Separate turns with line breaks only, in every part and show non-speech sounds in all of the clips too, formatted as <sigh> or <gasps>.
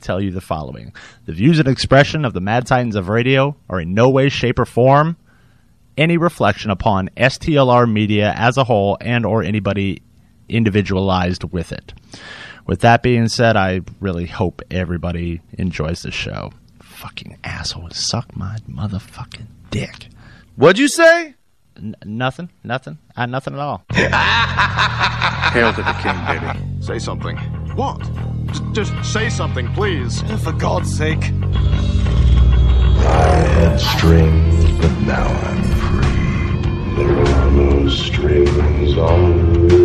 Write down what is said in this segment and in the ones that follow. tell you the following The views and expression of the Mad Titans of Radio are in no way, shape, or form any reflection upon STLR media as a whole and or anybody individualized with it. With that being said, I really hope everybody enjoys the show. Fucking asshole, suck my motherfucking dick.
What'd you say?
N- nothing, nothing, uh, nothing at all.
Hail to the king,
<laughs>
baby.
Say something. What? Just, just say something, please.
Oh,
For God's sake.
I had strings, but now I'm free. There are no strings on me.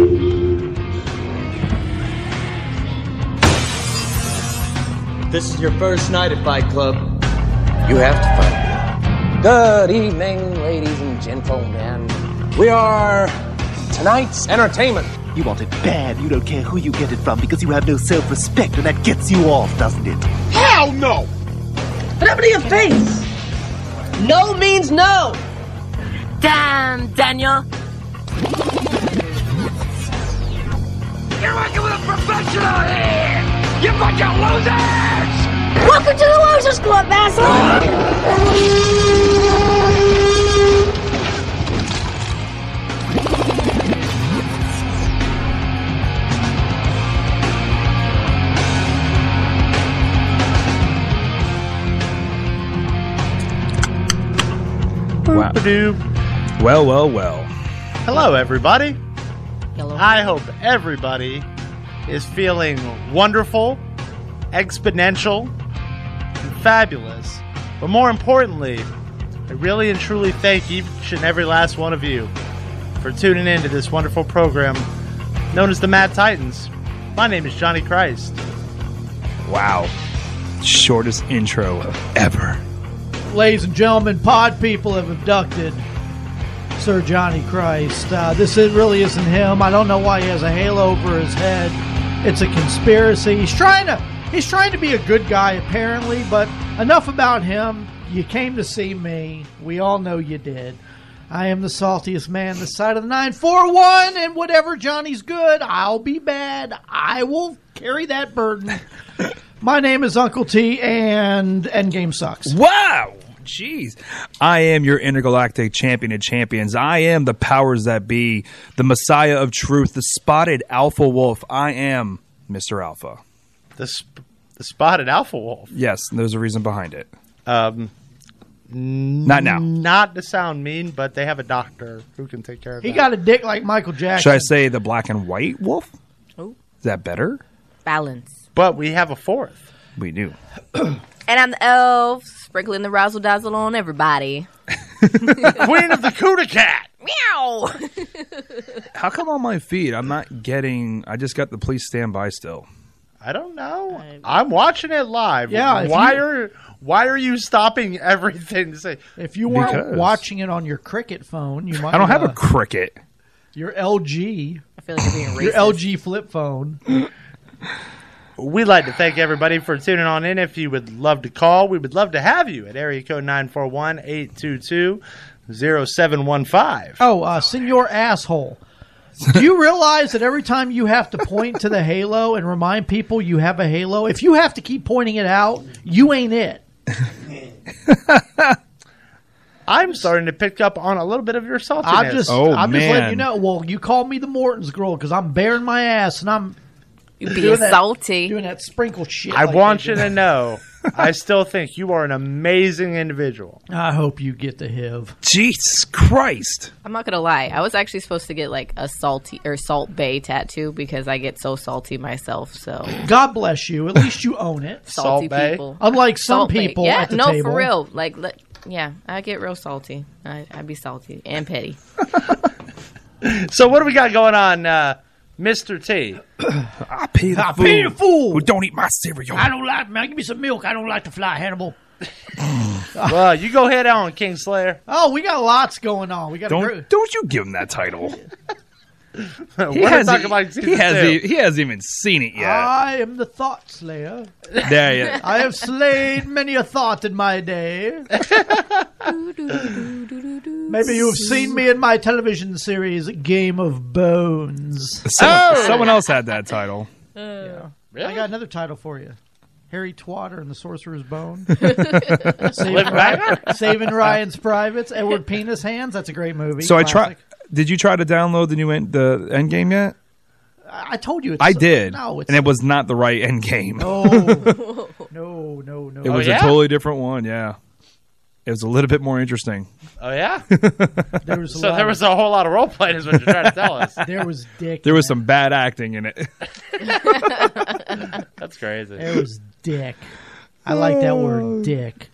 This is your first night at Fight Club.
You have to fight.
Good evening, ladies and gentlemen. We are tonight's entertainment.
You want it bad. You don't care who you get it from because you have no self respect, and that gets you off, doesn't it?
Hell no! Put up to your face! No means no!
Damn, Daniel!
You're working with a professional here! You fucking losers!
Welcome to the Losers Club, asshole!
Wow. Well, well, well.
Hello, everybody. Hello. I hope everybody is feeling wonderful, exponential, and fabulous. But more importantly, I really and truly thank each and every last one of you for tuning in to this wonderful program known as the Mad Titans. My name is Johnny Christ.
Wow. Shortest intro ever.
ladies and gentlemen, pod people have abducted Sir Johnny Christ. Uh, this is, really isn't him. I don't know why he has a halo over his head. It's a conspiracy. He's trying to he's trying to be a good guy apparently, but enough about him. You came to see me. We all know you did. I am the saltiest man this side of the 941, and whatever Johnny's good, I'll be bad. I will carry that burden. My name is Uncle T, and Endgame sucks.
Wow! Jeez. I am your intergalactic champion of champions. I am the powers that be, the messiah of truth, the spotted alpha wolf. I am Mr. Alpha.
The, sp- the spotted alpha wolf.
Yes, there's a reason behind it.
Um,
not now.
Not to sound mean, but they have a doctor who can take care of
He
that.
got a dick like Michael Jackson.
Should I say the black and white wolf?
Oh.
Is that better?
Balance.
But we have a fourth.
We do.
And I'm the elf, sprinkling the razzle dazzle on everybody.
Queen of the Cuda Cat!
<laughs> Meow!
How come on my feed I'm not getting? I just got the police standby still.
I don't know. I'm watching it live.
Yeah, if
Why
you-
are why are you stopping everything to say
If you weren't
Because-
watching it on your cricket phone, you might.
I don't have
uh,
a cricket.
your LG,
I feel like you're being
your
racist.
LG flip phone.
We'd like to thank everybody for tuning on in. If you would love to call, we would love to have you at area code 941 822 0715.
Oh, uh, Senor Asshole. Do you realize that every time you have to point to the halo and remind people you have a halo, if you have to keep pointing it out, you ain't it.
I'm starting to pick up on a little bit of your saltiness.
I'm just,
Oh,
I'm just letting you
man.
know. Well, you call me the Morton's girl because I'm baring my ass and I'm
You being
that-
salty.
doing that sprinkle shit.
I
like
want
they
you
do.
to know,
<laughs>
I still think you are an amazing individual.
I hope you get the HIV.
Jesus Christ!
I'm not gonna lie. I was actually supposed to get like a salty or salt bay tattoo because I get so salty myself. So
God bless you. At least you own it.
salty
Bay?
people.
Unlike Oh, some
Salt Bay.
people
Yeah,
at the
no,
table.
for real. Like, let, yeah, I get real salty. I, I be salty and petty.
So, what do we got going on, uh, Mr. T?
I pay the
I
fool.
pay the fool.
Who don't eat my cereal?
I don't like man. Give me some milk. I don't like to fly, Hannibal.
Well, Uh, you go head on, Kingslayer.
Oh, we got lots going on. We got a group.
Don't don't you give him
<laughs>
that title?
We're talking about
he
season
has
two.
e- he hasn't even seen it yet.
Uh,
I am the thought slayer.
<laughs> there, yeah.
I have <laughs> slain many a thought in my day. Maybe you've seen me in my television series Game of Bones.
Oh!
Someone, someone else had that title.
I got another title for you. Harry Twatter and the
<laughs>
Sorcerer's Bone.
Liv
saving, Ryan,
Wagner?
saving Ryan's Privates. Edward Penis Hands. That's a great movie.
So I
Classic.
try. Did you try to download the new end, the end game yet?
I I told you. It's
I did.
No, it's
and it was not the right end game.
Oh.
no, no, no, no.
<laughs> it was a totally different one. Yeah, it was a little bit more interesting.
Oh yeah.
There was a
so
lot
there
of-
was a whole lot of role playing, is what you're trying to tell us.
There was dick.
<laughs> There was some bad acting in it.
That's crazy.
There was dick. I like that word, dick.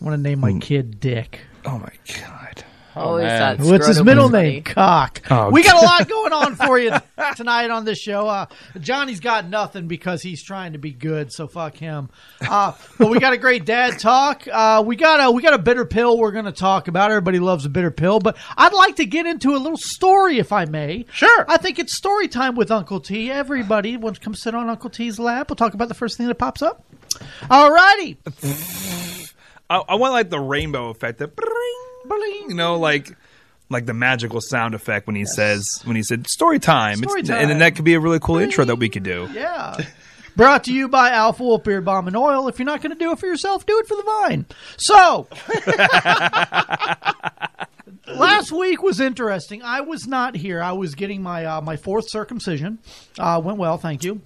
I want to name
Hmm.
my kid Dick.
Oh my god.
Always man. thought
What's his
scrotum
middle
was
name? Cock.
Oh,
we got a lot going on for you tonight on this show. Uh, Johnny's got nothing because he's trying to be good, so fuck him. Uh, but we got a great dad talk. Uh, we got a we got a bitter pill we're going to talk about. Everybody loves a bitter pill, but I'd like to get into a little story if I may.
Sure.
I think it's story time with Uncle T. Everybody, wants to come sit on Uncle T's lap. We'll talk about the first thing that pops up. All righty.
I, I want like the rainbow effect. That bling, bling, you know, like like the magical sound effect when he says when he said story time.
Story
it's,
time.
And then that could be a really cool intro that we could do.
Yeah. <laughs> Brought to you by Alpha Wolf Beard Bomb and Oil. If you're not going to do it for yourself, do it for the vine. So, last week was interesting. I was not here. I was getting my uh, my fourth circumcision. Uh, went well, thank you.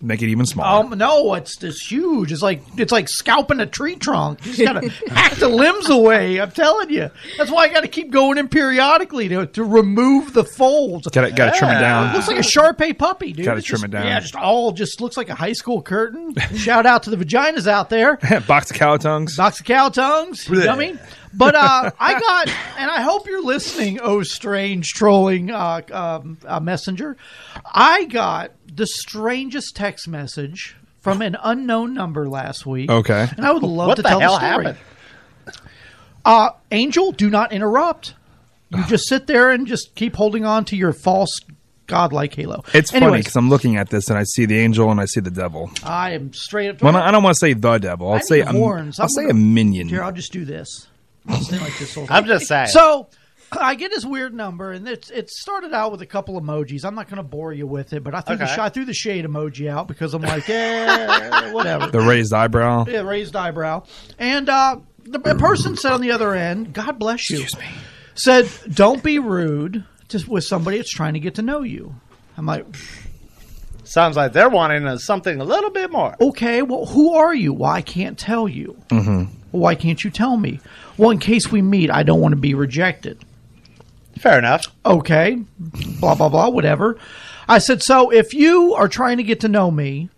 Make it even smaller.
Um, no, it's this huge. It's like it's like scalping a tree trunk. You just
<laughs>
gotta hack the limbs away. I'm telling you. That's why I got to keep going in periodically to, to remove the folds.
Gotta- gotta trim it down.
It looks like a Sharpei puppy, dude.
Gotta
It's
trim
just-
it down.
Yeah, just all just looks like a high school curtain. Shout out to the vaginas out there.
<laughs> Box of cow tongues.
Um, Box of cow tongues.
Blech.
Yummy. But uh, I got, <laughs> and I hope you're listening, oh strange trolling uh, um, uh, messenger. I got the strangest text message from an unknown number last week.
Okay.
And I would love
What
to
the
tell
hell
the story.
happened?
Uh, Angel, do not interrupt. You just sit there and just keep holding on to your false godlike halo.
It's funny
Anyways,
because I'm looking at this and I see the angel and I see the devil.
I am straight up.
Well, I don't want to say the devil. I'll
I
say
need
a,
horns.
I'll
I'm
say
gonna-
a minion.
Here, I'll just do this. Just like this whole
I'm just saying.
So I get this weird number, and it's, it started out with a couple emojis. I'm not going to bore you with it, but I threw, the
Okay.
sh- I threw the shade emoji out because
<laughs>
I'm like, yeah, whatever.
The raised eyebrow.
Yeah, raised eyebrow. And uh, the the person said on the other end, God bless you. Said, don't be rude to, with somebody that's trying to get to know you. I'm like,
Sounds like they're wanting uh, something a little bit more.
okay, well, who are you? Well, I can't tell you.
Mm-hmm.
Why can't you tell me? Well, in case we meet, I don't want to be rejected.
Fair enough.
Okay, blah, blah, blah, whatever. I said, So if you are trying to get to know me,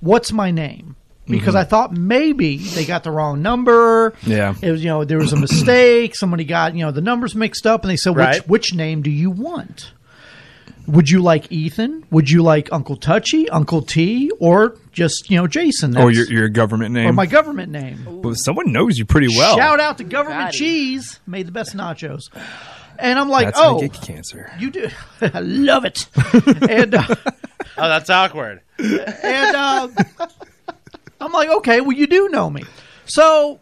what's my name? Because I thought maybe they got the wrong number.
Mm-hmm. Yeah.
It was, you know, there was a mistake. <clears throat> Somebody got, you know, the numbers mixed up and they said,
Right.
which, which name do you want? Would you like Ethan? Would you like Uncle Touchy, Uncle T, or just, you know, Jason?
Or
That's-
your, your government name.
or my government name.
But someone knows you pretty well.
Shout out to Government
Got it.
Cheese. Made the best nachos. And I'm like,
That's
oh,
gonna get you cancer.
you do. <laughs> I love
<laughs>
it. and uh,
Oh, that's awkward.
and uh, I'm like, okay, well, you do know me. So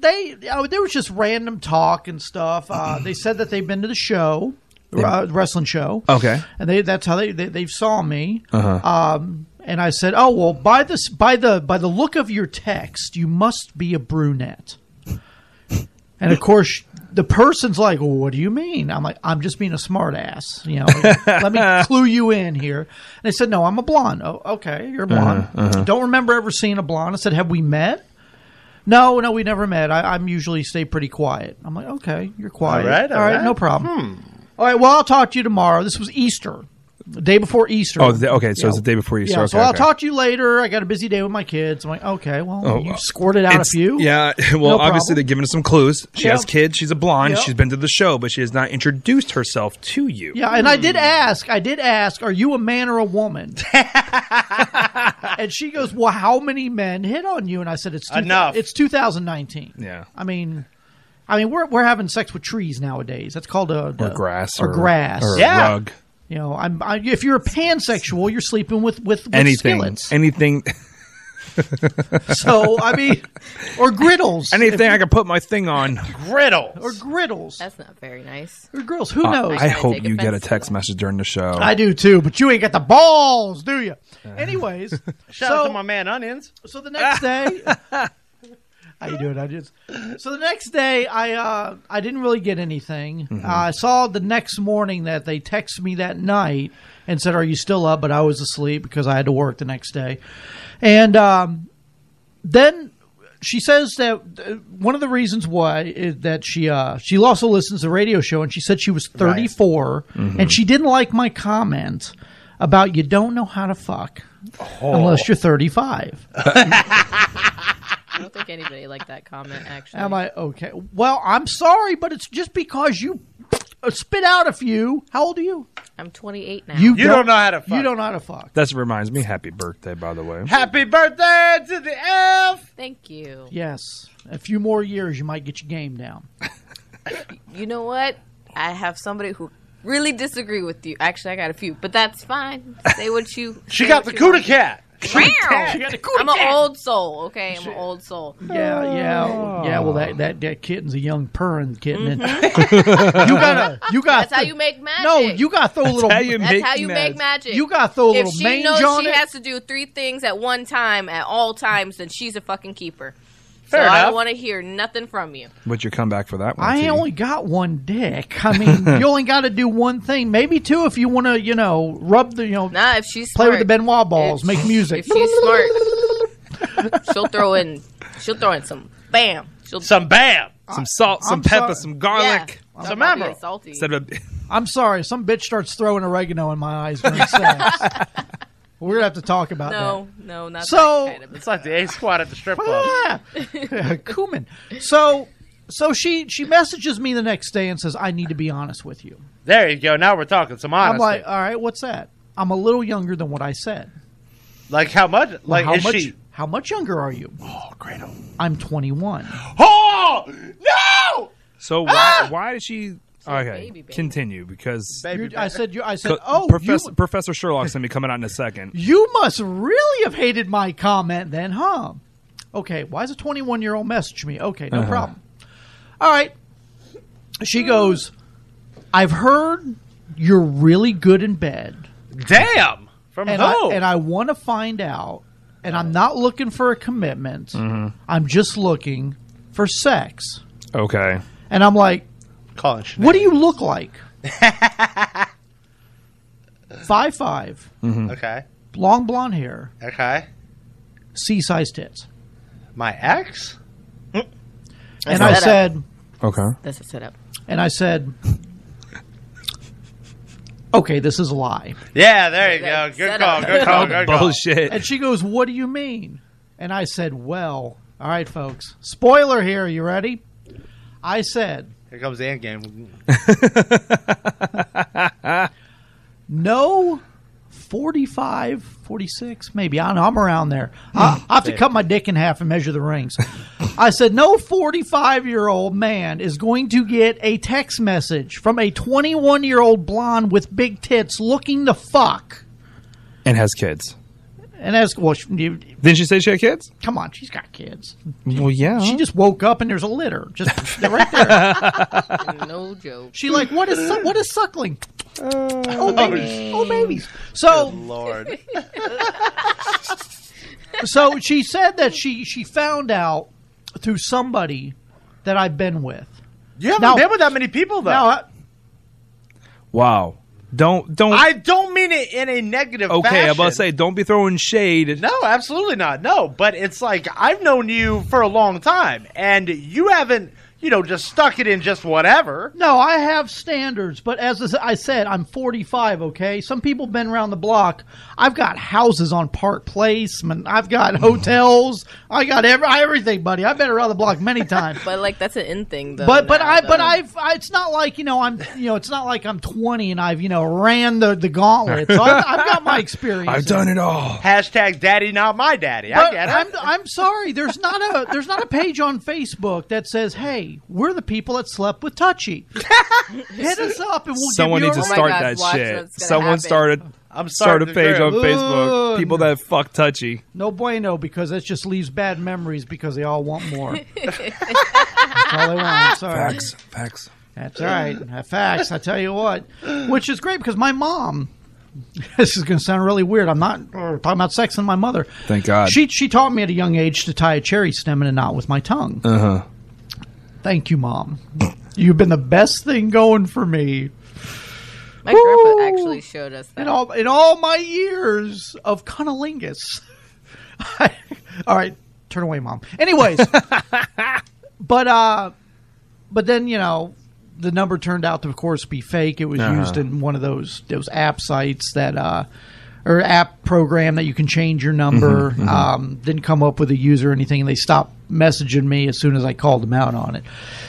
they uh, there was just random talk and stuff. Uh, they said that they've been to the show, uh, wrestling show.
Okay.
and they that's how they they, they saw me.
Uh-huh.
Um, and I said, oh well, by this by the by the look of your text, you must be a brunette. And of course, the person's like, well, "What do you mean?" I'm like, "I'm just being a smartass." You know, let
<laughs>
me clue you in here. And they said, "No, I'm a blonde." Oh, okay, you're a
Uh-huh,
blonde. Don't remember ever seeing a blonde. I said, "Have we met?" No, no, we never met. I, I'm usually stay pretty quiet. I'm like, okay, you're quiet.
All right, all
all right,
right.
no
Hmm.
problem. All right, well, I'll talk to you tomorrow. This was Easter, the day before Easter.
Oh, the- okay, so
Yeah.
it's the day before Easter.
Yeah,
Okay,
so I'll
okay.
talk to you later. I got a busy day with my kids. I'm like, okay, well,
Oh,
you
uh,
squirted out a
It's-
few.
Yeah. <laughs>
No
Well, obviously
problem.
they're giving us some clues. She
Yeah.
has kids. She's a blonde.
Yeah.
She's been to the show, but she has not introduced herself to you.
Yeah, and I did ask. I did ask, "Are you a man or a woman?" and she goes, "Well, how many men hit on you?" And I said, "It's two,
Enough.
It's 2019.
Yeah.
I mean, I mean, we're we're having sex with trees nowadays. That's called a,
Or
a-
grass.
or,
Or,
grass.
Or a
Yeah.
rug.
You know, I'm I, if you're a pansexual, you're sleeping with with, with
Anything. <laughs>
skillets.
Anything.
So I mean, or griddles.
Anything I can put my
<laughs>
thing on.
griddles or griddles.
That's not very nice.
Or griddles.
Uh,
Who knows?
I, hope you get a text message during the show.
I do too, but you ain't got the balls, do you? Anyways,
<laughs> Shout out
so
to my man Onions.
So the
<laughs>
next day, how you doing, onions? So the next day, I uh, I didn't really get anything.
Mhm.
Mm-hmm.
Uh, I saw the next morning that they texted me that night and said, "Are you still up?" But I was asleep because I had to work the next day. And um, then she says that uh, one of the reasons why is that she uh, she also listens to the radio show, and she said she was 34
Mhm.
and she didn't like my comment about you don't know how to fuck unless you're 35.
I don't think anybody liked that
<laughs>
comment. Actually,
Am I okay? Well, I'm sorry, but it's just because you uh, spit out a few. How old are you?
I'm 28 now.
You,
fuck.
You don't know how to fuck.
That reminds me. Happy birthday, by the way.
Happy birthday to the elf.
Thank you.
Yes, a few more years, you might get your game down.
You know what? I have somebody who really disagree with you. Actually, I got a few, but that's fine. Say what
<laughs>
you.
She got the Cuda cat.
Meow.
She got the
I'm an
cat.
old soul. Okay, I'm an old soul.
Yeah, yeah, yeah. Well,
Oh.
that, that that kitten's a young purring kitten.
Mhm.
<laughs> you gotta, you got.
That's how you make magic.
No, you got to throw a
That's
little.
how you That's make how you magic. make magic.
You got to throw a
if
little
she
mange
knows
on
she
it.
has to do three things at one time at all times, then she's a fucking keeper.
Fair
so I
enough.
don't want to hear nothing from you.
Would you come back for that one?
I
T?
only got one
<laughs>
dick. I mean, you only got to do one thing, maybe two, if you want to, you know, rub the, you know,
Nah, if she's
play with the
smart.
Benoit balls,
If-
make music.
If she's smart,
<laughs>
she'll throw in. She'll throw in some bam. She'll
some bam,
some salt,
some I'm pepper, sorry.
some
garlic.
Yeah,
Some
I'm
emerald.
being salty.
<laughs> I'm sorry, some bitch starts throwing oregano in my eyes during
<laughs>
sex. We're gonna have to talk about
No, no, not
So-
that kind of.
It's like the A squad at the
<laughs>
strip club.
<laughs> that. Yeah, Cumin. Ah, So, so she she messages me the next day and says, "I need to be honest with you."
There you go. Now we're talking some honesty.
I'm like, "All right, what's that?" I'm a little younger than what I said.
Like how much? Like
how
is
much?
she?
How much younger are you? Oh, Grado. I'm 21.
Oh no!
So why why did she? Okay, continue because
Baby You- I baby. said you- I said,
Co-
oh,
Professor,
you-
Professor Sherlock's gonna be coming out in a second.
You must really have hated my comment then, huh? Okay, why is a 21 year old message me? Okay, no
Uh-huh.
problem. All right. She goes, I've heard you're really good in bed.
Damn! From
and
who?
I, and I want to find out, and I'm not looking for a commitment.
Mhm.
I'm just looking for sex.
Okay,
And I'm like,
College.
what do you look like? five five,
Okay.
long blonde hair,
Okay.
C size tits.
My ex.
And I said,
okay.
That's a setup.
and I said, okay, this is a lie.
Yeah, there you go. Good
set
call.
up.
Good call. Good call.
And she goes, what do you mean? And I said, well, all right, folks. Spoiler here. You ready? I said,
Here comes the end game.
<laughs> no 45 46 maybe i don't know i'm around there I, I have to cut my dick in half and measure the rings i said no 45 year old man is going to get a text message from a 21 year old blonde with big tits looking to fuck
and has kids.
and as well she, you-
Didn't she say she had kids?
come on she's got kids
Well, yeah.
she just woke up and there's a litter
<laughs>
just right there
no joke
she like what is su- what is suckling
Uh,
oh babies oh babies so
lord
<laughs>
<laughs>
so she said that she she found out through somebody that I've been with.
You haven't been with that many people though.
Now, I,
Wow. Don't don't.
I don't mean it in a negative.
okay,
fashion.
I'm about to say don't be throwing shade.
No, absolutely not. No, but it's like I've known you for a long time, and you haven't, you know, just stuck it in just whatever.
no, I have standards, but as I said, I'm 45. Okay, some people been around the block. I've got houses on Park Place. man, I've got hotels. I got every, everything, buddy. I've been around the block many times.
<laughs> But like that's an end thing though.
but but
now,
I but
though.
I've I, it's not like you know I'm you know it's not like I'm 20 and I've you know ran the the gauntlet. So I've, I've got my experience.
it all.
Hashtag daddy, not my daddy. I
But
get it.
I'm, I'm sorry. There's not a there's not a page on Facebook that says, "Hey, we're the people that slept with Touchy." Hit us up and we'll
Someone
give you
needs
a
to
ring.
start that shit. Someone started.
I'm
Start
sorry.
a page on Facebook.
Ooh,
People that fuck touchy.
No bueno, because that just leaves bad memories because they all want more. That's all they want. I'm sorry.
Facts. Facts.
That's all right. Uh, Facts. I tell you what, which is great because my mom. <laughs> This is going to sound really weird. I'm not uh, talking about sex and my mother.
Thank God.
She she taught me at a young age to tie a cherry stem in a knot with my tongue.
Uh huh.
Thank you, mom. You've been the best thing going for me
My grandpa actually showed us that.
in all in all my years of cunnilingus. <laughs> all right, turn away, mom. Anyways, but uh, but then you know, the number turned out to, of course, be fake. It was
Uh-huh.
used in one of those those app sites that uh, or app program that you can change your number.
Mhm, mhm.
Um, didn't come up with a user or anything, and they stopped messaging me as soon as I called them out on it.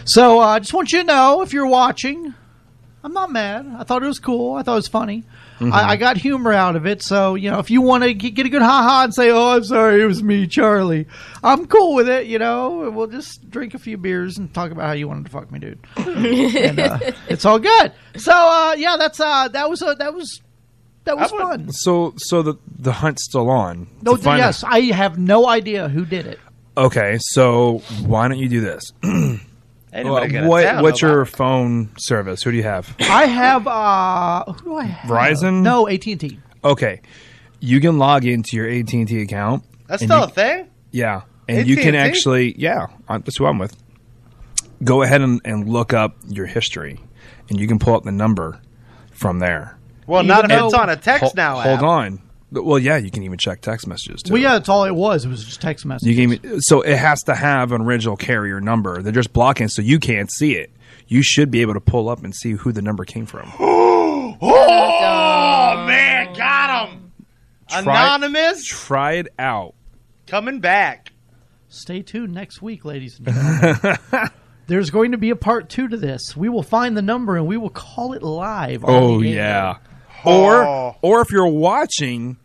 So I uh, just want you to know if you're watching, I'm not mad. I thought it was cool. I thought it was funny.
Mm-hmm.
Mhm.
I, I got humor out of it. So, you know, if you want to get a good ha ha and say, oh, I'm sorry, it was me, Charlie, I'm cool with it. You know, we'll just drink a few beers and talk about how you wanted to fuck me, dude. and, uh, it's all good. So, uh, yeah, that's, uh, that was, uh, that was, that was fun.
So so the the hunt's still on.
No,
to find
yes, I have no idea who did it.
Okay, so why don't you do this? <clears throat>
Anybody got a
what
sound
what's
about-
your phone service? Who do you have?
I have, uh, who do I have?
Verizon?
No, AT&T.
Okay, you can log into your AT and T account.
That's
and
still
you-
a thing.
Yeah, and you can
AT&T?
actually yeah, I- that's who I'm with. Go ahead and, and look up your history, and you can pull up the number from there.
Well,
Even
not if it's
though-
on a text
Hol-
now.
Hold
app.
on. Well, yeah, you can even check text messages too.
Well, yeah, that's all it was. It was just text message.
You can so it has to have an original carrier number. They're just blocking it so you can't see it. You should be able to pull up and see who the number
<gasps>
came from.
Oh man, got him. Anonymous
Try it out.
coming back.
Stay tuned next week, ladies and
<laughs>
gentlemen. There's going to be a part two to this. We will find the number and we will call it live. on
Oh
the air.
yeah.
Oh.
Or or if you're watching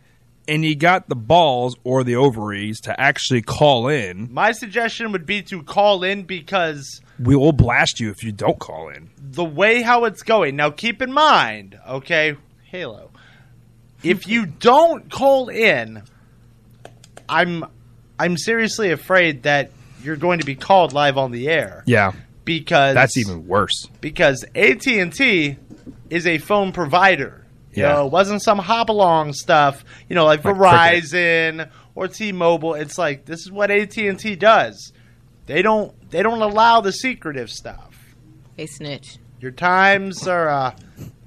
and you got the balls or the ovaries to actually call in,
My suggestion would be to call in because
we will blast you if you don't call in.
the way how it's going. Now keep in mind, okay, Halo. If you don't call in, I'm I'm seriously afraid that you're going to be called live on the air
Yeah.
because
That's even worse.
because AT&T is a phone provider. You
Yeah.
know, it uh, wasn't some hop-along stuff, you know, like,
Like
Verizon or T-Mobile. It's like this is what AT&T does. They don't they don't allow the secretive stuff.
They snitch.
Your times are uh,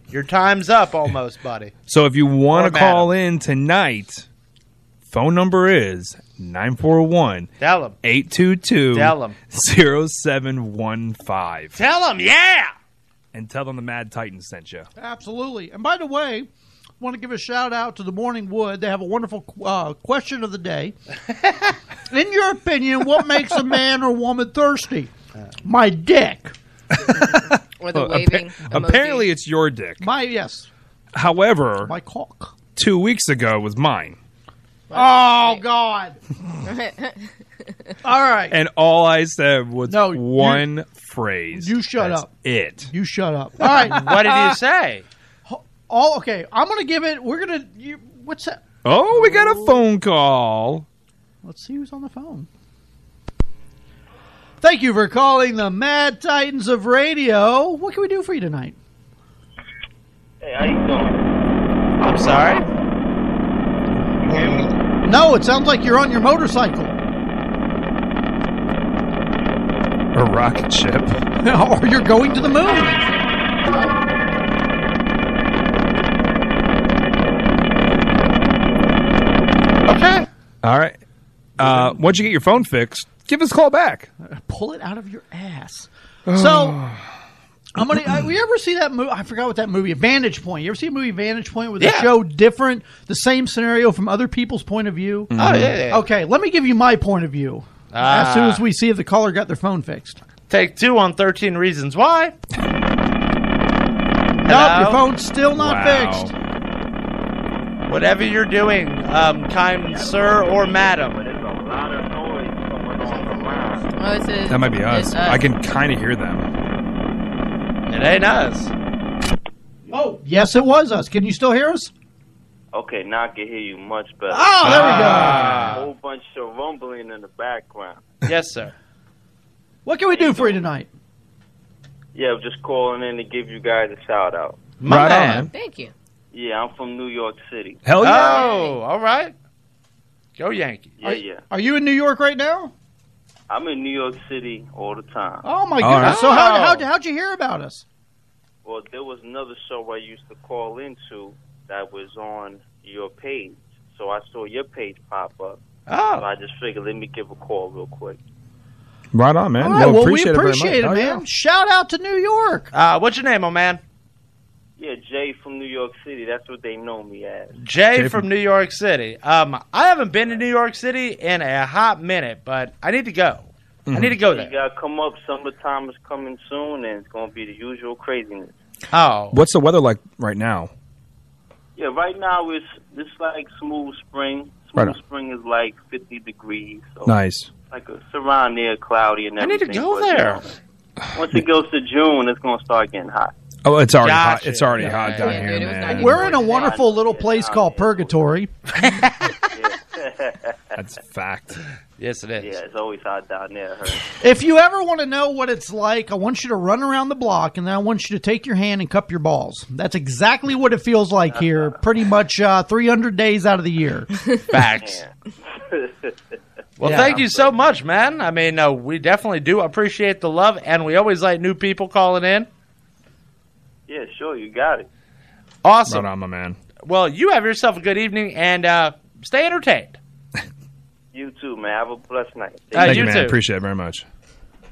your time's up almost, buddy.
So if you
Or
want to
madam.
call in tonight, phone number is 941
Tell 'em.
822
Tell 'em.
0715.
Tell them, yeah.
And tell them the Mad Titan sent you.
Absolutely. And by the way, want to give a shout out to the Morning Wood. They have a wonderful uh, question of the <laughs> day. In your opinion, what makes a man or woman thirsty? My dick.
Or
Oh, appa- apparently, it's your dick.
My yes.
However,
My cock.
two weeks ago was mine.
Oh God.
<laughs>
All right.
And all I said was
No, you-
one phrase.
You shut
That's
up.
It.
You shut up. All right.
What did
<laughs>
you say?
Oh, okay. I'm gonna give it. We're gonna. You, what's that?
Oh, we got a phone call.
Let's see who's on the phone. Thank you for calling the Mad Titans of Radio. What can we do for you tonight?
I'm sorry.
No, it sounds like you're on your motorcycle <laughs>
A rocket ship.
or you're going to the moon. Okay.
All right. Uh, once you get your phone fixed, give us a call back.
Pull it out of your ass. So. I'm gonna. I, you ever see that movie? I forgot what that movie. Vantage Point. You ever see a movie Vantage Point where they
Yeah.
show different, the same scenario from other people's point of view?
Oh, yeah, yeah.
Okay, let me give you my point of view.
Ah.
as soon as we see if the caller got their phone fixed.
Take two on thirteen reasons why.
Nope, your phone's still not fixed.
Whatever you're doing, um, kind sir or madam.
Oh, it's a,
That might be us.
it's
I can kind of hear them.
It ain't us.
Oh, yes, it was us. Can you still hear us?
Okay, now I can hear you much better.
Uh,
Oh, there we go.
A whole bunch of rumbling in the background.
Yes, sir.
What can we do for you tonight?
Yeah, I'm just calling in to give you guys a shout out.
Right on.
Thank you.
Yeah, I'm from New York City.
Hell yeah.
Oh, all right. Go Yankee.
Yeah, yeah.
Are you in New York right now?
I'm in New York City all the time.
Oh my
All
goodness!
right.
So how,
Wow.
how how'd you hear about us?
Well, there was another show I used to call into that was on your page. So I saw your page pop up.
Oh.
So I just figured, let me give a call real quick.
Right on, man.
All right,
Well,
well, we
appreciate it very much.
appreciate it,
Oh,
man. Shout out to New York.
Uh, what's your name, old man?
Yeah, Jay from New York City. That's what they know me as.
Jay, from New York City. Um, I haven't been to New York City in a hot minute, but I need to go.
Mm-hmm.
I need to go
You
there.
gotta come up. Summertime is coming soon, and it's gonna be the usual craziness.
Oh,
What's the weather like right now?
Yeah, right now it's it's like smooth spring.
Right
Smooth
on.
spring is like 50 degrees. So
Nice.
it's Like a surround near cloudy and
I need to
everything.
go
but, you
there.
know, once it goes to June, it's gonna start getting hot.
Oh, it's already hot.
Gotcha.
It's already
Yeah,
hot
yeah,
down
yeah,
here,
dude, it was
man.
We're in a wonderful little place called Purgatory.
That's a fact.
Yes, it is.
Yeah, it's always hot down there. I heard.
If you ever want to know what it's like, I want you to run around the block, and then I want you to take your hand and cup your balls. That's exactly what it
<laughs>
feels like here, pretty much uh, 300 days out of the year.
Facts. Well,
Yeah.
thank you so much, man. I mean, uh, we definitely do appreciate the love, and we always like new people calling in.
Yeah, sure, you got it.
Awesome.
Right on, my man.
Well, you have yourself a good evening and uh, stay entertained.
<laughs> You too, man. Have a blessed night.
Uh,
Thank
you
you, man.
too.
Appreciate it very much.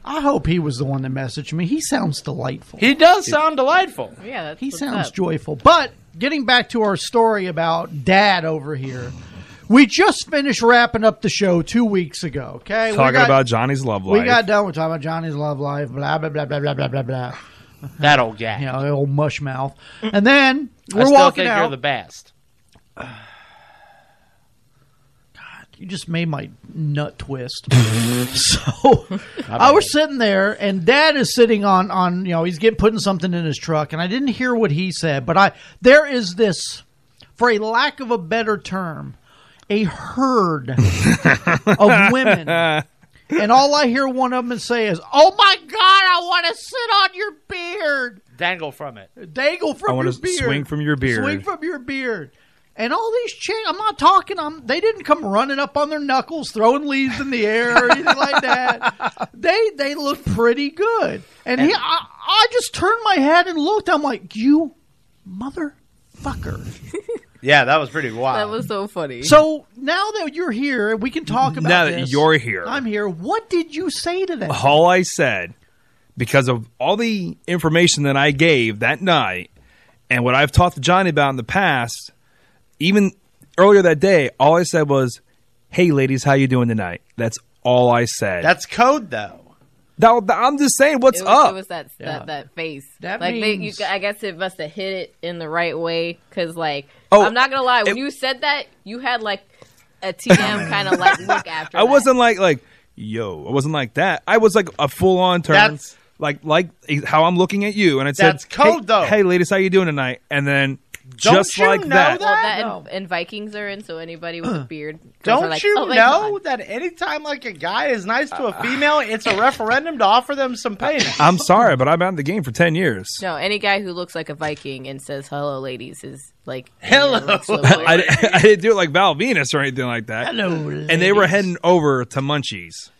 I hope he was the one that messaged me. He sounds delightful.
He does sound delightful.
Yeah, that's
He
what's
sounds
up.
joyful. But getting back to our story about dad over here, we just finished wrapping up the show two weeks ago. Okay, We
Talking
got-
about Johnny's love life.
We got done with talking about Johnny's love life, blah blah blah blah blah blah blah blah.
That old guy.
You know, the old mush mouth. And then we're
I still
walking
think
out.
you're the best.
you just made my
<laughs>
nut twist. so I was sitting there, and Dad is sitting on on you know he's getting putting something in his truck, and I didn't hear what he said, but I there is this, for a lack of a better term, a herd of women, and all I hear one of them say is, "Oh my God, I want to sit on your beard,
Dangle from it.
dangle
I
from
want
your
to
beard,
swing from your beard.
Swing from your beard. And all these chicks, I'm not talking. I'm, they didn't come running up on their knuckles, throwing leaves in the air or anything
<laughs>
like that. They they look pretty good. And, he, I, I just turned my head and looked. I'm like, you motherfucker.
Yeah, that was pretty
That
wild.
was so funny.
So now that you're here, we can talk about
Now that
this.
you're here.
I'm here. What did you say to them?
all I said, because of all the information that I gave that night and what I've talked to Johnny about in the past, even earlier that day, all I said was, "Hey, ladies, how you doing tonight?" That's all I said.
That's code, though.
That- I'm just saying, what's
it was,
up?
It was that that, that face.
That
like
means-
they, you, I guess it must have hit it in the right way because like
Oh,
I'm not gonna lie, when
it-
you said that, you had like a TM kind of like look after.
I
that.
wasn't like like yo. I wasn't like that. I was like a full on turn.
That's-
like like how I'm looking at you, and I said,
That's code,
hey,
though.
Hey, ladies, how you doing tonight? And then
Don't
just
you
like
know
that,
Well, that and,
No.
and Vikings are in, so anybody with a beard. girls are
Don't
like,
you
"Oh my
know
God."
that anytime like a guy is nice to
Uh,
a female, it's a referendum to offer them some payment?
I'm sorry, but I've been in the game for ten years.
No, any guy who looks like a Viking and says "Hello, ladies" is like
Hello.
you know, like, so
I,
like-
I <laughs> didn't do it like Val Venus or anything like that.
Hello,
uh, And they were heading over to Munchies,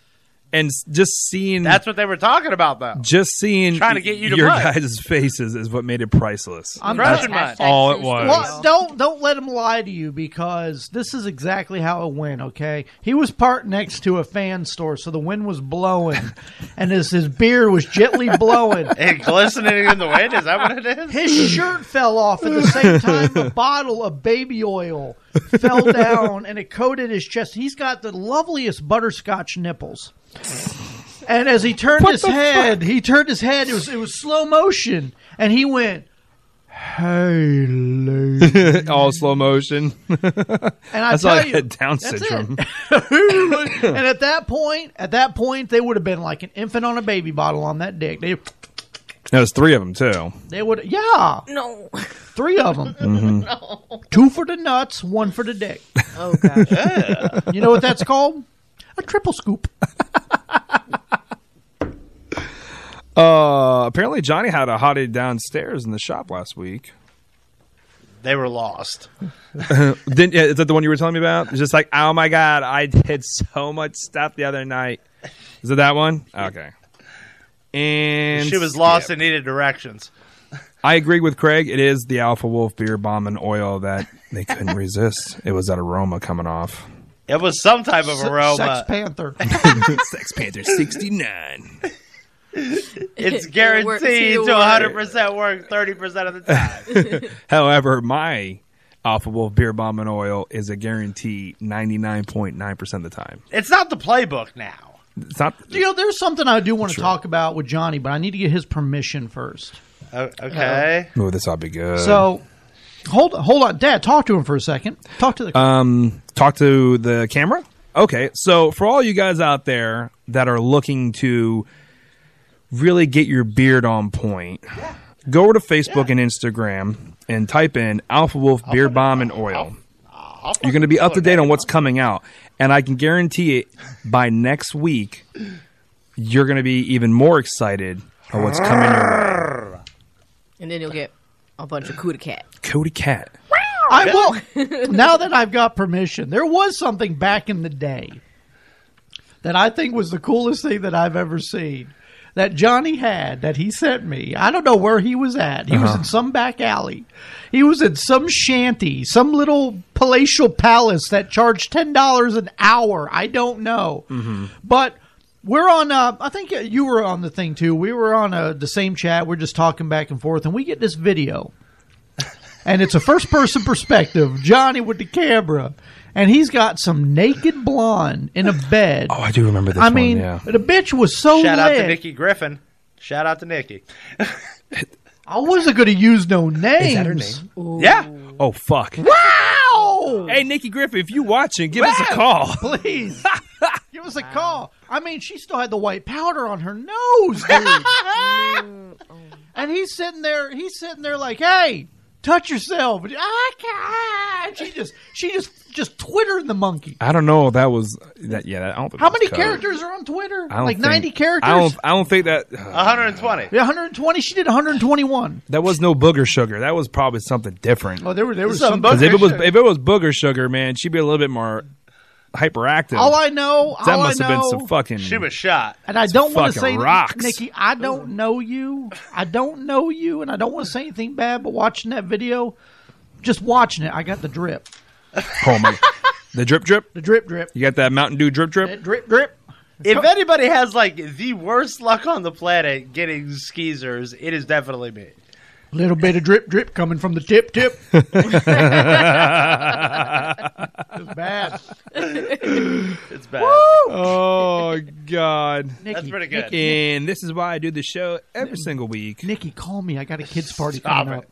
and s- just seeing
That's what they were talking about, though.
just seeing
Trying to get you to
your
munch.
guys' faces is what made it priceless.
I'm
Crushing
Hashtag
mine.
all
true
it was.
story.
Well, don't don't let him lie to you because this is exactly how it went. Okay, he was parked next to a fan store, so the wind was blowing, <laughs> and his his beard was gently blowing.
<laughs> <laughs> And glistening in the wind, is that what it is?
His shirt fell off at the same time. The bottle of baby oil fell down and it coated his chest. He's got the loveliest butterscotch nipples. And as he turned his head, he turned his head. It was it was slow motion, and he went, "Hey, lady."
<laughs> all slow motion.
And I
That's
tell
like
you,
a Down
that's
syndrome. <laughs>
it. <laughs> and at that point, at that point, they would have been like an infant on a baby bottle on that dick. They,
There's three of them too.
They would, yeah.
No.
Three of them.
Mhm.
Two for the nuts, one for the dick.
Oh gosh.
You know what that's called? A triple scoop.
Uh, apparently Johnny had a hottie downstairs in the shop last week.
They were lost.
<laughs> Didn't, yeah, is that the one you were telling me about? It's just like, oh my god, I did so much stuff the other night. Is it that one? Okay. And
she was lost and needed directions.
I agree with Craig. It is the Alpha Wolf beer bomb and oil that they couldn't resist. It was that aroma coming off. <laughs>
It was some type of
Se-
aroma.
Sex Panther.
Sex Panther 69.
<laughs>
It's
It works
guaranteed
either
to
way.
100% work 30% of the time.
However, my Alpha Wolf beer bomb and oil is a guarantee 99.9% of the time.
it's not the playbook now.
It's not
You know, there's something I do want to talk about with Johnny, but I need to get his permission first.
okay.
Oh, this ought to be good.
So, hold hold on, Dad. Talk to him for a second. Talk to the.
um, talk to the camera. Okay, so for all you guys out there that are looking to really get your beard on point, go over to Facebook and Instagram and type in Alpha Wolf Beer Bomb and Oil. You're going to be up to date on what's coming out, and I can guarantee it by next week, you're going to be even more excited on what's coming your way.
And then you'll get a bunch of coup de cat.
Cody Cat.
I will. now that I've got permission, there was something back in the day that I think was the coolest thing that I've ever seen that Johnny had that he sent me. I don't know where he was at. He was
Uh-huh.
in some back alley. He was in some shanty, some little palatial palace that charged $10 an hour. I don't know.
Mm-hmm.
But we're on. Uh, I think you were on the thing too. We were on uh, the same chat. We're just talking back and forth, and we get this video, and it's a first-person perspective. Johnny with the camera, and he's got some naked blonde in a bed. Oh,
I do remember this
I
one,
mean,
yeah.
the bitch was so
Shout out to
lit.
Nikki Griffin. Shout out to Nikki.
I wasn't going to use no names.
that her Yeah.
Oh, fuck.
Wow!
Hey, Nikki Griffin, if you watching, give us a call.
<laughs> please. <laughs> Give us a call. I mean, she still had the white powder on her nose, <laughs> dude. and he's sitting there. He's sitting there like, "Hey, touch yourself." And, I can't. She just, she just, just twittering the monkey.
I don't know. That was that. Yeah, that, I don't think
How
that was
many
Cody.
characters are on Twitter?
I don't
Like
think-
ninety characters.
I don't. I don't think that. uh,
120.
Yeah, 120. She did 121.
that was no booger sugar. That was probably something different.
Oh, there were there was
Some
some.
Because if it was
Booger sugar.
if it was booger sugar, man, she'd be a little bit more hyperactive.
All I know.
that
all I
must have been
know-
some fucking.
She was shot.
And I don't want to
fucking
say,
rocks.
Nikki, I don't know you. I don't know you, and I don't want to say anything bad. But watching that video, just watching it, I got the drip,
Oh my! the drip drip.
the drip, drip,
You got that Mountain Dew drip drip.
that drip, drip.
If anybody has like the worst luck on the planet getting skeezers, it is definitely me.
Little bit of drip, drip coming from the tip,
<laughs>
tip.
it's
bad.
It's bad.
Oh God.
That's pretty good.
And this is why I do the show every single week.
Nikki, call me. I got a kids party coming up.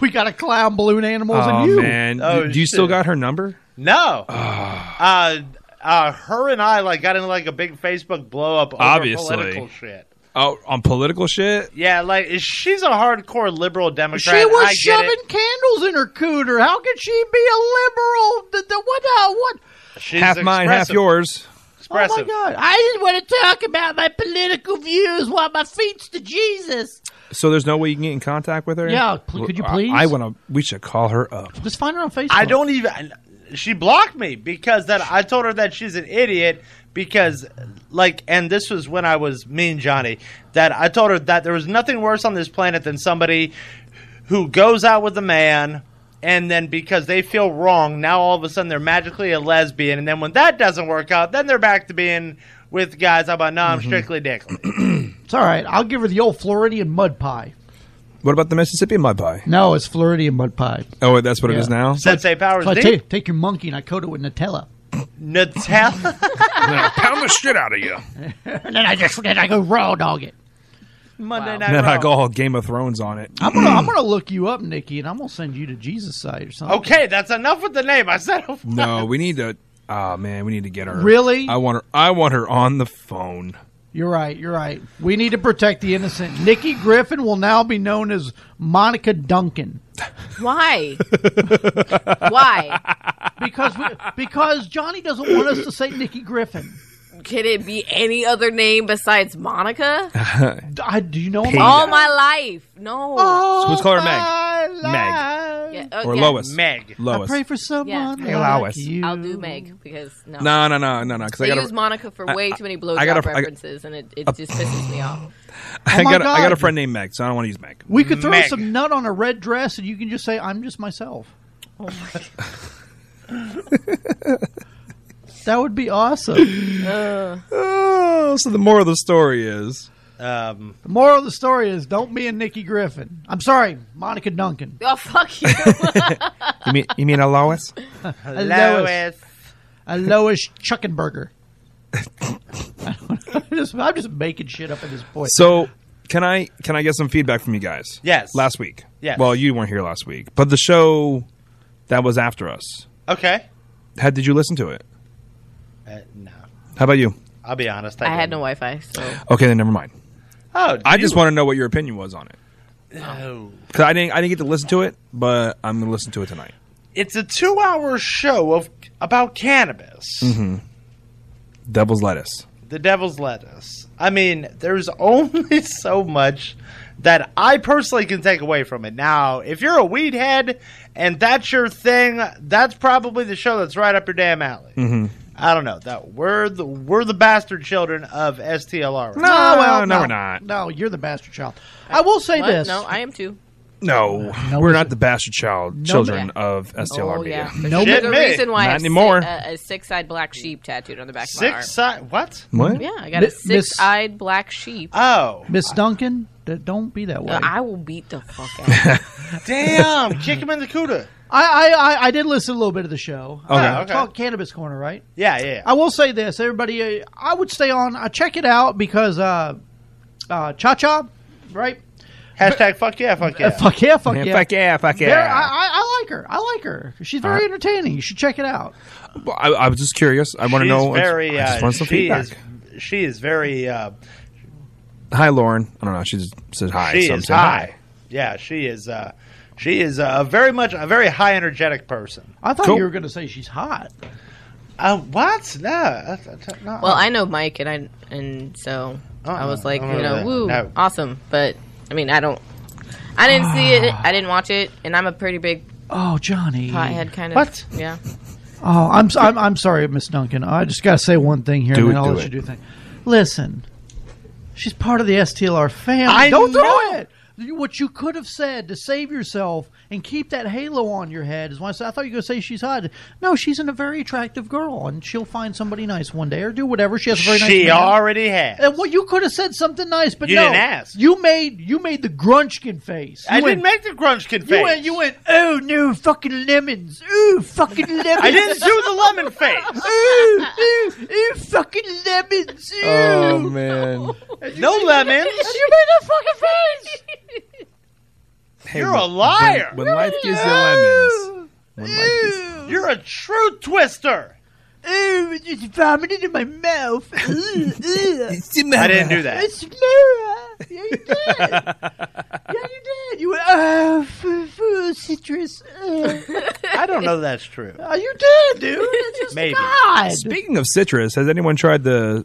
<laughs> we got a clown balloon animals
Oh
and you.
man,
Oh,
do, do you still
shit.
got her number? Ah.
No. uh, uh, her and I like got into like a big Facebook blow up over
Obviously.
political shit.
Oh, on political shit.
Yeah, like she's a hardcore liberal
She
Democrat.
was
I get
shoving
it.
candles in her cooter. How could she be a liberal? The, the, what? Uh, what?
She's
half mine, half
expressive.
yours.
Expressive.
Oh my God! I just want to talk about my political views while my feet's to Jesus.
So there's no way you can get in contact with her.
Yeah, pl- could you
I-
please?
I, want to. We should call her up.
Just find her on Facebook.
I
Oh.
don't even. She blocked me because that I told her that she's an idiot because like and this was when I was mean Johnny that I told her that there was nothing worse on this planet than somebody who goes out with a man and then because they feel wrong now all of a sudden they're magically a lesbian and then when that doesn't work out then they're back to being with guys I'm like no
Mm-hmm.
I'm strictly dick
It's all right. I'll give her the old Floridian mud pie.
<clears throat> What about the Mississippi mud pie?
No, it's Floridian mud pie.
Oh, wait, that's what it is now.
Sensei powers
So I
deep
take, take your monkey and I coat it with Nutella,
<laughs>
Nutella
pound the shit out of you.
and then I just then I go raw dog it.
Monday night
And then I
Raw.
go all Game of Thrones on it.
I'm gonna I'm gonna look you up, Nikki, and I'm gonna send you to Jesus side or something.
okay that's enough with the name I said <laughs>
No, we need to. Oh man, we need to get her.
Really?
I want her. I want her on the phone.
You're right. You're right. We need to protect the innocent. Nikki Griffin will now be known as Monica Duncan
<laughs>
Why? Why?
because we, because Johnny doesn't want us to say Nikki Griffin.
Can it be any other name besides Monica?
I, do you know him?
All my life. No.
So let's call her Meg. Meg.
Yeah, uh,
Oh.
Oh,
Or
yeah.
Lois. Lois.
for
someone
Hey, Lois.
I'll do Meg because no.
No, no, no, no, no. Because
They
I gotta,
use Monica for
I-
way
I-
too many
I
blowjob
gotta- I-
references, and it, it
Uh,
just pisses me
<laughs>
off.
<laughs> I
Oh my
got, a, I got a
God.
friend named Meg, so I don't want to use Meg.
We could throw
Meg.
some nut on a red dress, and you can just say, "I'm just myself."
Oh my
<laughs> that would be awesome.
Oh, so the moral of the story is,
um,
The moral of the story is: Don't be a Nikki Griffin. I'm sorry, Monica Duncan.
Oh fuck
<laughs>
you.
you mean you mean a Lois?
A Lois. A Lois Chuckenberger. <laughs> I'm just, I'm just making shit up at this point.
So can I can I get some feedback from you guys?
Yes.
Last week.
Yes.
Well, you weren't here last week, but the show that was after us.
Okay.
How did you listen to it?
Uh, no.
How about you?
I'll be honest.
I
I,
had no Wi-Fi, so
Okay, then never mind.
Oh,
I just
dude.
want to know what your opinion was on it
no.
because I didn't I didn't get to listen to it, but I'm gonna listen to it tonight.
It's a two-hour show of about cannabis.
Mm-hmm. Devil's lettuce.
The Devil's Lettuce. I mean, there's only <laughs> so much that I personally can take away from it. Now, if you're a weed head and that's your thing, that's probably the show that's right up your damn alley.
Mm-hmm.
I don't know. That we're the we're the bastard children of STLR.
No, Oh, well, no, No, you're the bastard child. I will say
What?
this.
No, I am too.
No, we're not the bastard child children of STLR
oh yeah.
media.
No, there's a reason why I
Not
have si-
anymore.
a, a six-eyed black sheep tattooed on the back of my arm.
Six-eyed what?
What?
Yeah, I got a
Mi- Miss-
six-eyed black sheep.
Oh,
Miss Duncan, d- don't be that way.
Uh, I will beat the fuck out.
Damn, <laughs> kick him in the cuda.
I, I, I, I did listen a little bit of the show.
Okay.
Uh,
Okay.
Called Cannabis Corner, right?
Yeah, yeah.
I will say this, everybody. Uh, I would stay on. I check it out because uh, uh, Cha Cha, right? Uh,
Hashtag fuck yeah, fuck yeah,
fuck yeah, fuck yeah,
<laughs> Fuck yeah, fuck
There-
yeah.
I, I, I like her. I like her. She's very
Alright.
entertaining. You should check it out.
Well, I, I was just curious. I want to
She's
know.
Very,
I
uh,
just want some
she
feedback.
Is, she is very. Uh,
Hi, Lauren. I don't know. She just said hi.
she
so I'm
is
saying
high. Yeah, she is. Uh, she is uh, very much a very high energetic person.
I thought
Cool.
you were going to say she's hot.
Uh, what? No, I- I- no.
well, I know Mike, and I and so I was like,
I'm
you know,
over that.
woo,
No.
awesome. But I mean, I don't. I didn't see
<sighs>
it. I didn't watch it, and I'm a pretty big
Oh, Johnny.
pothead kind of.
What?
Yeah.
Oh, I'm, so- I'm I'm sorry, Miss Duncan. I just got to say one thing here,
Do
and
it,
then I'll
do
let
it.
you do thing. Listen, she's part of the STLR family.
I
Don't
know.
throw it. You- What you could have said to save yourself and keep that halo on your head is why I said I thought you were going to say she's hot. No, she's an, a very attractive girl, and she'll find somebody nice one day or do whatever. She has a very nice.
she
man.
already has.
And well, you could have said something nice, but
You
no,
didn't ask.
You made you made the grunchkin face.
I
You went-
didn't make the grunge kid face.
You went, you went, oh no, fucking lemons. Ooh, fucking lemons.
<laughs> I didn't do the
<laughs>
lemon face.
ooh, ooh, ooh, fucking lemons. Ooh.
Um,
Oh, man.
No
<laughs>
lemons.
And you made a fucking face.
You're a liar.
When, when life gives you lemons.
You're a true twister.
Ooh, it just vomited in my mouth. Ooh, ooh.
I didn't
<laughs>
do that.
It's Laura. Yeah, you did. Yeah, you did. You went, oh, fu- fu- citrus. Uh.
I don't know that's true.
Oh, you did, dude. It's just
Maybe.
God.
Speaking of citrus, has anyone tried the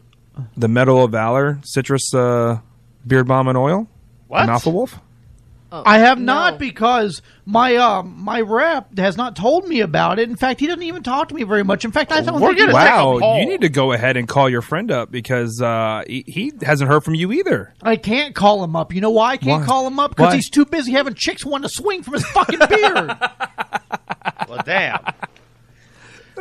the Medal of Valor citrus uh, beard bomb and oil?
What?
An alpha wolf?
I have not because my um my rep has not told me about it. In fact, he doesn't even talk to me very much. In fact, I don't
We're
think he-
gonna <laughs> take a
Wow,
poll.
you need to go ahead and call your friend up because uh, he, he hasn't heard from you either.
I can't call him up. You know why I can't
Why?
call him up? Because
Why?
he's too busy having chicks want to swing from his
<laughs>
fucking beard.
Well, damn.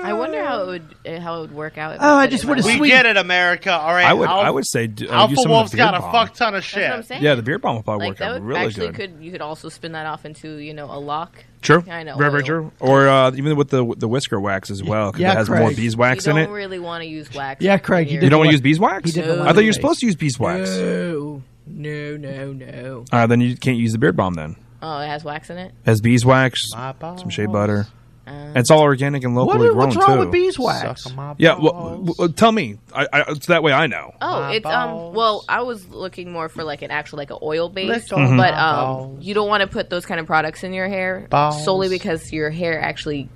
I wonder how it would uh, how it would work out. if
Oh, I
said
just
it
wanna
like
We
that.
Sweet.
get it, America. All right.
I would-
Alpha-
I would say do- uh,
Alpha
use some of
Wolf's
the
got
beer
a
bomb.
fuck ton of
That's what I'm
shit.
saying.
Yeah, the beard bomb will probably
like
work
that
out
would
really
actually
good.
could you could also spin that off into you know a lock.
True,
Kind of
very, very
oil.
true. Or uh, even with the the whisker wax as well, because
Yeah,
it has more
Craig.
beeswax
you
in
don't
it.
really want to use wax.
Yeah, Craig, you
Here.
You don't want
He
to use beeswax?
didn't
I thought you
lemon
were supposed to use beeswax.
No, no, no, no.
Uh, then you can't use the beard bomb. Then
Oh, it has wax in it.
as beeswax,
My balls.
some shea butter.
Um,
and it's all organic and locally
What-
grown
what's wrong
too.
with beeswax? Suck 'em up,
yeah, well, well, tell me. I, I, it's that way I know.
Oh, it's um. Well, I was looking more for like an actual like an oil base,
Lick 'em
but
Mhm.
um, you don't want to put those kind of products in your hair
Balls.
solely because your hair actually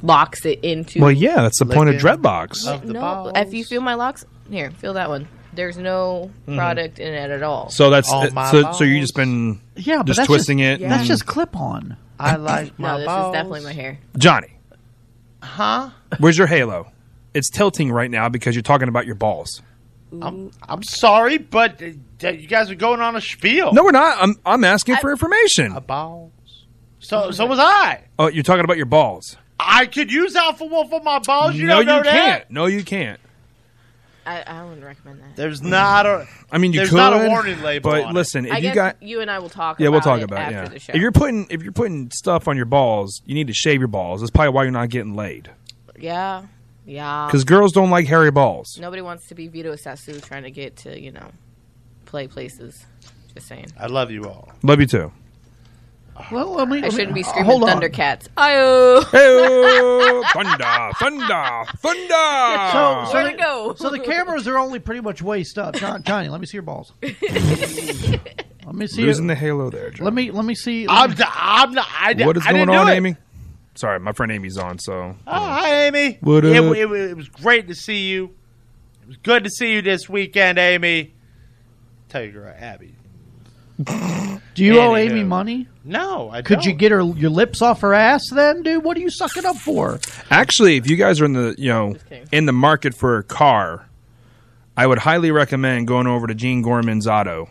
locks it into.
Well, yeah, that's the point of dreadlocks.
no, if you feel my locks, here, feel that one. There's no
Mhm.
product in it at all.
So that's uh, so, so you just been
Yeah, but
just
that's
twisting
just,
it.
That's
and-
just clip on.
I like
no, this is definitely my hair.
Johnny.
Huh?
Where's your halo? It's tilting right now because you're talking about your balls.
I'm, I'm sorry, but uh, you guys are going on a spiel.
No, we're not. I'm I'm asking for information.
Uh, About So, so was I.
oh, you're talking about your balls.
I could use Alpha Wolf on my balls. You
no,
don't know
you
that.
can't. No, you can't.
I, I wouldn't recommend that.
There's not a.
I mean, you
there's
could.
not a warning label.
But
on it.
listen, if
I
you
guess
got
you and I will talk.
yeah, we'll talk
it
about it.
after
Yeah.
the show.
If you're putting if you're putting stuff on your balls, you need to shave your balls. That's probably why you're not getting laid.
yeah, yeah.
Because girls don't like hairy balls.
nobody wants to be Vito Sasu trying to get to you know play places. Just saying.
I love you all.
Love you too.
Well, I, mean,
I shouldn't be
uh,
screaming
hold on.
Thundercats. Oh,
thunder, thunder,
So,
thunder.
so, the, so the cameras are only pretty much waist
<laughs>
up. John, Johnny, let me see your balls. let me see. your-
Losing the halo there. John.
let me let me see.
I'm I'm not. I, di-
what is
I
going
didn't do
on,
it.
Amy? Sorry, my friend Amy's on. So
Oh, hi, Amy.
What
it,
up?
it, it was great to see you. It was good to see you this weekend, Amy. Tell your girl, Abby.
Do you owe
Anywho.
Amy money?
No, I
Could
don't.
you get her your lips off her ass then, dude? What are you sucking up for?
Actually, if you guys are in the you know in the market for a car, I would highly recommend going over to Gene Gorman's Auto,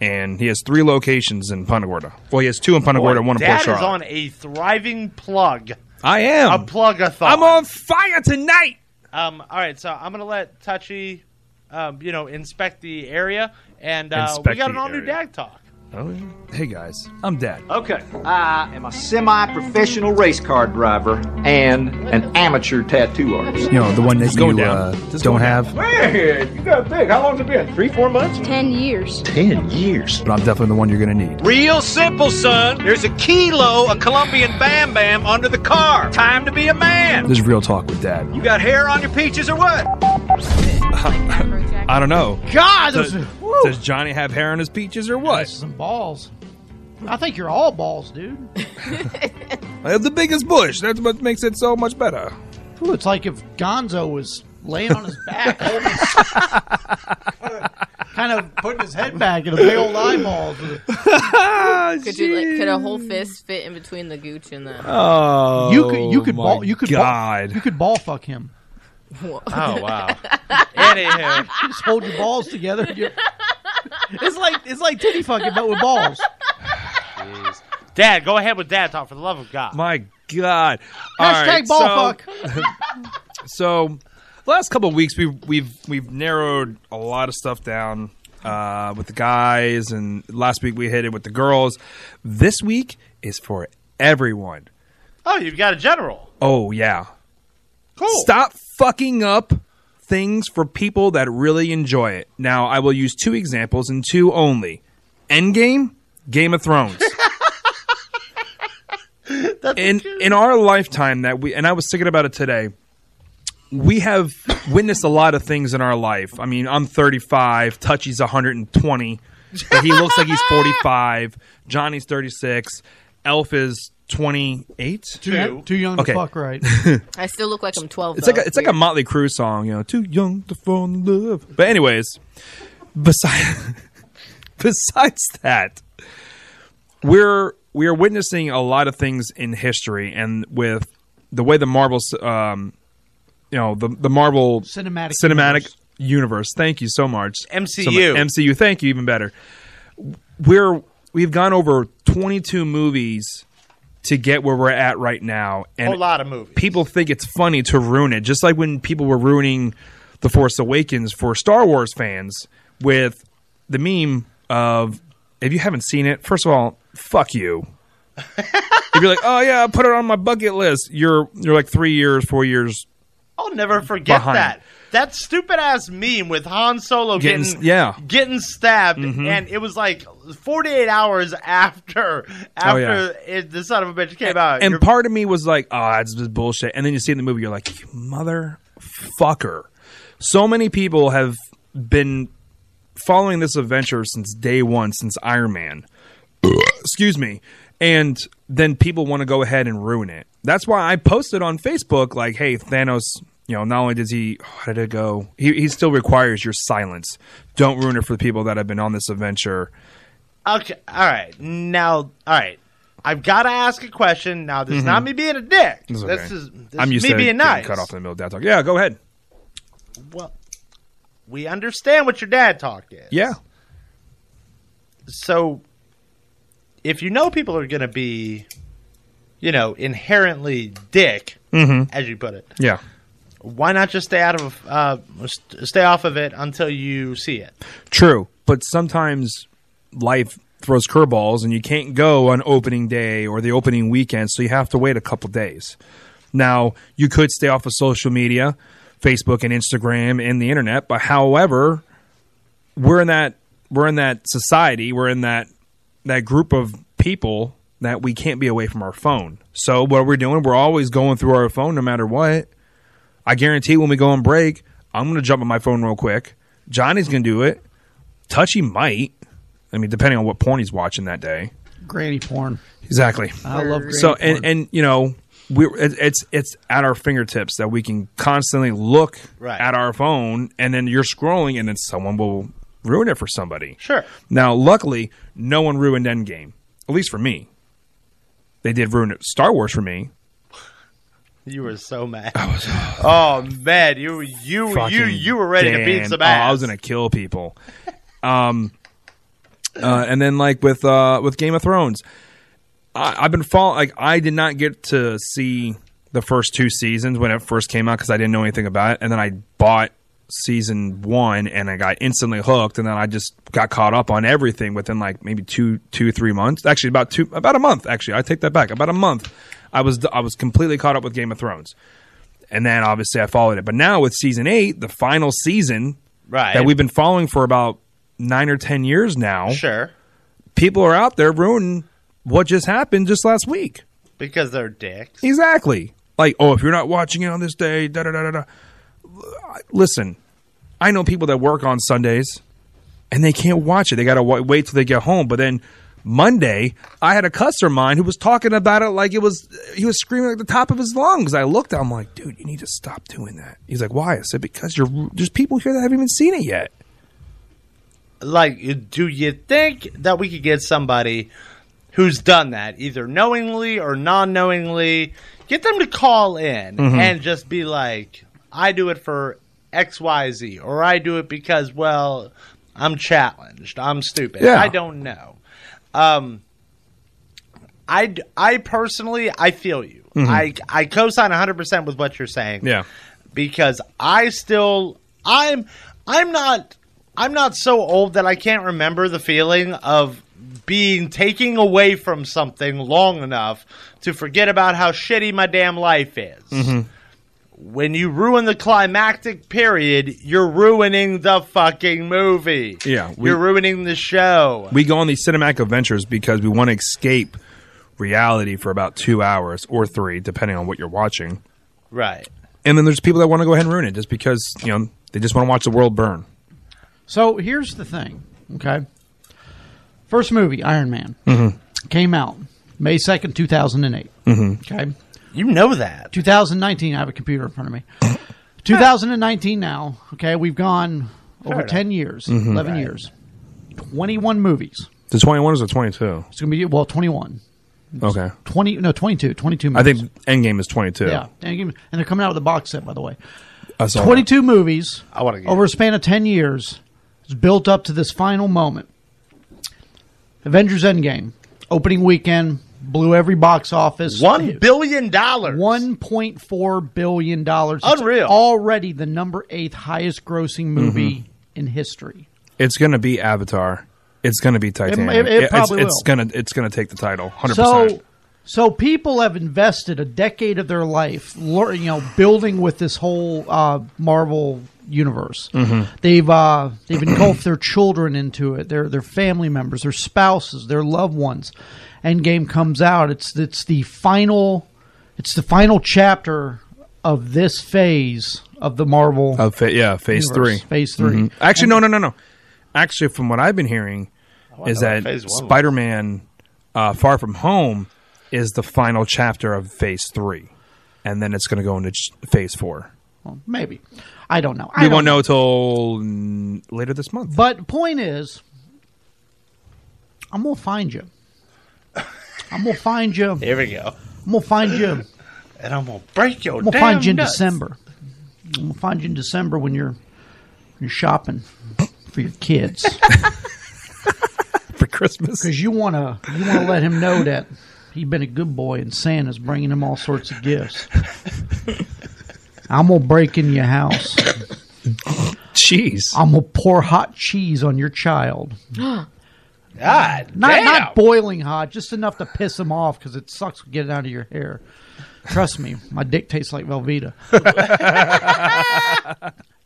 and he has three locations in Punta Gorda. Well, he has two in Punta Gorda, and one in Port
That is
Charlotte.
on a thriving plug.
I am.
A plug-a-thon.
I'm on fire tonight.
Um, all right, so I'm gonna let Touchy, um, you know, inspect the area, and uh, we
Inspect
got an
the
all-new
area.
Dag Talk.
Oh, yeah. Hey guys, I'm Dad.
Okay. I am a semi professional race car driver and an amateur tattoo artist.
You know, the one that
Just go
you
down.
uh, don't have.
Man, you got big. How long's it been? Three, four months?
Ten years.
Ten years. But I'm definitely the one you're going to need.
Real simple, son. There's a kilo of Colombian Bam Bam under the car. Time to be a man.
There's real talk with Dad.
You got hair on your peaches or what?
I don't know.
God,
does,
those-
does Johnny have hair on his peaches or what?
Some balls. I think you're all balls, dude.
I have the biggest bush. That's what makes it so much better.
Ooh, it's like if Gonzo was laying on his
<laughs>
back, holding kind of putting his head back in a big old eyeballs.
could you like could a whole fist fit in between the gooch and the?
Oh,
you could you could
my
ball you could
God.
Ball, you could ball fuck him.
Whoa.
uh,
Oh, wow. Anywho,
You just hold your balls together. and <laughs> you're- It's like it's like titty fucking, but
<laughs>
with balls.
Dad, go ahead with Dad Talk for the love of God.
My God. All
Hashtag
right,
ball
so,
fuck.
So, the last couple of weeks we've we've we've narrowed a lot of stuff down uh, with the guys, and last week we hit it with the girls. This week is for everyone.
Oh, you've got a general.
Oh yeah.
Cool.
Stop fucking up things for people that really enjoy it. Now I will use two examples and two only. Endgame, Game of Thrones. in in our lifetime that we and I was thinking about it today. We have witnessed a lot of things in our life. I mean, I'm 35, Touchy's 120, but he looks like he's 45. Johnny's 36, Elf is 28.
Too young, too young
Okay.
to fuck right.
<laughs> I still look like I'm twelve.
It's
though.
like a, it's like a Motley Crue song, you know, too young to fall in love. But anyways, besides <laughs> besides that, we're we are witnessing a lot of things in history, and with the way the Marvel, um, you know, the the Marvel
Cinematic
cinematic universe. Thank you so much, So
MCU.
much- MCU. Thank you, even better. We're we've gone over twenty two movies to get where we're at right now, and
Whole lot of movies.
people think it's funny to ruin it. Just like when people were ruining The Force Awakens for Star Wars fans with the meme of if you haven't seen it, first of all, fuck you. if you're like, oh yeah, I put it on my bucket list, you're you're like three years, four years
I'll never forget
Behind.
that. That stupid ass meme with Han Solo
Getting
getting,
s- yeah.
getting stabbed,
Mhm.
and it was like 48 hours after after it, the son of a bitch came out.
Oh, and
You're-
part of me was like, oh, that's just bullshit. And then you see it in the movie, you're like, you motherfucker. So many people have been following this adventure since day one, since Iron Man. <clears throat> Excuse me. And then people want to go ahead and ruin it. That's why I posted on Facebook, like, hey, Thanos, you know, not only does he, how did it go? He, he still requires your silence. Don't ruin it for the people that have been on this adventure.
Okay. All right. Now, all right. I've got to ask a question. Now, this is
Mhm.
not me being a dick. This
It's okay.
is this
I'm
is
used
me
to
being
getting
nice.
cut off in the middle of dad talk. Yeah, go ahead.
Well, we understand what your dad talk is.
Yeah.
So, if you know people are going to be, you know, inherently dick,
Mhm.
as you put it,
Yeah.
why not just stay out of uh, st- stay off of it until you see it?
True, but sometimes life throws curveballs, and you can't go on opening day or the opening weekend, so you have to wait a couple days. Now, you could stay off of social media, Facebook and Instagram and the internet, but however, we're in that we're in that society, we're in that that group of people that we can't be away from our phone. So what we're doing, we're always going through our phone no matter what. I guarantee when we go on break, I'm going to jump on my phone real quick. Johnny's going to do it. Touchy might. I mean, depending on what porn he's watching that day.
Granny porn.
Exactly.
I love granny
so
porn.
and and you know we it, it's it's at our fingertips that we can constantly look
Right.
at our phone, and then you're scrolling, and then someone will ruin it for somebody.
Sure.
Now, luckily, no one ruined Endgame, at least for me. They did ruin it. Star Wars for me.
You were so mad. oh man, you you you
fucking
you were ready to beat
Dan.
some
Oh,
ass.
I was gonna kill people. Um, uh, and then like with uh, with Game of Thrones, I, I've been following. Like I did not get to see the first two seasons when it first came out because I didn't know anything about it, and then I bought season one and I got instantly hooked, and then I just got caught up on everything within like maybe two two three months. Actually, about two about a month. Actually, I take that back. About a month, I was I was completely caught up with Game of Thrones and then obviously I followed it. But now with season eight, the final season
Right.
that we've been following for about nine or ten years now,
sure,
people are out there ruining what just happened just last week.
because they're dick.
Exactly. Like, oh, if you're not watching it on this day, da da da da da. Listen, I know people that work on Sundays, and they can't watch it. They got to w- wait till they get home. But then Monday, I had a customer of mine who was talking about it like it was he was screaming at the top of his lungs. I looked at him like, dude, you need to stop doing that. He's like, why? I said, because you're there's people here that haven't even seen it yet.
Like, do you think that we could get somebody who's done that, either knowingly or non-knowingly, get them to call in
Mhm.
and just be like, "I do it for X, Y, Z," or "I do it because, well, I'm challenged, I'm stupid,
Yeah.
I don't know." Um, I, I personally, I feel you.
Mhm.
I, I co-sign 100% with what you're saying.
Yeah.
because I still I'm I'm not I'm not so old that I can't remember the feeling of being taking away from something long enough to forget about how shitty my damn life is. When you ruin the climactic period, you're ruining the fucking movie.
Yeah, we-
you're ruining the show.
We go on these cinematic adventures because we want to escape reality for about two hours or three, depending on what you're watching.
Right.
And then there's people that want to go ahead and ruin it just because, you know, they just want to watch the world burn.
So here's the thing. Okay. First movie, Iron Man, came out May 2nd, 2008.
Mm-hmm.
Okay.
You know that.
2019, I have a computer in front of me.
<laughs>
2019 now. Okay. We've gone over 10 years,
Mhm.
11
Right.
years, 21 movies.
The 21 is the 22.
It's going to be, well, 21.
Okay.
20, no, 22. 22
I
movies.
think Endgame is 22.
Yeah. And and they're coming out with a box set, by the way.
I saw that.
22 movies
I wanna get
over a span of 10 years it's built up to this final moment. Avengers Endgame, opening weekend, blew every box office.
One billion dollars.
$1.4 billion. It's
Unreal.
Already the number eighth highest grossing movie
Mm-hmm.
in history.
It's going to be Avatar. It's going to be Titanic.
it
it's,
probably
it's
will.
gonna it's gonna take the title 100%.
So, So people have invested a decade of their life, lear- you know, building with this whole uh, Marvel universe.
Mhm.
They've uh, they've engulfed their children into it, their their family members, their spouses, their loved ones. Endgame comes out. It's it's the final, it's the final chapter of this phase of the Marvel.
Of Uh, fa- yeah, phase
universe,
three.
Phase 3
Mhm. Actually, no, no, no, no. Actually, from what I've been hearing,
thought
is that
phase one was-
Spider-Man: uh, Far From Home is the final chapter of Phase Three, and then it's going to go into ch- Phase Four.
Maybe. I don't know. I
We
don't
won't know till mm, later this month. <laughs>
But point is, I'm gonna find you. I'm gonna find you. Here
we go.
I'm gonna find you.
And I'm gonna break your.
I'm gonna
damn
find you in
nuts.
December. I'm gonna find you in December when you're you're shopping for your
<laughs>
kids
for Christmas
because you wanna you wanna let him know that he's been a good boy and Santa's bringing him all sorts of
<laughs>
gifts. I'm gonna break in your house.
Cheese.
I'm gonna pour hot cheese on your child.
God,
not not boiling hot, just enough to piss him off because it sucks getting out of your hair. Trust me, my dick tastes like Velveeta.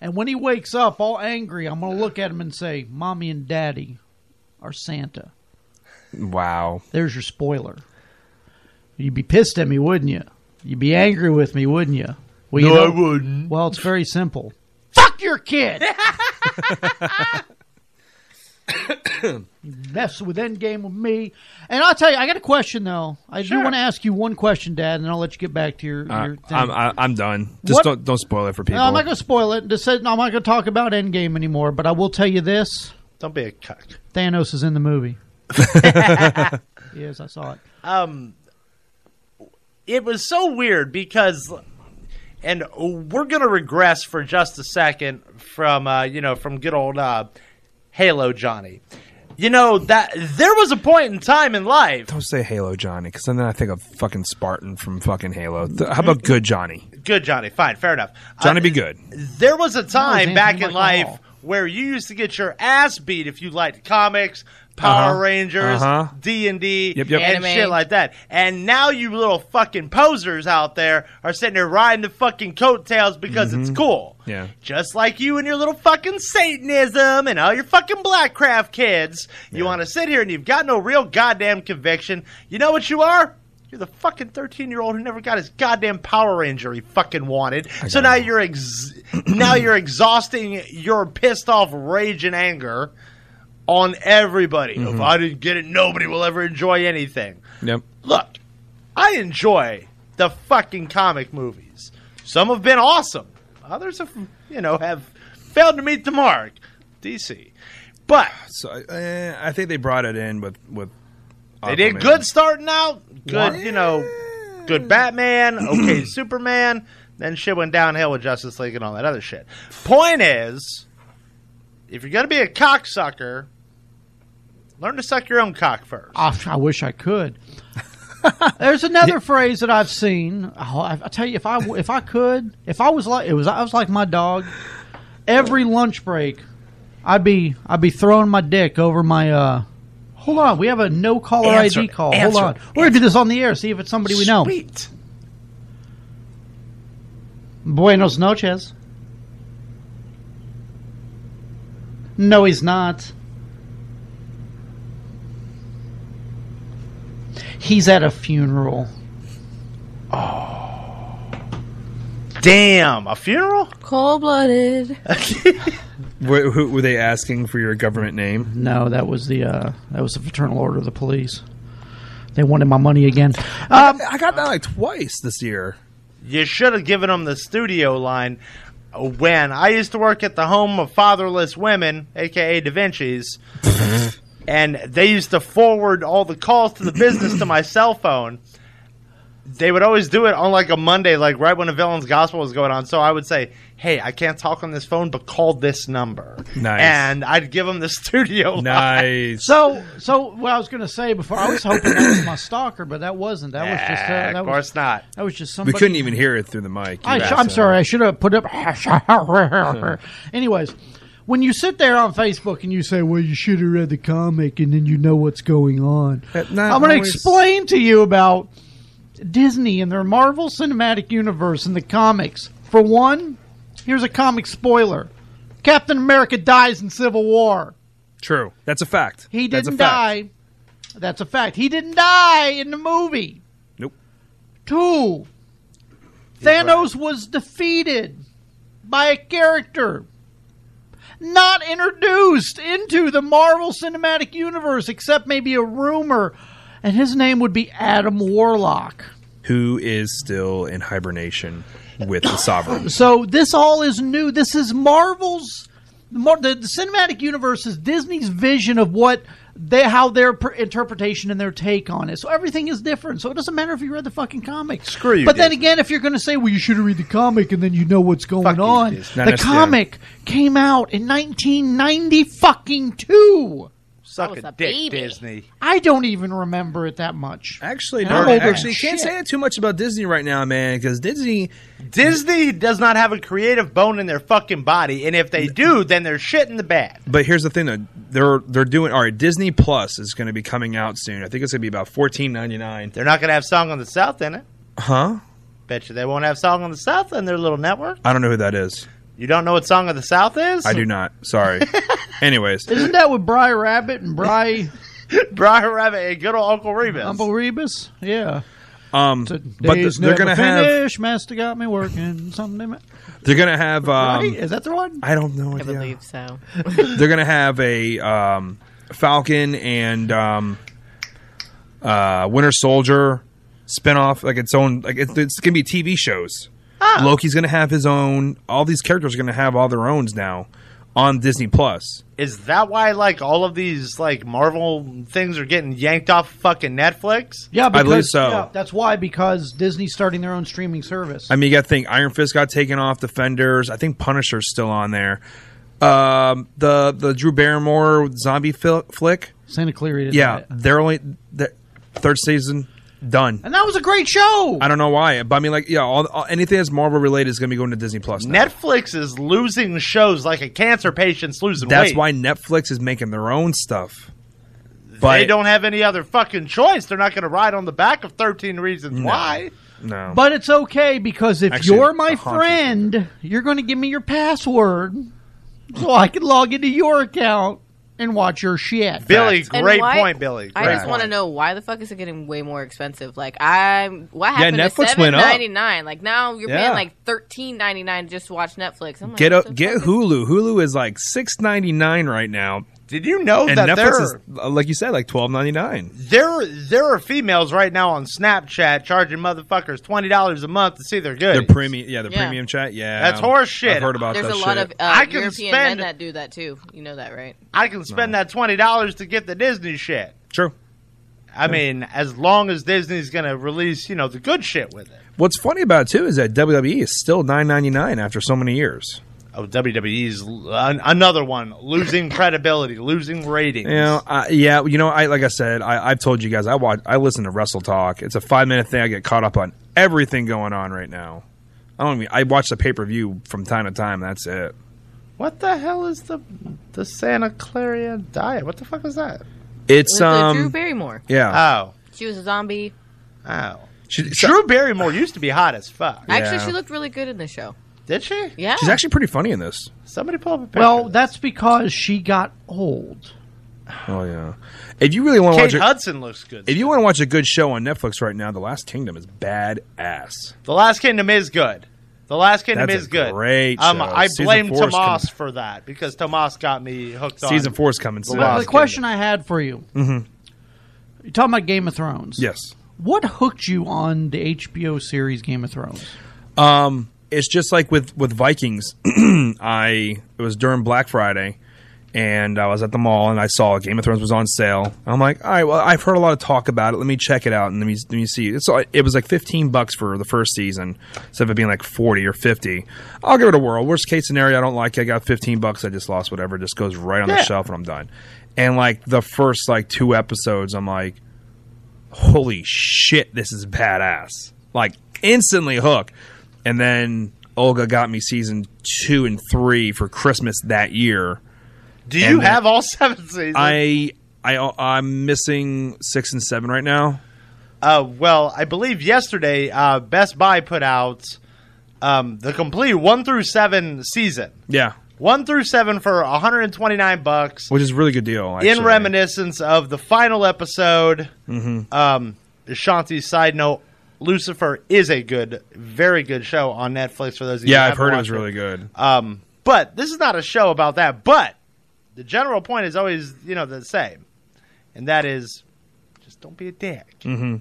and when he wakes up all angry, I'm going to look at him and say, "Mommy and Daddy are Santa."
Wow.
There's your spoiler. You'd be pissed at me, wouldn't you? You'd be angry with me, wouldn't you?
No, I
wouldn't. Well, it's very simple. Fuck your kid. you mess with Endgame with me, and I'll tell you. I got a question though. I do
Sure.
want to ask you one question, Dad, and I'll let you get back to your.
Uh,
your thing.
I'm, I, I'm done. Just
What-
don't don't spoil it for people.
No, I'm not going to spoil it. Just said, I'm not going to talk about Endgame anymore, but I will tell you this:
Don't be a cuck.
Thanos is in the movie. yes, I saw it.
Um, it was so weird because, and we're gonna regress for just a second from uh, you know from good old uh, Halo Johnny. You know that there was a point in time in life.
Don't say Halo Johnny, because then I think of fucking Spartan from fucking Halo. Th- How about Good Johnny?
Mm-hmm. Good Johnny, fine, fair enough. Uh,
Johnny be good.
There was a time
Anthony
back in
Michael
life
Hall.
where you used to get your ass beat if you liked comics, Power
Uh-huh,
Rangers,
uh-huh.
D and D,
Yep, yep.
and
Anime.
shit like that. And now you little fucking posers out there are sitting there riding the fucking coattails because it's cool.
Mm-hmm. Yeah.
Just like you and your little fucking Satanism and all your fucking Blackcraft kids, you want to sit here and you've got no real goddamn conviction. You know what you are? You're the fucking 13 year old who never got his goddamn Power Ranger he fucking wanted. So now you're ex- <clears throat> now you're exhausting your pissed off rage and anger on everybody. If I didn't get it, nobody will ever enjoy anything.
Mm-hmm. Yep.
Look, I enjoy the fucking comic movies. Some have been awesome. Others have, you know, have failed to meet the mark. DC, but
So eh, I think they brought it in with with.
they did
Aquaman.
good starting out. Good, you know, good Batman. Okay, <clears throat> Superman. Then shit went downhill with Justice League and all that other shit. Point is, if you're gonna be a cocksucker, learn to suck your own cock first.
Oh, I wish I could.
<laughs>
There's another phrase that I've seen. Oh, I, I tell you, if I w- if I could, if I was like it was, I was like my dog. Every lunch break, I'd be I'd be throwing my dick over my. uh Hold on, we have a no caller
Answer
ID
it,
call.
answer
Hold on,
it,
we're gonna do this on the air. See if it's somebody we know.
Sweet.
Buenos noches. No, he's not. He's at a funeral.
Damn, a funeral?
Cold blooded.
Were, who, were they asking for your government name?
No, that was the uh, that was the Fraternal Order of the Police. They wanted my money again. Um,
I got that like twice this year.
You should have given them the studio line. When I used to work at the home of fatherless women, aka Da
<laughs>
Vinci's, and they used to forward all the calls to the business to my cell phone. They would always do it on like a Monday, like right when the villain's gospel was going on. So I would say, "Hey, I can't talk on this phone, but call this number."
Nice.
And I'd give them the <laughs> studio.
Nice.
So, so what I was going to say before, I was hoping that was my stalker, but that wasn't. That was just uh,
Nah,
that
of
was,
course not.
That was just somebody.
We couldn't even hear it through the mic.
I
You
sh- I'm
bastard.
sorry. I should have put up. <laughs> Anyways, when you sit there on Facebook and you say, "Well, you should have read the comic," and then you know what's going on,
not
I'm going to
always-
explain to you about Disney and their Marvel Cinematic Universe in the comics. For one, here's a comic spoiler Captain America dies in Civil War.
True. That's a fact.
He
That's
didn't
a fact.
die. That's a fact. He didn't die in the movie.
Nope.
Two. Thanos was defeated by a character not introduced into the Marvel Cinematic Universe except maybe a rumor, and his name would be Adam Warlock.
Who is still in hibernation with
<coughs>
the sovereign?
So this all is new. This is Marvel's the, Mar- the, the cinematic universe is Disney's vision of what they how their per- interpretation and their take on it. So everything is different. So it doesn't matter if you read the fucking comic. Screw
you,
But then
Disney.
again, if you're going to say, well, you should read the comic and then you know what's going on.
Not
The
necessarily.
comic came out in 1990 fucking two.
Suck a, dick, Disney.
I don't even remember it that much.
Actually,
no,
actually, you can't say that too much about Disney right now, man, because Disney
Disney does not have a creative bone in their fucking body, and if they do, then they're shit in the bad.
But here's the thing though, they're they're doing all right, Disney Plus is gonna be coming out soon. I think it's gonna be about fourteen ninety nine.
They're not gonna have Song on the South in it.
Huh?
Bet you they won't have Song on the South in their little network.
I don't know who that is.
You don't know what Song of the South is?
I do not. Sorry. Anyways.
Isn't that with Bry Rabbit
<laughs>
and Bry
Briar Rabbit and good old Uncle Rebus.
Uncle Rebus? Yeah.
Um but th-
Days
they're
never
gonna have
finish. Master got me working. Something.
they're gonna have um,
Right? Is that the one?
I don't know
I believe so.
they're gonna have a um, Falcon and um, uh, Winter Soldier spinoff, like its own. Like it's, it's gonna be TV shows. Loki's gonna have his own. All these characters are gonna have all their owns now on Disney Plus.
Is that why like all of these like Marvel things are getting yanked off fucking Netflix?
Yeah, because,
I believe so.
yeah, that's why because Disney's starting their own streaming service.
I mean, you got to think Iron Fist got taken off. Defenders. I think Punisher's still on there. Um, the the Drew Barrymore zombie fil- flick.
Santa Clara. did
Yeah,
that.
they're only the third season done.
and that was a great show.
I don't know why, but I mean, like, yeah, all, all, anything that's Marvel related is going to be going to Disney Plus. Now.
Netflix is losing shows like a cancer patient's losing
That's
weight.
why Netflix is making their own stuff. But
they don't have any other fucking choice. They're not going to ride on the back of 13 Reasons
No.
Why.
No,
But it's okay because if
Actually,
you're my
the haunting
friend, you're going to give me your password so I can log into your account and watch your shit.
Billy,
And
great
why-
point, Billy.
I
Great
just want to
point.
know why the fuck is it getting way more expensive? Like I'm, what
Yeah,
happened to
Netflix
seven
went up.
ninety nine? Like now you're
Yeah.
paying like thirteen ninety nine just to watch Netflix. I'm like,
get
what
up,
the
get Hulu. Hulu is like six ninety nine right now.
Did you know
and
Oh, that
Netflix
there
is uh, like you said, like twelve ninety nine?
there there are females right now on Snapchat charging motherfuckers twenty dollars a month to see their good.
They're premium, yeah, they're
Yeah.
premium chat, yeah. Um,
That's horse shit.
I've heard about
There's
that
a lot
shit.
of
I
uh,
can
European men
spend-
that do that too. You know that, right?
I can spend that twenty dollars to get the Disney shit.
True.
I mean, as long as Disney's going to release, you know, the good shit with it.
What's funny about it, too is that WWE is still nine ninety nine after so many years.
Oh, WWE's l- an- another one losing credibility, <laughs> losing ratings.
You know, I, yeah, you know, I like I said, I, I've told you guys, I watch, I listen to Wrestle Talk. It's a five minute thing. I get caught up on everything going on right now. I don't. Even, I watch the pay per view from time to time. That's it.
What the hell is the the Santa Clara diet? What the fuck is that?
It's
With, uh,
um,
Drew Barrymore.
yeah.
Oh,
She was a zombie.
oh.
She-
Drew Barrymore used to be hot as fuck.
Actually,
Yeah.
she looked really good in the show.
Did she?
Yeah,
She's actually pretty funny in this.
Somebody pull up a picture.
Well, that's because she got old.
Oh yeah. If you really want to
Kate
watch, a,
Hudson looks good.
if you want to watch a good show on Netflix right now, The Last Kingdom is badass.
The Last Kingdom is good. The Last Kingdom
That's
is
a
good.
great
um,
show.
I
Season
blame
four is
Tomas
coming-
for that because Tomas got me hooked on
Season four is coming
The
soon.
Last
the question I had for you:
Mm-hmm.
Mhm.
You're talking about Game of Thrones.
Yes.
What hooked you on the HBO series Game of Thrones?
Um, it's just like with with Vikings. <clears throat> I it was during Black Friday, and I was at the mall and I saw Game of Thrones was on sale. I'm like, all right, well, I've heard a lot of talk about it. Let me check it out and let me let me see. So it was like 15 bucks for the first season, instead of it being like 40 or 50. I'll give it a whirl. Worst case scenario, I don't like it. I got 15 bucks. I just lost whatever. It just goes right on
Yeah.
the shelf and I'm done. And like the first like two episodes, I'm like, holy shit, this is badass. Like instantly hook. And then Olga got me season two and three for Christmas that year.
Do you
And then
have all seven seasons?
I I I'm missing six and seven right now.
Uh, well, I believe yesterday uh, Best Buy put out um, the complete one through seven season.
Yeah,
One through seven for 129 bucks
which is a really good deal. Actually.
in reminiscence of the final episode.
Mhm.
Um, Shanti's side note: Lucifer is a good, very good show on Netflix. For those of you,
yeah,
who
I've heard it
haven't
was
watched
really good.
Um, but this is not a show about that. But the general point is always, you know, the same, and that is just don't be a dick.
hmm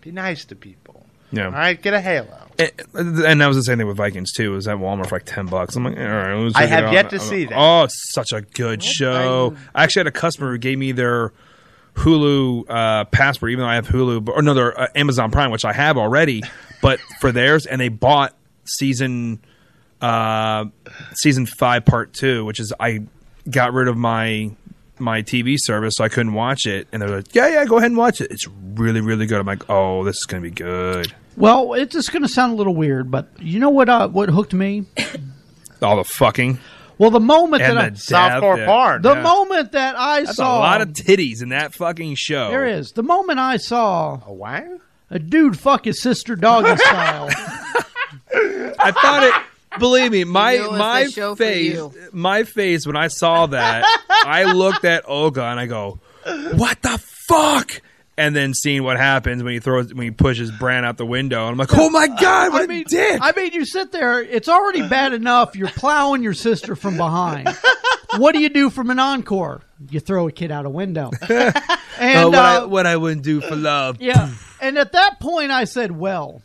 Be nice to people.
Yeah.
All right, get a halo.
And, Eh, and that was the same thing with Vikings too. It was at Walmart for like ten bucks. I'm like, all right. let's
I
check it
have
out.
yet to see that.
Oh, it's such a good show. I actually had a customer who gave me their Hulu uh, password, even though I have Hulu, but- or no, their uh, Amazon Prime, which I have already, <laughs> but for theirs, and they bought season uh, season five, part two, which is I got rid of my my TV service, so I couldn't watch it, and they're like, yeah, yeah, go ahead and watch it. It's really, really good. I'm like, oh, this is gonna be good.
Well, it's just going to sound a little weird, but you know what? Uh, what hooked me?
All the fucking.
Well, the moment
And
that
the
I
depth, Softcore yeah. porn.
the
Yeah.
moment that I
That's
saw
a lot of titties in that fucking show.
there is the moment I saw a
what?
A dude fuck his sister
<laughs>
doggy style.
I
<laughs>
thought it. Believe me, my
You know it's
my
the show for
face,
you.
my face when I saw that, I looked at Olga and I go, "What the fuck?" And then seeing what happens when he throws when he pushes Bran out the window, and I'm like, "Oh my god, what
I
a
mean,
dick!"
I mean, you sit there. It's already bad enough. You're plowing your sister from
<laughs>
behind. what do you do from an encore? You throw a kid out a
<laughs>
window. and
Oh, what, I,
uh,
what I wouldn't do for love.
Yeah. And at that point, I said, well,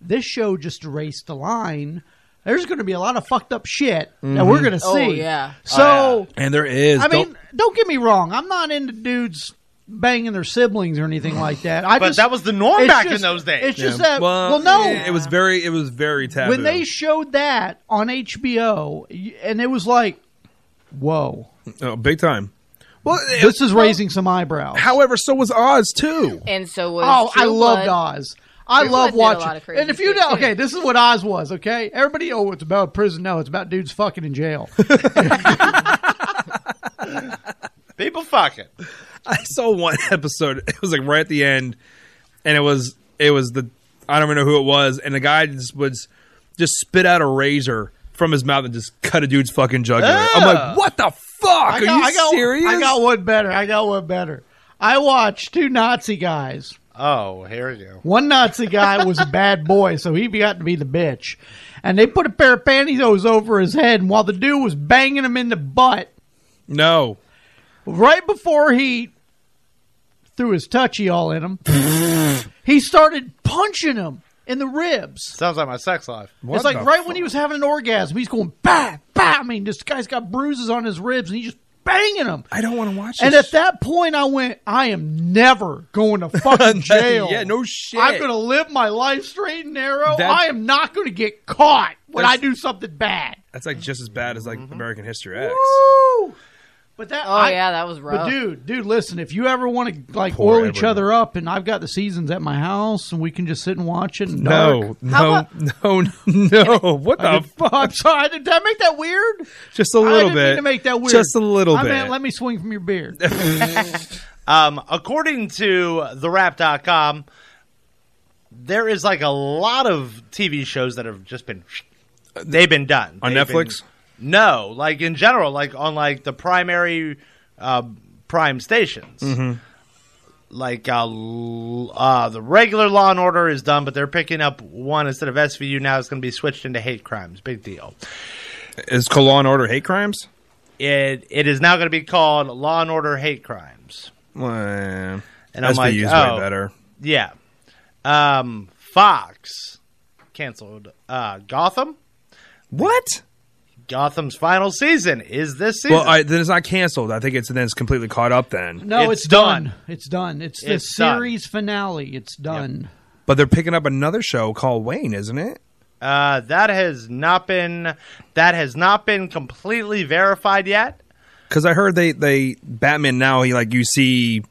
this show just erased the line. There's going to be a lot of fucked up shit that
Mm-hmm.
we're going to see.
Oh, yeah.
So,
and there is.
I
Don't-
mean, don't get me wrong. I'm not into dudes banging their siblings or anything like that. I
But
just,
that was the norm
it's
back in
just-
those days.
It's just
Yeah.
that, well, no.
it was very, it was very taboo.
When they showed that on HBO, y- and it was like, whoa,
oh, big time. Well,
this is raising some eyebrows.
However, so was Oz too.
And so was
Oh, I
True
loved
Blood.
Oz. I
True Blood
love
did a lot
watching.
of crazy
and if you
shit,
know,
too.
okay, this is what Oz was. Okay, everybody. Oh, it's about prison. No, it's about dudes fucking in
<laughs>
jail.
People fucking.
I saw one <laughs> episode. It was like right at the end, and it was it was the I don't even know who it was, and the guy just was just spit out a razor from his mouth and just cut a dude's fucking jugular. I'm like, what the fuck?
I
Are
got-
you
I got,
serious?
I got one better. I got one better. I watched two Nazi guys.
Oh, here we go.
One Nazi guy was a bad boy, so he got to be the bitch. And they put a pair of pantyhose over his head, and while the dude was banging him in the butt,
no.
right before he threw his touchy all in him, he started punching him in the ribs.
Sounds like my sex life.
it's like right when he was having an orgasm, he's going bah bah. I mean, this guy's got bruises on his ribs, and he's just banging him.
I don't want to watch.
And
this.
at that point, I went, I am never going to
<laughs>
fucking jail.
Yeah, no shit.
I'm going to live my life straight and narrow.
That's-
I am not going to get caught when I
That's-
do something bad.
That's like just as bad as like
Mm-hmm.
American History X.
Woo! But that,
Oh, yeah, that was rough.
But dude, dude, listen, if you ever want to like
Poor
oil each
Edward.
other up, and I've got the seasons at my house, and we can just sit and watch it. And
No, <laughs>
dark.
no, no, no,
<laughs>
What
I
the
did- <laughs> I'm
fuck?
sorry, did I make that weird?
Just a
I
little
didn't
bit.
mean to make that weird.
Just a little
I
bit.
meant let me swing from your
<laughs>
beard.
Um, according to therap.com, there is like a lot of TV shows that have just been they've been done
On
They've
Netflix?
been- no, like in general, like on like the primary uh, prime stations.
Mhm.
Like uh, l- uh, the regular Law and Order is done, but they're picking up one instead of SVU now. It's going to be switched into hate crimes. Big deal.
Is Law and Order hate crimes?
It it is now going to be called Law and Order Hate Crimes.
And
And I'm like, oh.
way better.
Yeah. Um, Fox canceled uh, Gotham.
What?
Gotham's final season is this season.
Well, uh, I, then it's not canceled. I think it's then it's completely caught up. Then
No,
It's
it's,
done.
done. It's done. It's the
It's done.
series finale. It's done.
but they're picking up another show called Wayne, isn't it?
uh, that has not been that has not been completely verified yet.
Because I heard they they Batman now he like you see,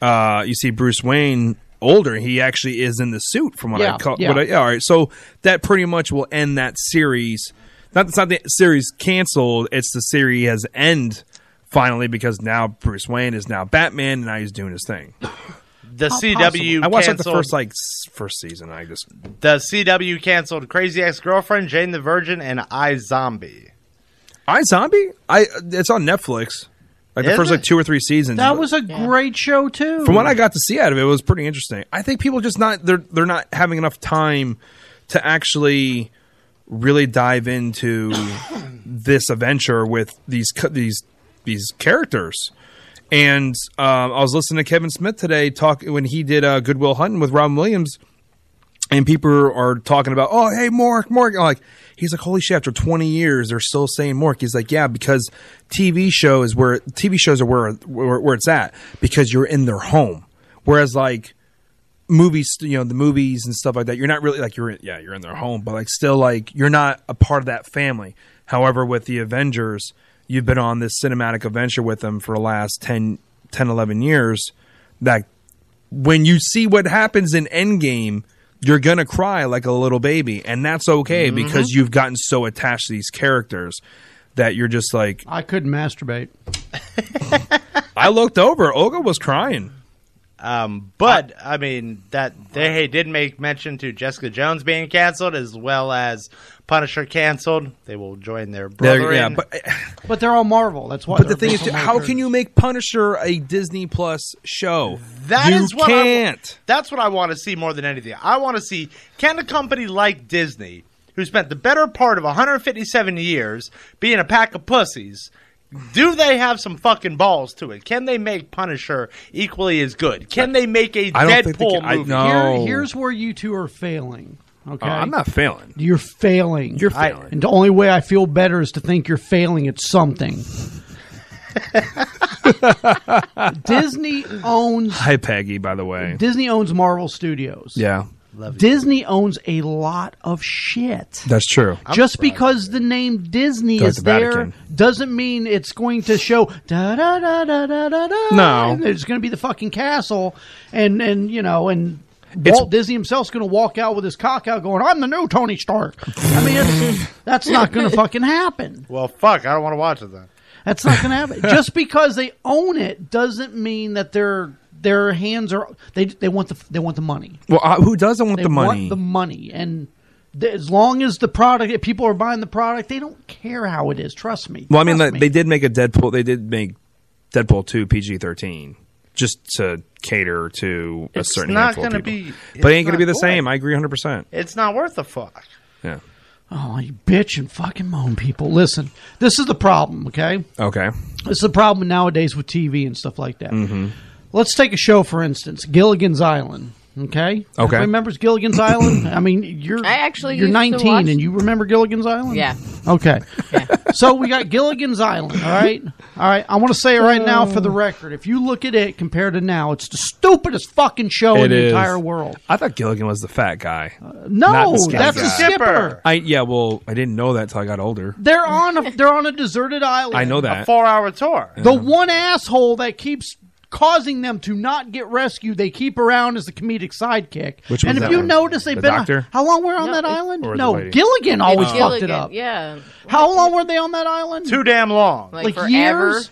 uh, you see Bruce Wayne older. He actually is in the suit from what I
Yeah,
call.
yeah.
What I, yeah, all right, so that pretty much will end that series. Not it's not the series canceled. It's the series has end finally because now Bruce Wayne is now Batman and now he's doing his thing.
the CW.
I watched like the
canceled-
first like s- first season. I just
The CW canceled Crazy Ex-Girlfriend, Jane the Virgin, and I Zombie.
I Zombie. I it's on Netflix. Like the
Is
first
it?
like two or three seasons.
That was a great show too.
from what I got to see out of it, it was pretty interesting. I think people just not they're they're not having enough time to actually really dive into <coughs> this adventure with these cu- these these characters. And um, I was listening to Kevin Smith today talk when he did uh, Goodwill Hunting with Robin Williams, and people are talking about, oh hey Mork Mork, I'm like he's like holy shit after twenty years they're still saying Mork. He's like yeah because TV show is where TV shows are where where, where it's at because you're in their home, whereas like movies you know the movies and stuff like that you're not really like you're in, yeah you're in their home but like still like you're not a part of that family however with the avengers you've been on this cinematic adventure with them for the last 10 10 11 years that when you see what happens in endgame you're gonna cry like a little baby and that's okay because you've gotten so attached to these characters that you're just like
I couldn't masturbate.
i looked over olga was crying
Um, but I, mean that they did make mention to Jessica Jones being canceled as well as Punisher canceled. They will join their
They're-
brother.
yeah
in-
but
But they're all Marvel. That's why.
But the thing is, how can you make Punisher a Disney Plus show?
That
you
is what I-
can't.
that's what I want to see more than anything. I want to see can a company like Disney, who spent the better part of 157 years being a pack of pussies, do they have some fucking balls to it? Can they make Punisher equally as good? Can they make a
I don't think they
Deadpool
can- I-
movie?
no.
here's where you two are failing. Okay,
Uh, I'm not failing.
You're failing. You're
failing.
and the only way I feel better is to think you're failing at
<laughs>
something. Disney owns
<laughs> Hi, Peggy. By the way,
Disney owns Marvel Studios.
yeah,
Disney owns a lot of shit.
that's true.
Just because the name Disney
Like
is
the
there
Vatican.
doesn't mean it's going to show da da da da da da da.
No.
and there's going to be the fucking castle, and and you know and.
It's-
Walt Disney himself's going to walk out with his cock out, going, "I'm the new Tony Stark." I mean, it's, that's not going to fucking happen.
Well, fuck, I don't want to watch it then.
That's not going to
<laughs>
happen. Just because they own it doesn't mean that their their hands are they they want the they want the money.
Well, uh, who doesn't want
They
the money?
want the money, and th- as long as the product, if people are buying the product, they don't care how it is. Trust me.
well, I mean,
Trust
like, they did make a Deadpool. They did make Deadpool two PG thirteen just to cater to a
It's
certain
not
handful of
gonna
people.
be-
but it
it's
ain't
not
gonna be the
going.
same. I agree, hundred percent.
It's not worth the fuck.
Yeah.
Oh, you bitch and fucking moan, people. Listen, this is the problem. Okay,
Okay.
this is the problem nowadays with TV and stuff like that.
Mm-hmm.
Let's take a show for instance, Gilligan's Island. Okay.
Okay.
Everybody remembers Gilligan's Island? I mean, you're
I actually
you're
used to
19
watch-
and you remember Gilligan's Island?
Yeah.
Okay. so we got Gilligan's Island, all right? All right. I want to say it right now
Oh.
for the record. If you look at it compared to now, it's the stupidest fucking show in the entire world.
I thought Gilligan was the fat guy.
No,
Not the skinny
that's a
guy.
skipper.
I yeah. Well, I didn't know that till I got older.
They're on a they're on a deserted island.
I know that.
Four hour tour.
The one asshole that keeps causing them to not get rescued, they keep around as the comedic sidekick.
Which
and
was
if
that
you
one?
notice, they've
The
been
doctor?
how long were on that
it-
island?
Or the
No,
lady?
Gilligan always fucked it
Gilligan,
up.
Yeah.
How long were they on that island?
Too damn long.
Like,
like
forever.
years.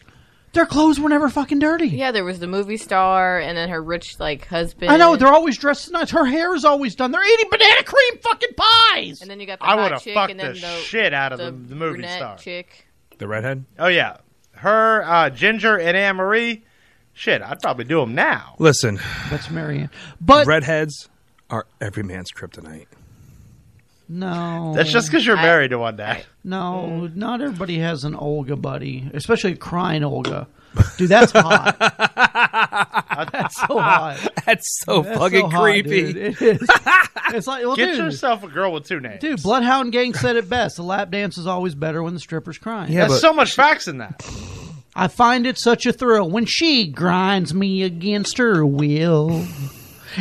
Their clothes were never fucking dirty.
Yeah, there was the movie star and then her rich like husband.
I know they're always dressed nice. Her hair is always done. They're eating banana cream fucking pies.
And then you got the
I
hot
would have
chick
fucked
and then
the,
the
shit out of the,
the
the movie
brunette
star.
chick.
The redhead.
Oh yeah, her uh, Ginger and Anne Marie. Shit, I'd probably do them now.
Listen,
That's Marianne. But
redheads are every man's kryptonite.
No,
That's just because you're married to one
<laughs>
day.
No,
Mm.
not everybody has an Olga buddy, especially a crying Olga. Dude, that's
<laughs>
hot. that's so hot.
That's so
That's so
fucking
hot,
creepy.
dude. It is. It's like, well,
Get
dude,
yourself a girl with two names.
dude, Bloodhound Gang said it best. The lap dance is always better when the stripper's crying.
There's so much facts in that.
I find it such a thrill when she grinds me against her will.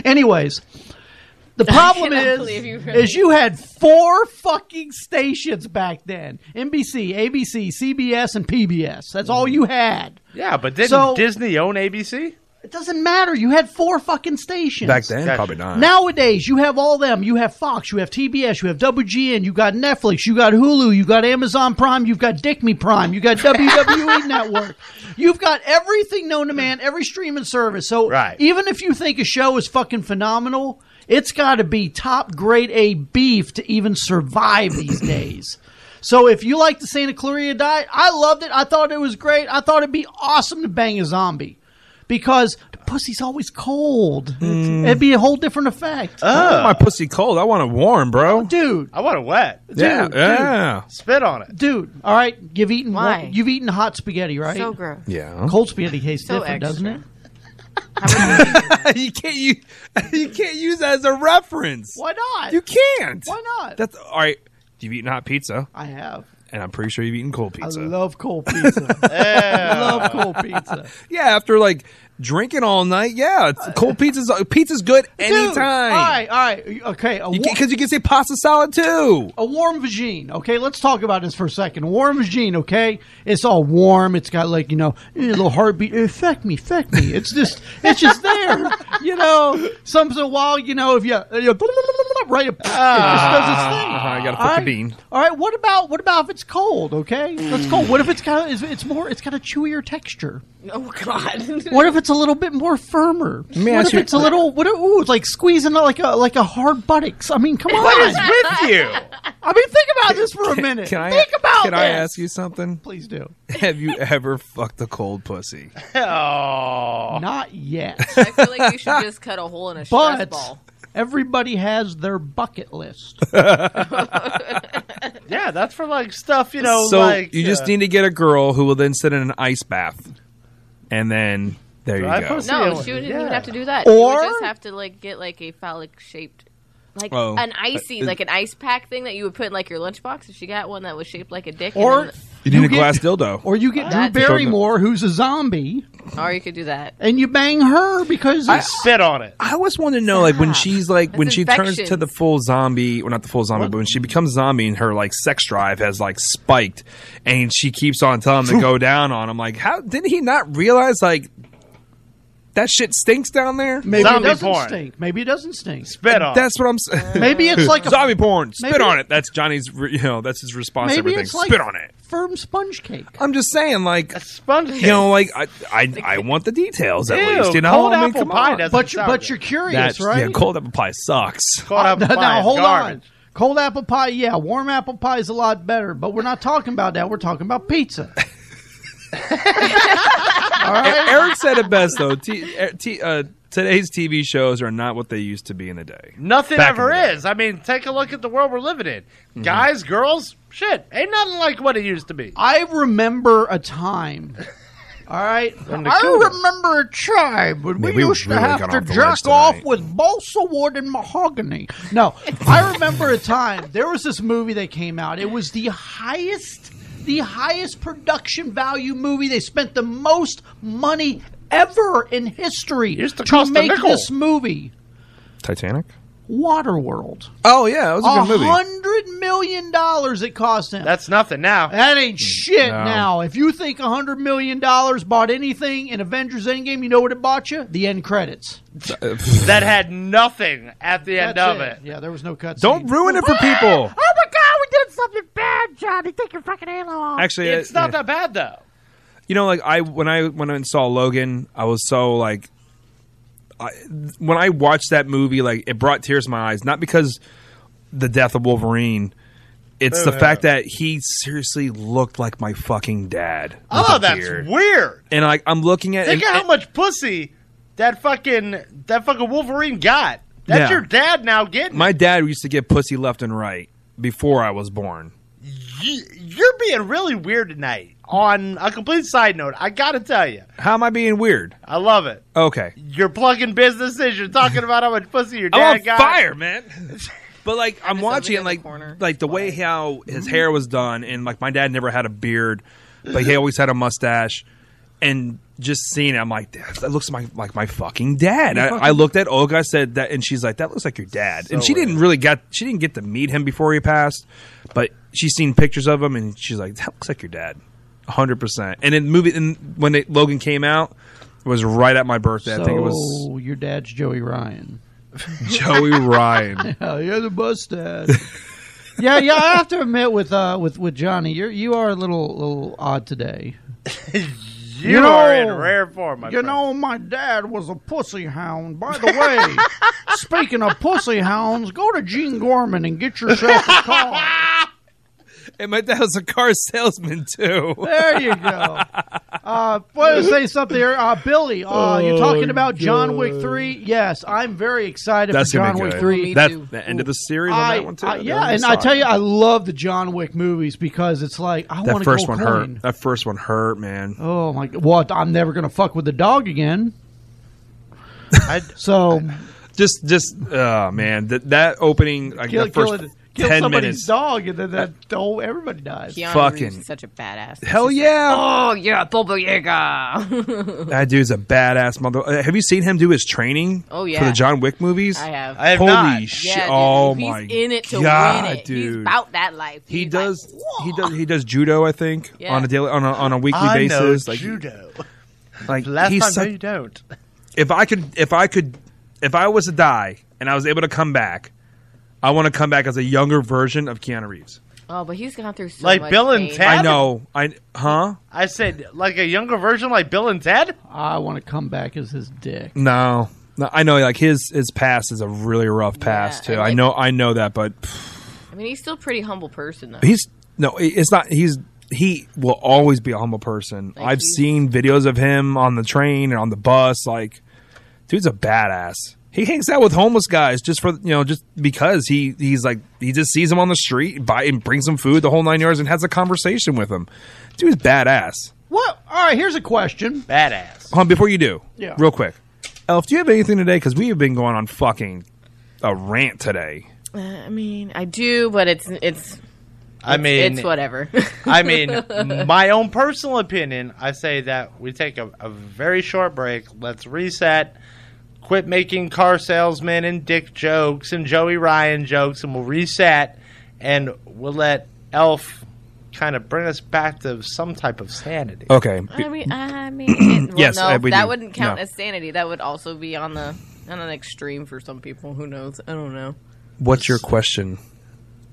Anyways,
<laughs>
the problem
cannot
is,
believe you really-
is you had four fucking stations back then: NBC, ABC, CBS, and PBS. That's all you had.
Yeah, but didn't
So-
Disney own ABC?
It doesn't matter. You had four fucking stations.
Back then, Gotcha. probably not.
Nowadays, you have all them. You have Fox, you have TBS, you have WGN, you got Netflix, you got Hulu, you got Amazon Prime, you've got Dick Me Prime, you got WWE Network. You've got everything known to man, every streaming service. So even if you think a show is fucking phenomenal, it's got to be top grade A beef to even survive
<clears throat>
these days. So if you like the Santa Clarita Diet, I loved it. I thought it was great. I thought it'd be awesome to bang a zombie because the pussy's always cold.
Mm.
It'd be a whole different effect.
I want my pussy cold. I want it warm, bro.
dude.
I want it wet.
yeah,
dude.
yeah.
Spit on it,
dude. All right, you've eaten
Why?
one- you've eaten hot spaghetti, right?
So gross.
Yeah.
Cold spaghetti tastes
So
different, doesn't it?
<laughs> you can't you, you can't use that as a reference.
Why not?
You can't.
Why not?
That's all right. You've eaten hot pizza,
I have.
and I'm pretty sure you've eaten cold pizza.
I love
<laughs>
cold pizza. I love cold pizza.
yeah, after like drinking all night, yeah, it's, cold pizza's pizza's good
Uh, <laughs> Dude, all
anytime.
right, all right, okay. a wa-
Because you can say pasta salad too.
a warm vagine. Okay, let's talk about this for a second. Warm vagine. Okay, it's all warm. It's got like you know a little heartbeat. Eh, Fuck me, fuck me. It's just it's just there. <laughs> You know, sometimes a while. You know, if you, you right, it just does its thing.
Ah, I gotta
All
flip the
right.
bean.
All right, what about what about if it's cold? Okay, let's go. What if it's got it's, it's more it's got a chewier texture.
<laughs> Oh God. <laughs>
What if it's a little bit more firmer?
Let me
what
ask
if
you-
it's a little? What? If, ooh, it's like squeezing like a like a hard buttocks. I mean, come
<laughs>
on.
What is
<laughs>
with you?
I mean, think about this for a minute.
Can I
think about
Can
this.
I ask you something?
Please do.
Have you ever fucked a
<laughs>
cold pussy?
Oh, <laughs>
not yet.
I feel like you should just cut a hole in a stress
But
ball.
everybody has their bucket list.
yeah, that's for like stuff you know.
so
like
you just
uh,
need to get a girl who will then sit in an ice bath, and then there
Dry
you go.
pussy.
No,
Yeah.
she wouldn't
Yeah.
even have to do that.
Or-
you would just have to like get like a phallic shaped, like
Oh.
an icy,
Uh,
like an ice pack thing that you would put in like your lunchbox. If she got one that was shaped like a dick,
Or
and
You need a
get-
glass dildo.
Or you get Drew
That-
Barrymore, who's a zombie,
then- or you could do that.
and you bang her because
I-
spit on it.
I always want to know, like, when she's like, when she turns to
infections.
the full zombie, well, not the full zombie, but when she becomes zombie and her like sex drive has like spiked, and she keeps on telling him to go down on him. Like, how didn't he not realize like that shit stinks down there?
maybe it doesn't stink. Maybe it doesn't stink.
Spit on.
That's what I'm saying.
<laughs> Maybe it's like a-
<laughs> zombie porn. Spit
maybe-
on it. That's Johnny's. re- You know, that's his response. to
Maybe
everything.
it's like
Spit on it.
firm sponge cake.
I'm just saying, like
sponge.
You know, like I,
<laughs>
I, I want the details at
Ew,
least. You know,
cold
I mean,
apple
come
pie
on.
doesn't But you- sound but good. you're curious,
That's-
right?
Yeah, cold apple pie sucks.
Cold
<laughs>
apple
now,
pie is
hold
garbage.
on. Cold apple pie, yeah. Warm apple pie is a lot better, but we're not talking about that. We're talking about
<laughs>
pizza.
E- Eric said it best though. T- er, t- uh, today's TV shows are not what they used to be in the day.
Nothing
Back
ever
in the day. Mm-hmm.
is. I mean, take a look at the world we're living in. Guys, girls, shit, ain't nothing like what it used to be.
I remember a time. All right,
the
I
Cuba.
remember a time when
Man,
we
we
used
really
to have
got
to
off the
jack
list
off
tonight.
with balsa wood and mahogany. No,
<laughs>
I remember a time there was this movie that came out. It was the highest, the highest production value movie. They spent the most money ever in history
Used to
to
cost a
make
nickel.
this movie,
Titanic.
Waterworld.
Oh yeah, it was a good movie.
hundred million dollars it cost him.
That's Mm, nothing now.
That ain't shit
No.
now. If you think $100 million bought anything in Avengers Endgame, you know what it bought you? The end credits.
That had nothing at the end
That's
of it.
Yeah, there was no cuts.
Don't ruin it for
Oh
people.
my God, we did something bad, Johnny. Take your fucking halo off.
Actually,
It's
uh,
not
yeah.
that bad though.
you know, like I when I went and saw Logan, I was so like, I, when I watched that movie, like it brought tears to my eyes. Not because the death of Wolverine, it's the
Yeah.
fact that he seriously looked like my fucking dad. with
Oh,
a
that's
beard.
weird.
And like I'm looking at
Think
it,
of how much pussy that fucking that fucking Wolverine got. That's
Yeah.
your dad now getting.
my dad used to get pussy left and right before I was born.
Ye- You're being really weird tonight. On a complete side note, I gotta tell you,
How am I being weird?
I love it.
Okay,
You're plugging businesses. You're talking about how much pussy <laughs> your dad
I'm on
got.
fire, man. <laughs> But like I'm watching, like like the way how his hair was done, and like my dad never had a beard, but he always had a mustache, and just seeing it, I'm like, "That- that looks my like my fucking dad. I, I looked at Olga, I said that, and she's like, that looks like your dad, and
So
she didn't really get she didn't get to meet him before he passed, but she's seen pictures of him, and she's like, that looks like your dad, hundred percent. And in the movie, and when it, Logan came out, It was right at my birthday.
so
I think it was
your dad's Joey Ryan.
Joey Ryan.
yeah, you're the mustache. <laughs> yeah, yeah. I have to admit with uh, with with Johnny, you're you are a little little odd today.
<laughs> You, are in rare form, my
you
friend.
know, my dad was a pussy hound. By the way,
<laughs>
speaking of pussy hounds, go to Gene Gorman and get yourself a car.
And my dad was a car salesman too.
There you go. Uh, want to say something here. Uh, Billy, uh, you're talking
Oh,
about John
God.
Wick 3. Yes, I'm very excited
That's
for
gonna
John
be
Wick
good.
3.
That, the end of the series on
I-
that one too.
I-
They're
yeah,
on the
and I
side.
tell you, I love the John Wick movies because it's like, I want
that
to
first
go
one
clean.
hurt. That first one hurt, man.
Oh, my God. Well, I'm never going to fuck with the dog
<laughs>
again. so
Just, just, oh man, that that opening, like
kill,
the first
kill, kill
ten
somebody's
minutes.
dog, and then that, oh, everybody
<laughs>
dies.
Keanu
Fucking-
Reeves is such a badass.
Hell
It's just
yeah.
Like, oh, you're a Boba Yaga.
That dude's a badass mother. uh, Have you seen him do his training?
Oh,
for
yeah.
the John Wick movies.
I have.
I have
Holy
not.
shit!
Yeah, dude,
oh
he's
my
in it to
god,
win it. He's
dude.
about that life.
he does. he does. He does judo. I think
Yeah.
on a daily, on a, on a weekly
I know
basis. like
judo.
like
Last
he's
time,
such-
no, you don't.
if I could, if I could, if I was to die and I was able to come back, I want to come back as a younger version of Keanu Reeves.
Oh, but he's gone through so
Like
much
Bill and
pain.
Ted?
I know. I huh?
I said, like a younger version, like Bill and Ted.
I want to come back as his dick.
No, no. I know. Like his his past is a really rough past
and
too. I
like-
know. I know that, but pff,
I mean, he's still a pretty humble person though.
he's no. it- It's not. He's he will always be a humble person. I've seen videos of him on the train and on the bus. Like, dude's a badass. He hangs out with homeless guys just for you know just because he he's like he just sees them on the street, buy and brings them food, the whole nine yards, and has a conversation with them. Dude's badass.
What? All right, here's a question.
Badass.
Hold on, before you do,
Yeah.
real quick, Elf, do you have anything today? Because we have been going on fucking a rant today.
Uh, I mean, I do, but it's it's.
I
it's-
mean,
it's whatever. <laughs>
I mean, my own personal opinion, I say that we take a, a very short break. Let's reset, quit making car salesmen and dick jokes and Joey Ryan jokes, and we'll reset and we'll let Elf kind of bring us back to some type of sanity.
Okay.
I mean, I mean, it- well,
Yes,
no,
I- we
that
do.
wouldn't count
No.
as sanity. That would also be on the on an extreme for some people. Who knows? I don't know.
What's your question?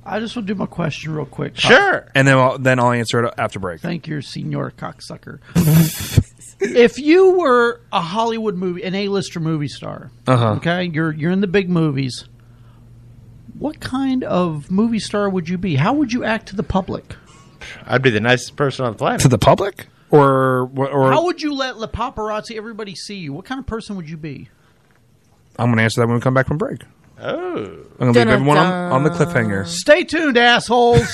I just want to do my question real quick. Uh,
And then I'll, then I'll answer it after break.
Thank you, Senor Cocksucker. <laughs> if you were a Hollywood movie, an A-lister movie star,
Uh-huh.
okay, you're you're in the big movies. What kind of movie star would you be? How would you act to the public?
I'd be the nicest person on the planet.
To the public? Or, or
How would you let the paparazzi, everybody see you? What kind of person would you be?
I'm going to answer that when we come back from break.
Oh.
I'm going to leave everyone on, on the cliffhanger.
Stay tuned, assholes.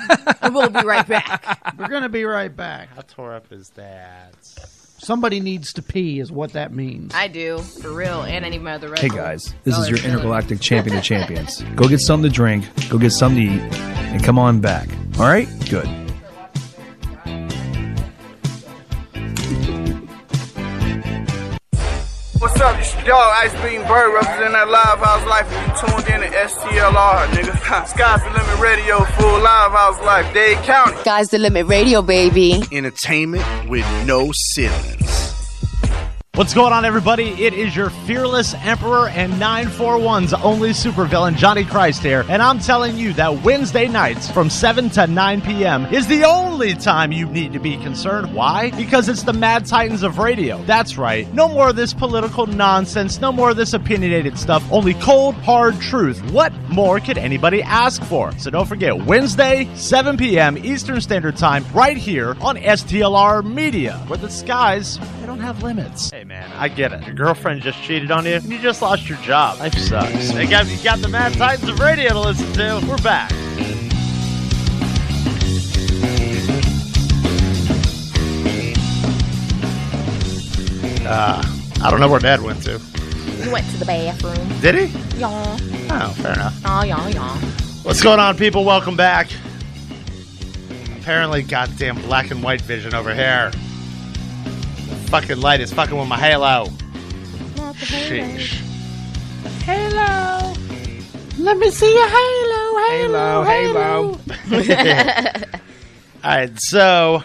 <laughs>
we'll be right back.
We're gonna be right back.
How tore up is that?
Somebody needs to pee, is what that means.
I do for real, and any mother.
Hey guys, this
Oh,
is your intergalactic champion of champions. Go get something to drink, go get something to eat, and come on back. All right? Good.
What's up, it's your dog Ice Bean Bird representing that live house life. You tuned in to STLR, nigga. Sky's the limit radio, full live house life, Dade County.
Sky's the limit radio, baby.
Entertainment with no ceilings.
What's going on, everybody? It is your fearless emperor and 941's only supervillain, Johnny Christ here. And I'm telling you that Wednesday nights from 7 to 9 p.m. is the only time you need to be concerned. Why? Because it's the Mad Titans of radio. That's right. No more of this political nonsense, no more of this opinionated stuff, only cold, hard truth. What more could anybody ask for? So don't forget, Wednesday, 7 p.m. Eastern Standard Time, right here on STLR Media, where the skies, they don't have limits. Hey, man, I get it. Your girlfriend just cheated on you, and you just lost your job. Life sucks. They got, you got the Mad Titans of Radio to listen to. We're back. Uh, I don't know where Dad went to.
He went to the bathroom.
Did he?
Yaw.
Oh, fair enough.
Aw, yaw, yaw.
What's going on, people? Welcome back. Apparently, goddamn black and white vision over here. The fucking light is fucking with my halo. Sheesh.
Halo. Let me see a halo. Halo. Halo.
All right, so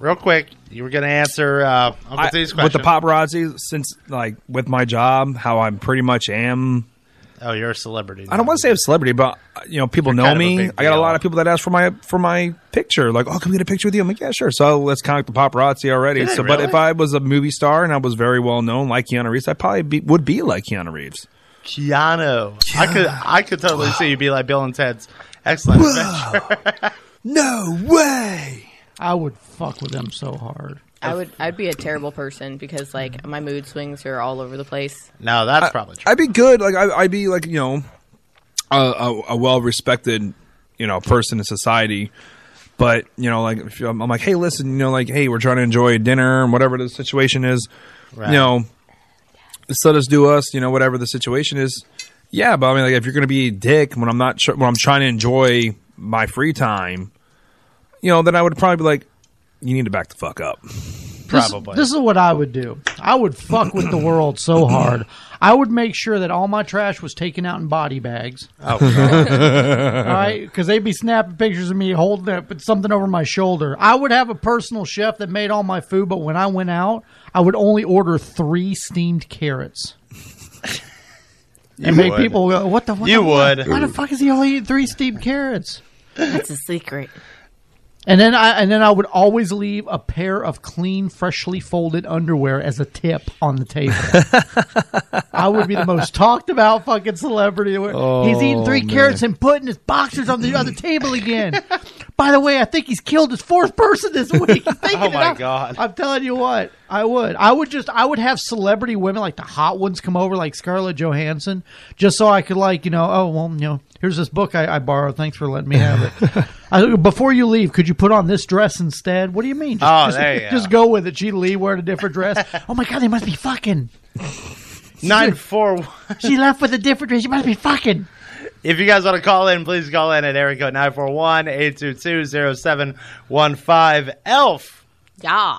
real quick, You were going to answer uh, Uncle
I-
T's
with the
question.
paparazzi, since like with my job, how I'm pretty much am.
Oh, you're a celebrity.
I don't want to say I'm a celebrity, but uh, you know, people
You're
know
kind of a
me.
big
I got a lot of people that ask for my for my picture. Like, oh, can we get a picture with you? I'm like, yeah, sure. So let's contact the paparazzi already.
Did they
So, but
really?
if I was a movie star and I was very well known, like Keanu Reeves, I probably be, would be like Keanu Reeves.
Keanu. I could I could totally see you be like Bill and Ted's excellent adventure.
no way.
I would fuck with them so hard.
I would. I'd be a terrible person because like my mood swings are all over the place.
No, that's probably
I'd be good. Like I, I'd be like you know, a, a, a well respected you know person in society. But you know, like if I'm, I'm like, hey, listen, you know, like hey, we're trying to enjoy dinner and whatever the situation is.
Right.
You know, just let us do us. You know, whatever the situation is. Yeah, but I mean, like if you're gonna be a dick when I'm not tr- when I'm trying to enjoy my free time, you know, then I would probably be like, you need to back the fuck up.
This- This, is what I would do. I would fuck with the
<clears throat>
world so hard. I would make sure that all my trash was taken out in body bags.
Oh,
all
Uh-huh.
God.
right, because they'd be snapping pictures of me holding up with something over my shoulder. I would have a personal chef that made all my food, but when I went out, I would only order three steamed
<laughs>
carrots.
You
and make
would.
people go, "What the? What
You
the-
would.
Why the fuck is he only eating three steamed carrots?"
That's a secret.
And then I and then I would always leave a pair of clean, freshly folded underwear as a tip on
<laughs>
the table. I would be the most talked about fucking celebrity. he's eating three
Oh,
carrots and putting his boxers on the other
<laughs>
table again. By the way, I think he's killed his fourth person this week. He's
<laughs>
thinking
Oh
it
my
up.
God.
I'm telling you what, I would. I would just I would have celebrity women like the hot ones come over like Scarlett Johansson just so I could like, you know, oh well, you know, here's this book I, I borrowed. Thanks for letting me have
<laughs>
it. I, before you leave, could you put on this dress instead? What do you mean? Just,
Oh,
just,
there you
just go with it. She Lee wearing a
<laughs>
different dress. oh my god, they must be fucking.
Nine four one.
She left with a different dress. She must be fucking.
If you guys want to call in, please call in at area code 941-822-0715. Elf,
Yeah.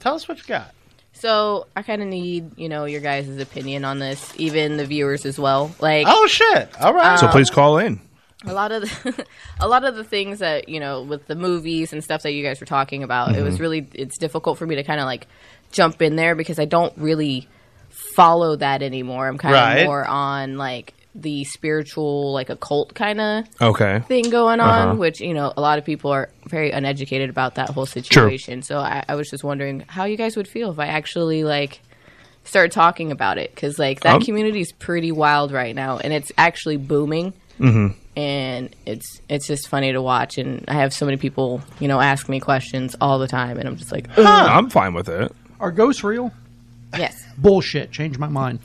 tell us what you got.
So I kind of need you know your guys' opinion on this, even the viewers as well. Like,
Oh shit. All right.
<laughs> So please call in.
a lot of the, <laughs> a lot of the things that you know with the movies and stuff that you guys were talking about it was
Mhm.
really it's difficult for me to kind of like jump in there because i don't really follow that anymore i'm kind of
Right.
more on like the spiritual like occult kind of
Okay.
thing going on
Uh-huh.
which you know a lot of people are very uneducated about that whole situation so I, I was just wondering how you guys would feel if i actually like start talking about it because like that
Um,
community is pretty wild right now and it's actually booming
Mm-hmm.
and it's it's just funny to watch and i have so many people you know ask me questions all the time and i'm just like "Ugh."
I'm fine with it.
Are ghosts real?
yes
Bullshit. Change
<laughs>
my mind.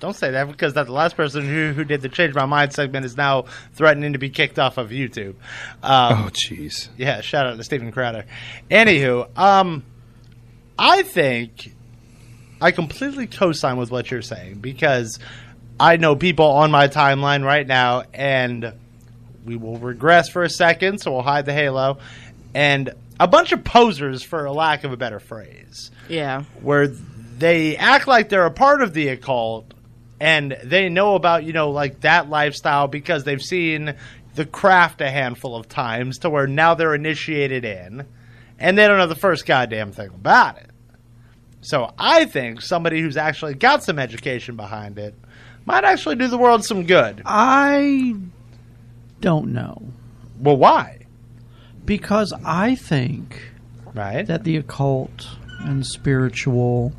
Don't say that because that's the last person who, who did the change my mind segment is now threatening to be kicked off of YouTube. Um,
oh jeez.
Yeah, shout out to Steven Crowder. Anywho, um, I think I completely co-sign with what you're saying because I know people on my timeline right now, and we will regress for a second, so we'll hide the halo, and a bunch of posers, for a lack of a better phrase
yeah
where they act like they're a part of the occult and they know about you know like that lifestyle because they've seen the craft a handful of times to where now they're initiated in and they don't know the first goddamn thing about it so i think somebody who's actually got some education behind it might actually do the world some good
I don't know.
Well, why?
Because I think
right
that the occult and spiritual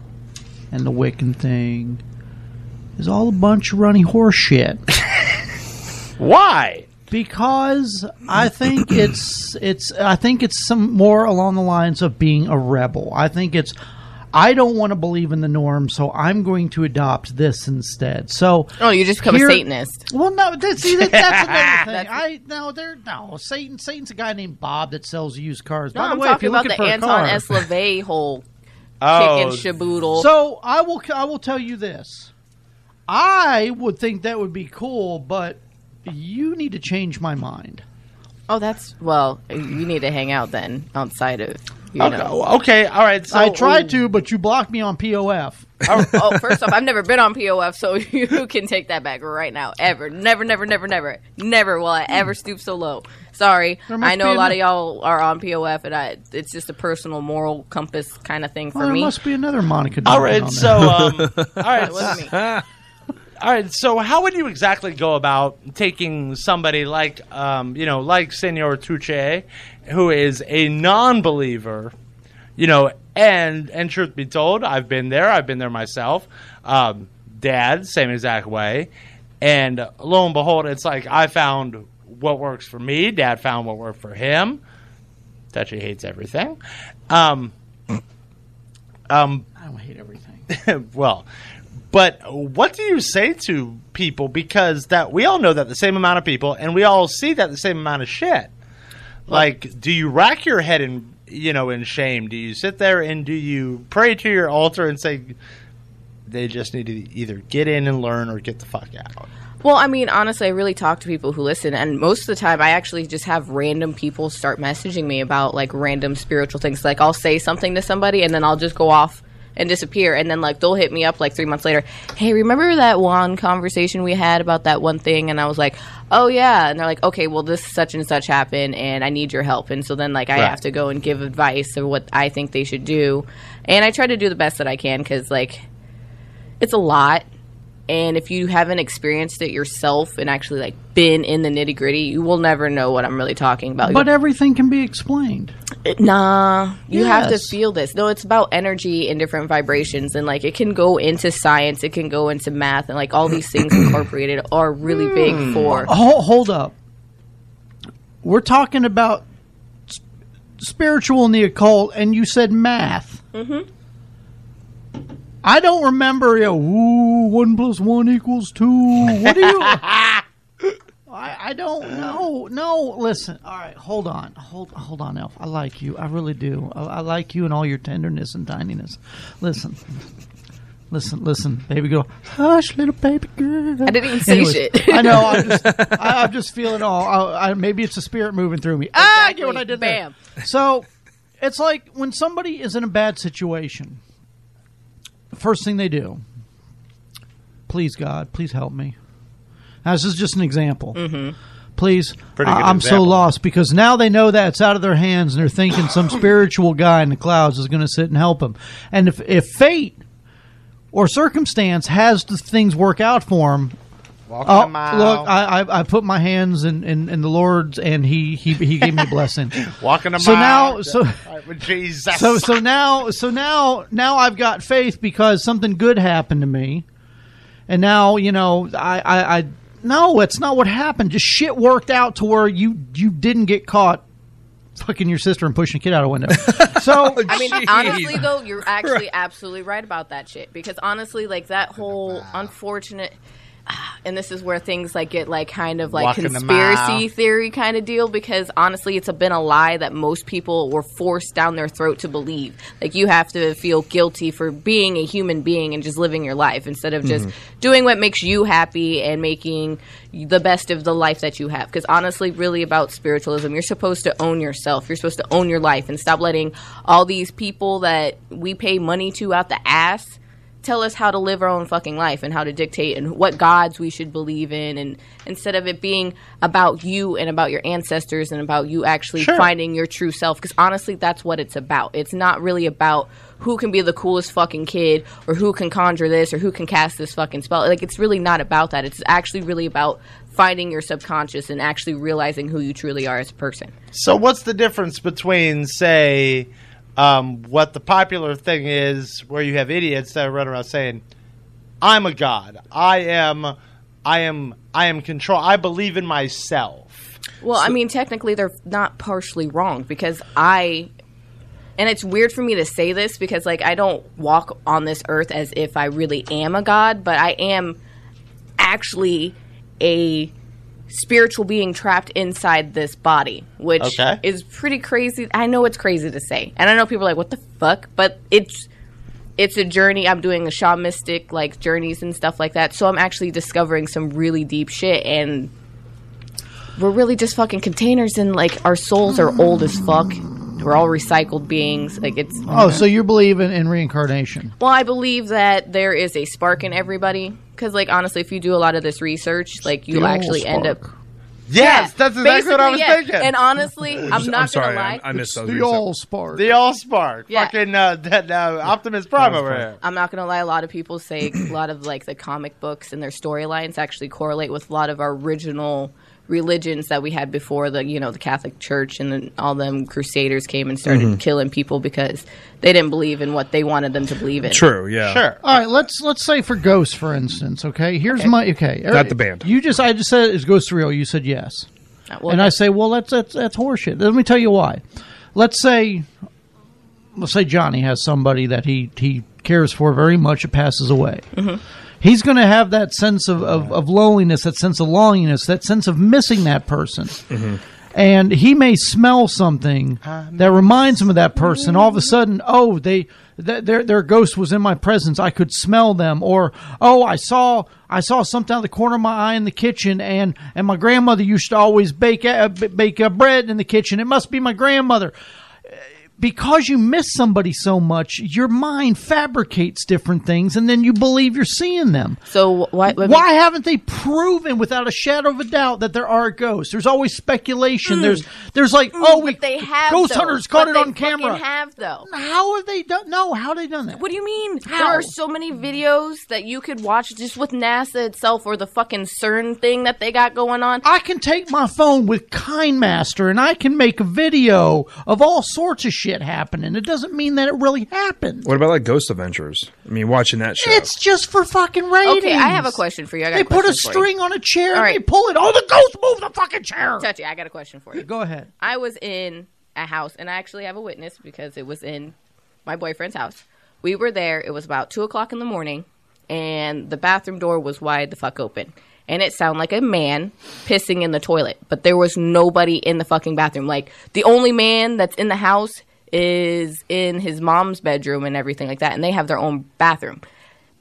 and the Wiccan thing is all a bunch of runny horse shit.
Why?
Because I think it's it's I think it's some more along the lines of being a rebel. I think it's I don't want to believe in the norm, so I'm going to adopt this instead. So
oh you just become
here-
a satanist
well, no, that, see, that,
<laughs>
that's another thing.
That's-
I no, they're no Satan. Satan's a guy named Bob that sells used cars.
no
By the
i'm
way, if
talking
you're
about
looking
the
for a
anton
car-
s levey whole
Oh.
chicken shaboodle
So I will. I will tell you this. I would think that would be cool, but you need to change my mind.
oh that's well you need to hang out then outside of you know
okay all right so
I tried to, but you blocked me on POF.
oh, oh, first off, I've never been on POF, so <laughs> you can take that back right now. Ever, never, never, never, never, never will I ever stoop so low. Sorry,
There must
I know
be
a lot
an-
of y'all are on POF, and I, it's just a personal moral compass kind of thing for
Well, there
me.
must be another Monica.
All
Duncan
right,
on
so
there.
um, all right, all right. So how would you exactly go about taking somebody like um, you know, like Senor Tuche, who is a non-believer, you know, and and truth be told, I've been there. I've been there myself. Um, dad, same exact way. And lo and behold, it's like I found what works for me. Dad found what worked for him. Touchy hates everything.
<clears throat>
Um, um,
I don't hate everything.
<laughs> well, but what do you say to people because that we all know that the same amount of people and we all see that the same amount of shit. Like, do you rack your head in you know in shame? Do you sit there and do you pray to your altar and say they just need to either get in and learn or get the fuck out?
Well, I mean, honestly, I really talk to people who listen, and most of the time, I actually just have random people start messaging me about like random spiritual things. Like, I'll say something to somebody, and then I'll just go off and disappear, and then like they'll hit me up like three months later. Hey, remember that one conversation we had about that one thing? And I was like, oh yeah, and they're like, okay, well this such and such happened, and I need your help. And so then like I
Right.
have to go and give advice of what I think they should do, and I try to do the best that I can because like it's a lot and if you haven't experienced it yourself and actually like been in the nitty gritty you will never know what i'm really talking about
But uh, everything can be explained.
nah you have to
Yes.
feel this no it's about energy and different vibrations and like it can go into science it can go into math and like all these things
<clears throat>
incorporated are really
Hmm.
big for
Hold, hold up. We're talking about s- spiritual and the occult, and you said math.
Mhm.
I don't remember. You know, Ooh, one plus one equals two. What do you? <laughs> I, I don't know. No, listen. All right, hold on. Hold hold on, Elf. I like you. I really do. I, I like you and all your tenderness and tininess. Listen, listen, listen, baby girl. Hush, little baby girl.
I didn't even say
Anyways,
shit. <laughs>
I know. I'm just, I, I'm just feeling all. I, I, maybe it's the spirit moving through me. Ah, I get what I did there.
Bam.
So it's like when somebody is in a bad situation, first thing they do, please God, please help me. Now, this is just an example. Mm-hmm. Please,
Pretty
I-
good
I'm so
example.
lost because now they know that it's out of their hands, and they're
<coughs>
thinking some spiritual guy in the clouds is going to sit and help them. And if if fate or circumstance has the things work out for him.
Walk
oh,
a mile.
look! I, I I put my hands in, in, in the Lord's, and he he, he gave me a blessing.
Walking a
so
mile.
now so
All right, with Jesus.
so so now so now now I've got faith because something good happened to me, and now you know I I, I no, it's not what happened. Just shit worked out to where you you didn't get caught fucking your sister and pushing a kid out a window. so
I mean, honestly, though, you're actually absolutely right about that shit. Because honestly, like that whole unfortunate, and this is where things like get like kind of like
Walking the
conspiracy
mile.
theory kind of deal. Because honestly, it's a, been a lie that most people were forced down their throat to believe. Like you have to feel guilty for being a human being and just living your life instead of just
Mhm.
doing what makes you happy and making the best of the life that you have. Because honestly, really about spiritualism, you're supposed to own yourself. You're supposed to own your life and stop letting all these people that we pay money to out the ass tell us how to live our own fucking life and how to dictate and what gods we should believe in and instead of it being about you and about your ancestors and about you actually
Sure.
finding your true self because honestly that's what it's about it's not really about who can be the coolest fucking kid or who can conjure this or who can cast this fucking spell like it's really not about that it's actually really about finding your subconscious and actually realizing who you truly are as a person
So what's the difference between, say, um, what the popular thing is, where you have idiots that run around saying, "I'm a god. I am, I am, I am control. I believe in myself."
Well, I mean, technically, they're not partially wrong because I. And it's weird for me to say this because, like, I don't walk on this earth as if I really am a god, but I am actually a spiritual being trapped inside this body, which
Okay.
is pretty crazy. I know it's crazy to say, and I know people are like, "What the fuck?" But it's it's a journey. I'm doing a shamanistic like journeys and stuff like that, so I'm actually discovering some really deep shit and we're really just fucking containers and like our souls are old as fuck We're all recycled beings. Like it's
Oh, so you believe in, in reincarnation?
Well, I believe that there is a spark in everybody because, like, honestly, if you do a lot of this research, like, you'll
The old
actually end up.
Yes, that's exactly what I
Basically,
was
yeah.
thinking.
And <laughs> honestly, I'm not gonna lie.
the old spark. The old spark.
Yeah.
Fucking uh, that, uh, Optimus Prime
That was
over
fun.
here.
I'm not gonna lie. A lot of people say
<clears throat>
a lot of like the comic books and their storylines actually correlate with a lot of our original religions that we had before the you know the Catholic Church and then all them crusaders came and started
Mm-hmm.
Mhm.
killing people because they didn't believe in what they wanted them to believe in.
True, yeah.
Sure. All right. Let's let's say for Ghost, for instance. Okay. Here's
Okay.
my okay.
Not the band.
You just I just said is Ghost real. You said yes.
Uh, well,
and I say, well, that's that's that's horseshit. Let me tell you why. Let's say, let's say Johnny has somebody that he he cares for very much. It passes away.
Mhm.
He's going to have that sense of, of, of loneliness, that sense of longiness, that sense of missing that person. and he may smell something that reminds him of that person. All of a sudden, oh, they th- their their ghost was in my presence. I could smell them, or oh, I saw I saw something out of the corner of my eye in the kitchen, and and my grandmother used to always bake uh, b- bake uh, bread in the kitchen. It must be my grandmother. Because you miss somebody so much, your mind fabricates different things, and then you believe you're seeing them.
So why
why haven't they proven without a shadow of a doubt that there are ghosts? There's always speculation. There's there's like oh we
Hmm. they have
ghost
though.
hunters caught
But
it
they
on camera.
fucking Have though?
How have they done? No, how have they done that?
What do you mean?
How?
There are so many videos that you could watch just with NASA itself or the fucking CERN thing that they got going on.
I can take my phone with KindMaster and I can make a video of all sorts of shit happening. It doesn't mean that it really happened.
What about like Ghost Adventures? I mean, watching that show.
It's just for fucking ratings.
Okay, I have a question for you. I got
They
a
put a
question for you.
string on a chair.
All
and
right.
They pull it. Oh, the ghost moved the fucking chair.
Touchy, I got a question for you.
Go ahead.
I was in a house, and I actually have a witness because it was in my boyfriend's house. We were there. It was about two o'clock in the morning, and the bathroom door was wide the fuck open, and it sounded like a man pissing in the toilet, but there was nobody in the fucking bathroom. Like the only man that's in the house is in his mom's bedroom and everything like that, and they have their own bathroom.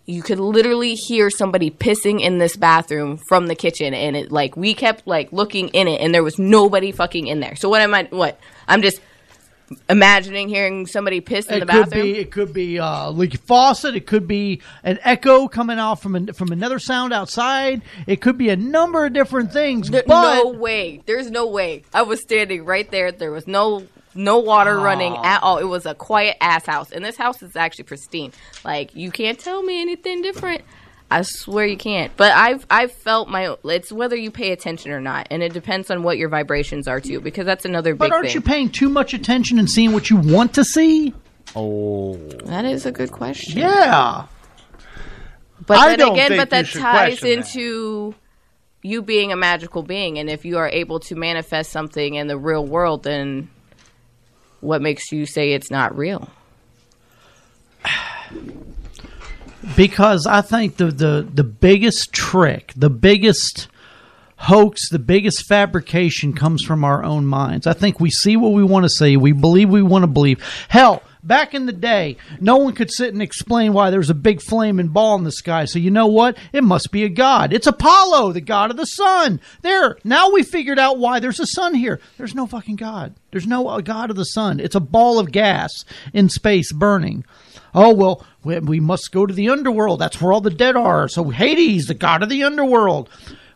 you could literally hear somebody pissing in this bathroom from the kitchen and it like we kept like looking in it and there was nobody fucking in there so what am i what i'm just imagining hearing somebody piss in the
It could
bathroom
be it could be uh, leaky faucet. It could be an echo coming out from an, from another sound outside. It could be a number of different things.
There-
but
no way there's no way i was standing right there there was no no water running at all it was a quiet ass house and this house is actually pristine like you can't tell me anything different I swear you can't. But I've I've felt my it's whether you pay attention or not, and it depends on what your vibrations are too, because that's another
but
big
aren't
thing.
you paying too much attention and seeing what you want to see?
Oh,
That is a good question.
Yeah.
But
I
then
don't
again,
think
but
you
that
should
ties
question that.
into you being a magical being, and if you are able to manifest something in the real world, then what makes you say it's not real?
because I think the, the the biggest trick, the biggest hoax, the biggest fabrication comes from our own minds. I think we see what we want to see, we believe we want to believe. Hell, back in the day, no one could sit and explain why there's a big flaming ball in the sky. So you know what? It must be a god. It's Apollo, the god of the sun. There, now we figured out why there's a sun here. There's no fucking god. There's no uh, god of the sun. It's a ball of gas in space burning. Oh, well, we, we must go to the underworld. That's where all the dead are. So Hades, the god of the underworld.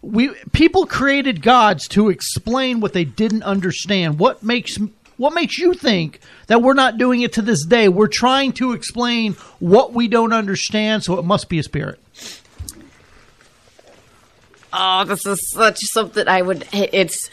We people created gods to explain what they didn't understand. What makes what makes you think that we're not doing it to this day? We're trying to explain what we don't understand, so it must be a spirit.
Oh, this is such something I would. It's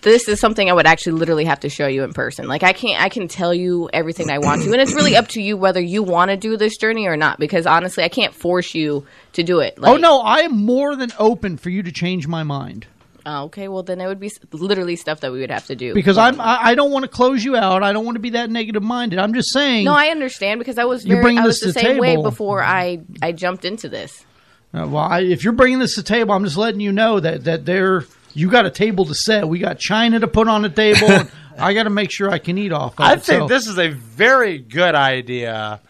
this is something I would actually literally have to show you in person. Like I can't. I can tell you everything I want to, and it's really up to you whether you want to do this journey or not. Because honestly, I can't force you to do it.
oh no, I am more than open for you to change my mind.
Oh, okay, well then it would be s- literally stuff that we would have to do
Because I'm I, I don't want to close you out. I don't want to be that negative minded. I'm just saying
No, I understand because I was
You're
very,
bringing
I was
this
the
to the
same way
table.
before I I jumped into this.
Uh, well, I, if you're bringing this to the table, I'm just letting you know that that there you got a table to set. We got China to put on the table. and I got to make sure I can eat off. Of
I
it,
think
so-
this is a very good idea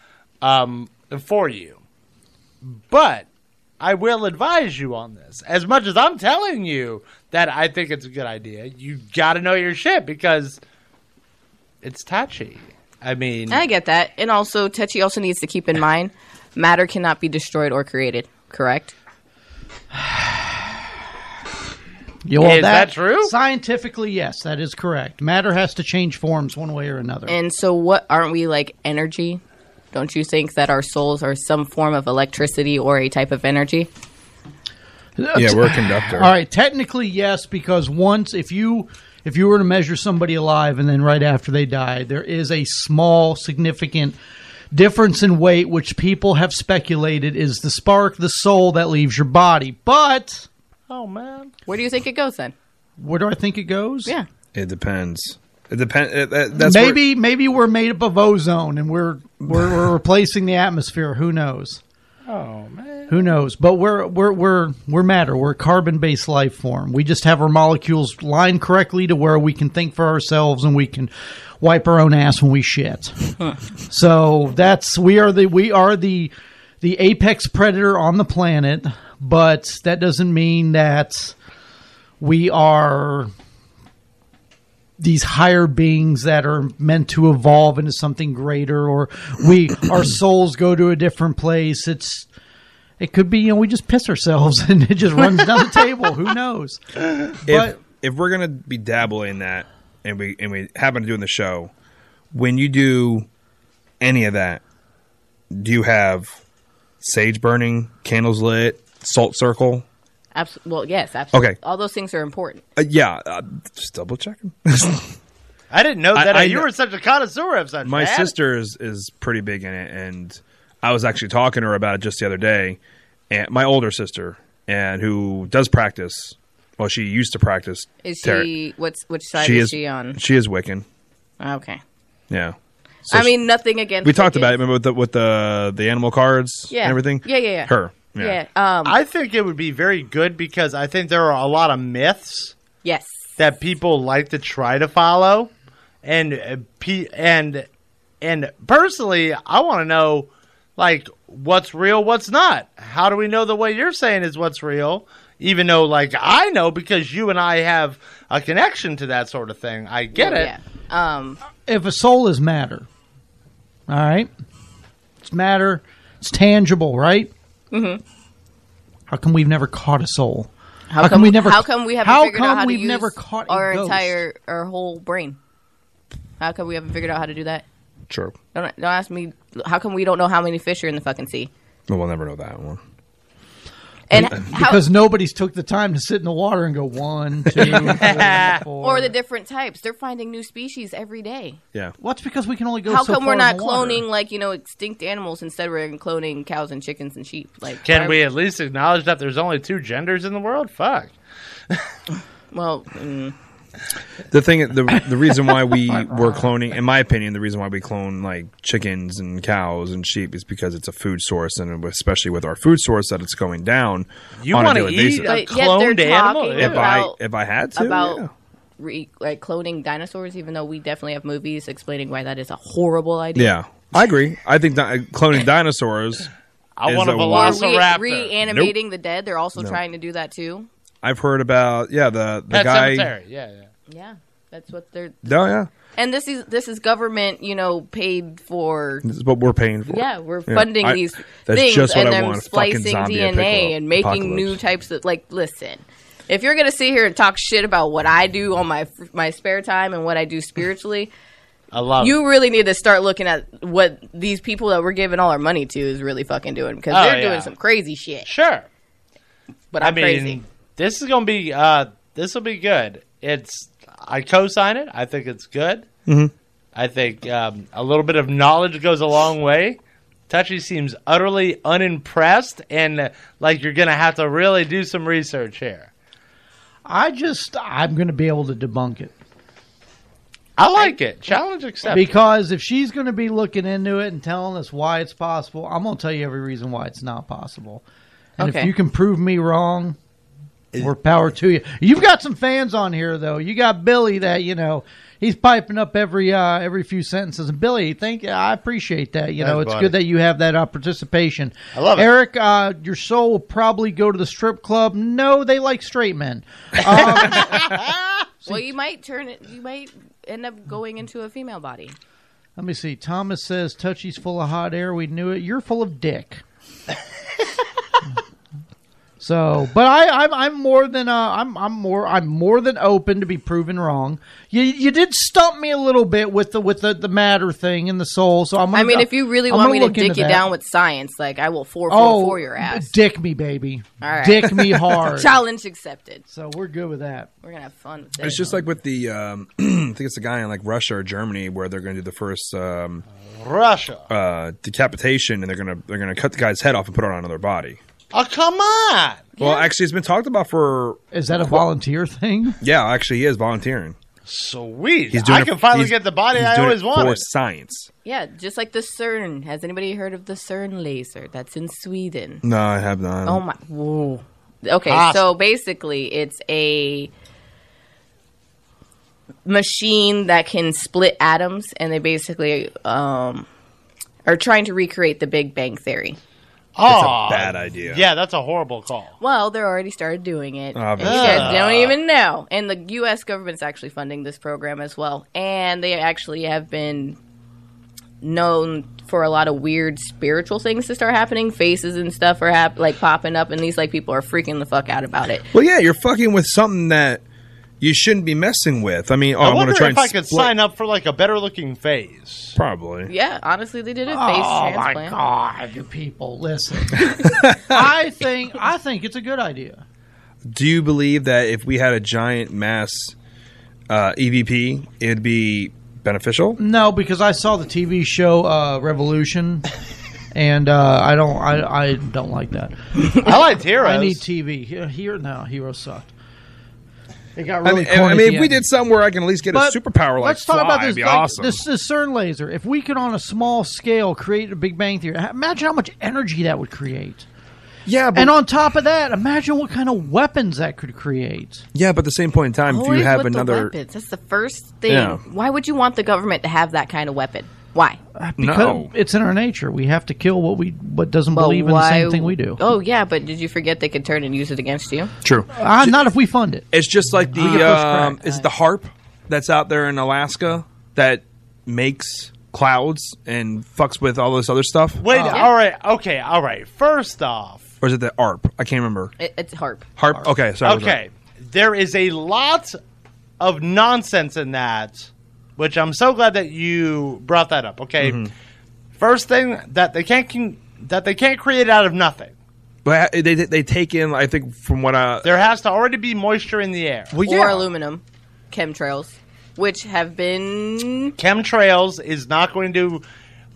um, for you. But I will advise you on this. As much as I'm telling you that I think it's a good idea, you got to know your shit because It's touchy. I mean,
I get that. And also, Tetchy also needs to keep in mind matter cannot be destroyed or created, correct?
You
Is that
true? Scientifically, yes, that is correct. Matter has to change forms one way or another.
And so, what aren't we like energy? Don't you think that our souls are some form of electricity or a type of energy?
Yeah, we're a conductor.
Uh, All right, technically yes, because once if you if you were to measure somebody alive and then right after they die, there is a small significant difference in weight which people have speculated is the spark, the soul that leaves your body. But
Oh man,
where do you think it goes then?
where do I think it goes?
Yeah.
It depends. It depends. that's where-
maybe maybe we're made up of ozone and we're we're, we're replacing the atmosphere. Who knows?
Oh man.
Who knows? But we're we're we're we're matter. We're a carbon-based life form. We just have our molecules lined correctly to where we can think for ourselves and we can wipe our own ass when we shit. so that's we are the we are the the apex predator on the planet, but that doesn't mean that we are these higher beings that are meant to evolve into something greater or we our souls go to a different place it's it could be you know we just piss ourselves <laughs> and it just runs down the table who knows
if
but
if we're gonna be dabbling in that, and we and we happen to do in the show, when you do any of that, do you have sage burning, candles lit, salt circle?
Abs- well, yes, absolutely.
Okay.
All those things are important.
Uh, yeah, uh, just double checking.
I didn't know
I-
that.
I
you
kn-
were such a connoisseur of such.
My
man.
sister is, is pretty big in it, and I was actually talking to her about it just the other day. And my older sister, and who does practice, well, she used to practice.
Is
tarot.
she what's which side
She
is,
is-
she on?
She is Wiccan.
Okay.
Yeah.
I
she-
mean, nothing against
We talked
Wiccan.
about it. Remember with the with the, the animal cards
Yeah.
and everything.
Yeah, yeah, yeah.
Her. Yeah.
Yeah. Um,
I think it would be very good because I think there are a lot of myths
yes.
that people like to try to follow, and uh, pe- and and personally, I want to know like what's real, what's not. How do we know the way you're saying is what's real? Even though, like, I know because you and I have a connection to that sort of thing. I get it.
Oh, Yeah. Um,
if a soul is matter all right it's matter it's tangible right
mhm.
how come we've never caught a soul
How, come, we never? How come we haven't
how
figured out
come
how
we've
to use
never caught a
our
ghost?
entire our whole brain? How come we haven't figured out how to do that?
True.
Don't don't ask me. How come we don't know how many fish are in the fucking sea?
Well, we'll never know that one.
And how,
because nobody's took the time to sit in the water and go
<laughs>
one two three, four
or the different types. They're finding new species every day.
Yeah.
Well, it's because we can only go.
How
so
come
far
we're
in
not
the water.
cloning like you know extinct animals? Instead, we're cloning cows and chickens and sheep. Like,
Can
why-
we uh, at least acknowledge that there's only two genders in the world? Fuck.
Well, mm,
The thing, the the reason why we were cloning, in my opinion, the reason why we clone like chickens and cows and sheep is because it's a food source, and especially with our food source that it's going down.
You
want
wanna
to
eat a
But yet they're cloned animal? talking
If
about-
I if I had to,
about
yeah.
re, like cloning dinosaurs, even though we definitely have movies explaining why that is a horrible idea.
yeah, I agree. I think di- cloning dinosaurs.
I
is
want a
a
Or
veloc-
wa-
re-
Velociraptor.
reanimating the dead. They're also
No.
trying to do that too.
I've heard about yeah the the
Pet
guy.
Cemetery. Yeah, yeah.
Yeah, that's what they're.
No, yeah,
And this is this is government, you know, paid for.
this is what we're paying for.
Yeah, we're funding
I-
these
that's
things
just what
and
I
then
want, a fucking
splicing
zombie
DNA
apocalypse-
and making new
apocalypse.
types of like. Listen, if you're gonna sit here and talk shit about what I do on my my spare time and what I do
<laughs>
spiritually,
I
Oh.
love it.
you really need to start looking at what these people that we're giving all our money to is really fucking doing because
Oh,
they're
yeah.
doing some crazy shit.
Sure.
But I'm crazy.
This is gonna be uh, this will be good. It's I co-sign it. I think it's good.
Mhm.
I think um, a little bit of knowledge goes a long way. Touchy seems utterly unimpressed, and uh, like you're gonna have to really do some research here.
I just I'm going to be able to debunk it
I like it. Challenge accepted.
because if she's going to be looking into it and telling us why it's possible, I'm going to tell you every reason why it's not possible. And
Okay.
if you can prove me wrong, more power to you. You've got some fans on here though. You got Billy that you know he's piping up every uh, every few sentences. And Billy, thank you. I appreciate that. You know
Thanks,
it's
buddy.
good that you have that uh, participation.
I love it.
Eric. Uh, your soul will probably go to the strip
<laughs>
club. No, they like straight men. Um,
Well, you might turn it. You might end up going into a female body.
Let me see. Thomas says, Touchy's full of hot air. We knew it. You're full of <laughs> dick. so, but I, I'm, I'm more than uh, I'm, I'm more, I'm more than open to be proven wrong. You, you did stump me a little bit with the, with the, the matter thing and the soul. So I'm. Gonna,
I mean, if you really
I'm
want
gonna
me to
look into
dick you
that.
down with science, like I will four four four
Oh,
your ass.
dick me, baby.
All right.
Dick
<laughs>
me hard.
Challenge accepted.
So we're good with that.
We're gonna have fun with this.
It's just like with the, um, <clears throat> I think it's the guy in like Russia or Germany where they're going to do the first um,
Russia
uh, decapitation, and they're going to they're going to cut the guy's head off and put it on another body.
Oh come on!
Well, actually, it's been talked about for.
Is that a volunteer thing?
Yeah, actually, he is volunteering.
Sweet.
He's doing
I
it-
can finally
he's-
get the body
he's
I
doing
always
it for
wanted.
science.
Yeah, just like the CERN. Has anybody heard of the CERN laser? That's in Sweden.
No, I have not.
Oh my! Whoa. Okay,
Awesome.
so basically, it's a machine that can split atoms, and they basically um, are trying to recreate the Big Bang Theory.
Oh,
bad idea.
Yeah, that's a horrible call.
Well, they're already started doing it.
Obviously.
You guys
Ugh.
don't even know. And the U.S. government's actually funding this program as well. And they actually have been known for a lot of weird spiritual things to start happening. Faces and stuff are hap- like popping up, and these like people are freaking the fuck out about it.
Well, yeah, you're fucking with something that you shouldn't be messing with. I mean, oh,
I
I'm going
wonder
to try
if
and
I could
split-
sign up for like a better looking phase.
Probably.
Yeah, honestly, they did a face
Oh, my
transplant.
God, you people, listen. <laughs> I think I think it's a good idea.
Do you believe that if we had a giant mass uh, EVP, it'd be
Mm.
beneficial?
No, because I saw the TV show uh,
<laughs>
Revolution, and uh, I don't I, I don't like that.
I liked Heroes.
I need TV here. Here now, Heroes sucked. It got
I
really
mean, I
corny
mean,
at
if
the
we
end.
did something where I can at least get
But
a superpower like
let's talk
fly,
about this,
it'd be
like,
awesome.
this this CERN laser. If we could, on a small scale, create a Big Bang Theory, ha- imagine how much energy that would create.
Yeah,
and on top of that, imagine what kind of weapons that could create.
Yeah, but at the same point in time, if you
Always
have
with the
another,
weapons. That's the first thing.
Yeah.
Why would you want the government to have that kind of weapon? Why?
Because it's in our nature. We have to kill what we what doesn't
But
believe in the
why-
same thing we do.
Oh yeah, but did you forget they could turn and use it against you?
true.
Uh, not if we fund it.
It's just like the
We get first crack.
um, is it the harp that's out there in Alaska that makes clouds and fucks with all this other stuff.
Wait, all right, okay, all right. First off,
or is it the ARP? I can't remember.
It, it's harp.
Harp. Okay, sorry. I was
okay, there is a lot of nonsense in that, which I'm so glad that you brought that up. Okay, first thing that they can't con- that they can't create out of nothing.
right. But they they take in. I think from what uh, I
There has to already be moisture in the air.
Well,
Or
yeah.
aluminum chemtrails, which have been
Chemtrails is not going to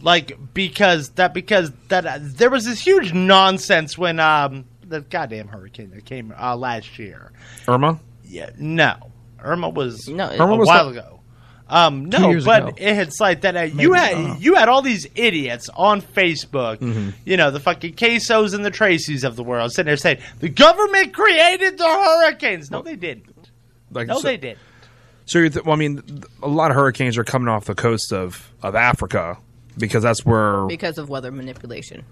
like because that because that uh, there was this huge nonsense when um the goddamn hurricane that came uh, last year.
Irma.
Yeah, no, Irma was no
Irma
a
was
while
not-
ago. Um,
Two
no,
years
but
ago. uh-huh.
it had like that. Uh, you had you had all these idiots on Facebook.
Mm-hmm.
You know the fucking Quesos and the Tracys of the world sitting there saying the government created the hurricanes. No, they didn't.
Like,
no,
so-
they didn't.
So you're th- well, I mean, th- a lot of hurricanes are coming off the coast of of Africa because that's where.
because of weather manipulation.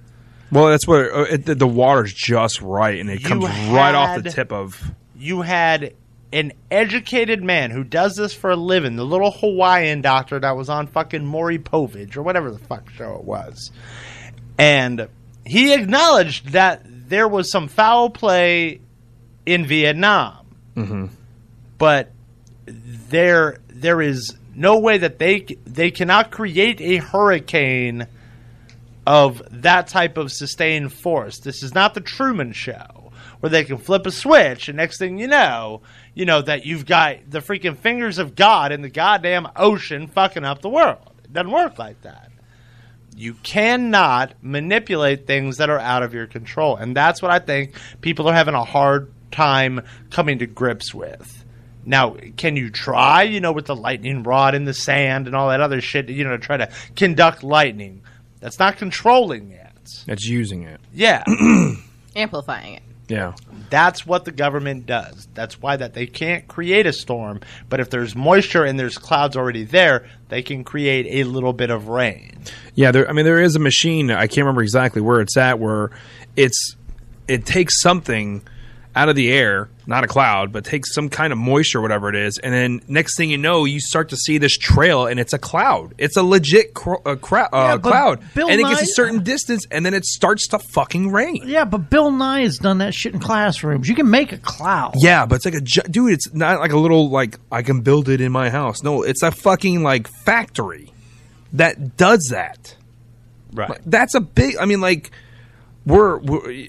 Well, that's where uh, it, the- the water's just right, and it
You
comes right off the
had-
tip of.
you had an educated man who does this for a living, the little Hawaiian doctor that was on fucking Maury Povich or whatever the fuck show it was. And he acknowledged that there was some foul play in Vietnam,
Mm-hmm.
but there there is no way that they c- they cannot create a hurricane of that type of sustained force. This is not the Truman Show where they can flip a switch and next thing you know, you know that you've got the freaking fingers of God in the goddamn ocean fucking up the world. It doesn't work like that. You cannot manipulate things that are out of your control, and that's what I think people are having a hard time coming to grips with. Now, can you try, you know, with the lightning rod in the sand and all that other shit, you know, to try to conduct lightning? That's not controlling it.
That's using it.
Yeah. <clears throat>
Amplifying it.
Yeah.
That's what the government does. That's why that they can't create a storm, but if there's moisture and there's clouds already there, they can create a little bit of rain.
Yeah, there. I mean, there is a machine. I can't remember exactly where it's at. Where it's it takes something out of the air, not a cloud, but takes some kind of moisture, whatever it is, and then next thing you know, you start to see this trail, and it's a cloud. It's a legit cr- uh, cra- uh,
but
cloud,
Bill
and it gets
Nye-
a certain distance, and then it starts to fucking rain.
Yeah, but Bill Nye has done that shit in classrooms. You can make a cloud.
Yeah, but it's like a gi- dude. It's not like a little like I can build it in my house. No, it's a fucking like factory that does that.
Right.
that's a big. I mean, like we're, we're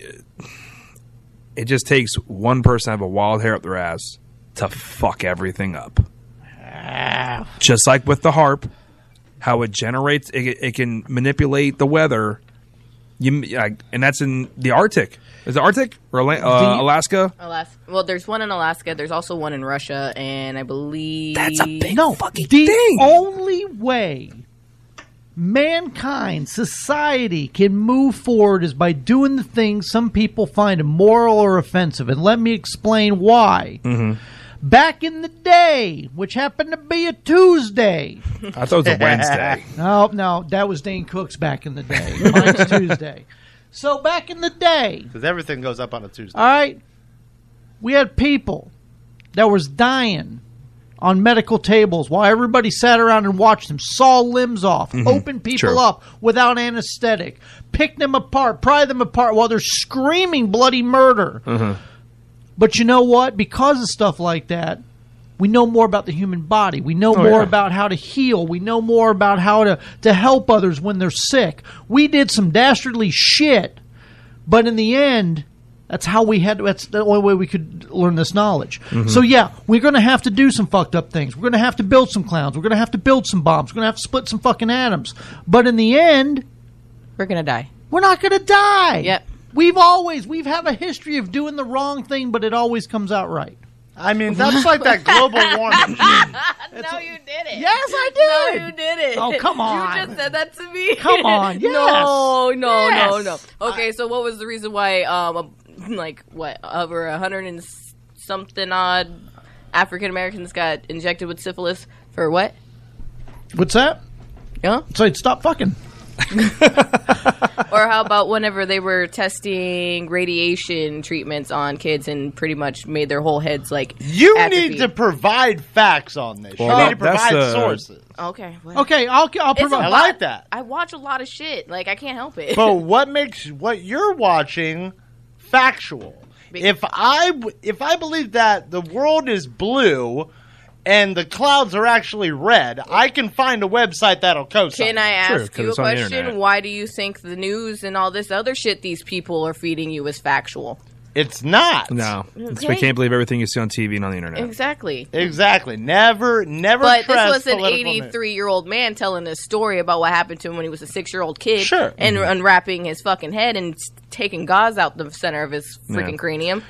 it just takes one person to have a wild hair up their ass to fuck everything up. Just like with the harp, how it generates, it, it can manipulate the weather. You like, and that's in the Arctic. Is it Arctic or Ala- uh,
The-
Alaska?
Alaska. Well, there's one in Alaska. There's also one in Russia, and I believe that's a big
no, the only way mankind, society can move forward is by doing the things some people find immoral or offensive. And let me explain why.
Mm-hmm.
Back in the day, which happened to be a Tuesday.
I thought it was a Wednesday.
No, no, that was Dane Cook's back in the day.
<laughs>
Mine's Tuesday. So back in the day,
Because everything goes up on a Tuesday.
all right, we had people that was dying on medical tables while everybody sat around and watched them, saw limbs off,
Mhm.
open people
True.
up without anesthetic, pick them apart, pry them apart while they're screaming bloody murder.
Uh-huh.
But you know what? Because of stuff like that, we know more about the human body. We know
Oh,
more
yeah.
about how to heal. We know more about how to, to help others when they're sick. We did some dastardly shit, but in the end, that's how we had. That's the only way we could learn this knowledge.
Mhm.
So yeah, we're going to have to do some fucked up things. We're going to have to build some clowns. We're going to have to build some bombs. We're going to have to split some fucking atoms. But in the end,
we're going to die.
We're not going to die.
Yep.
We've always we've have a history of doing the wrong thing, but it always comes out right.
I mean, that's like that global warming.
no, you did it. <laughs>
Yes, I
No, you did it.
Oh,
<laughs>
come
You
on.
just said that to me.
Come on,
<laughs>
yes.
No, no, no,
Yes.
no. Okay, so what was the reason why, um, like, what, over a hundred and s- something odd African Americans got injected with syphilis for what?
What's that?
Yeah.
So it stop fucking.
or how about whenever they were testing radiation treatments on kids and pretty much made their whole heads like
You need to provide facts on this.
Well,
you
that-
need to provide
that's, uh,
sources.
Okay. well.
Okay, I'll I'll
It's a
I
lot-
like that.
I watch a lot of shit. Like I can't help it.
But what makes what you're watching factual? If I w- if I believe that the world is blue and the clouds are actually red, I can find a website that'll coast.
<laughs> Can I ask you a question? Why do you think the news and all this other shit these people are feeding you is factual?
It's not.
No, it's, we
Okay.
can't believe everything you see on TV and on the internet.
Exactly.
Exactly. Never, never.
But this
trust
was an
political news.
83 year old man telling a story about what happened to him when he was a six year old kid.
Sure. Mm-hmm.
And
Mhm.
unwrapping his fucking head and s- taking gauze out the center of his freaking
Yeah.
cranium.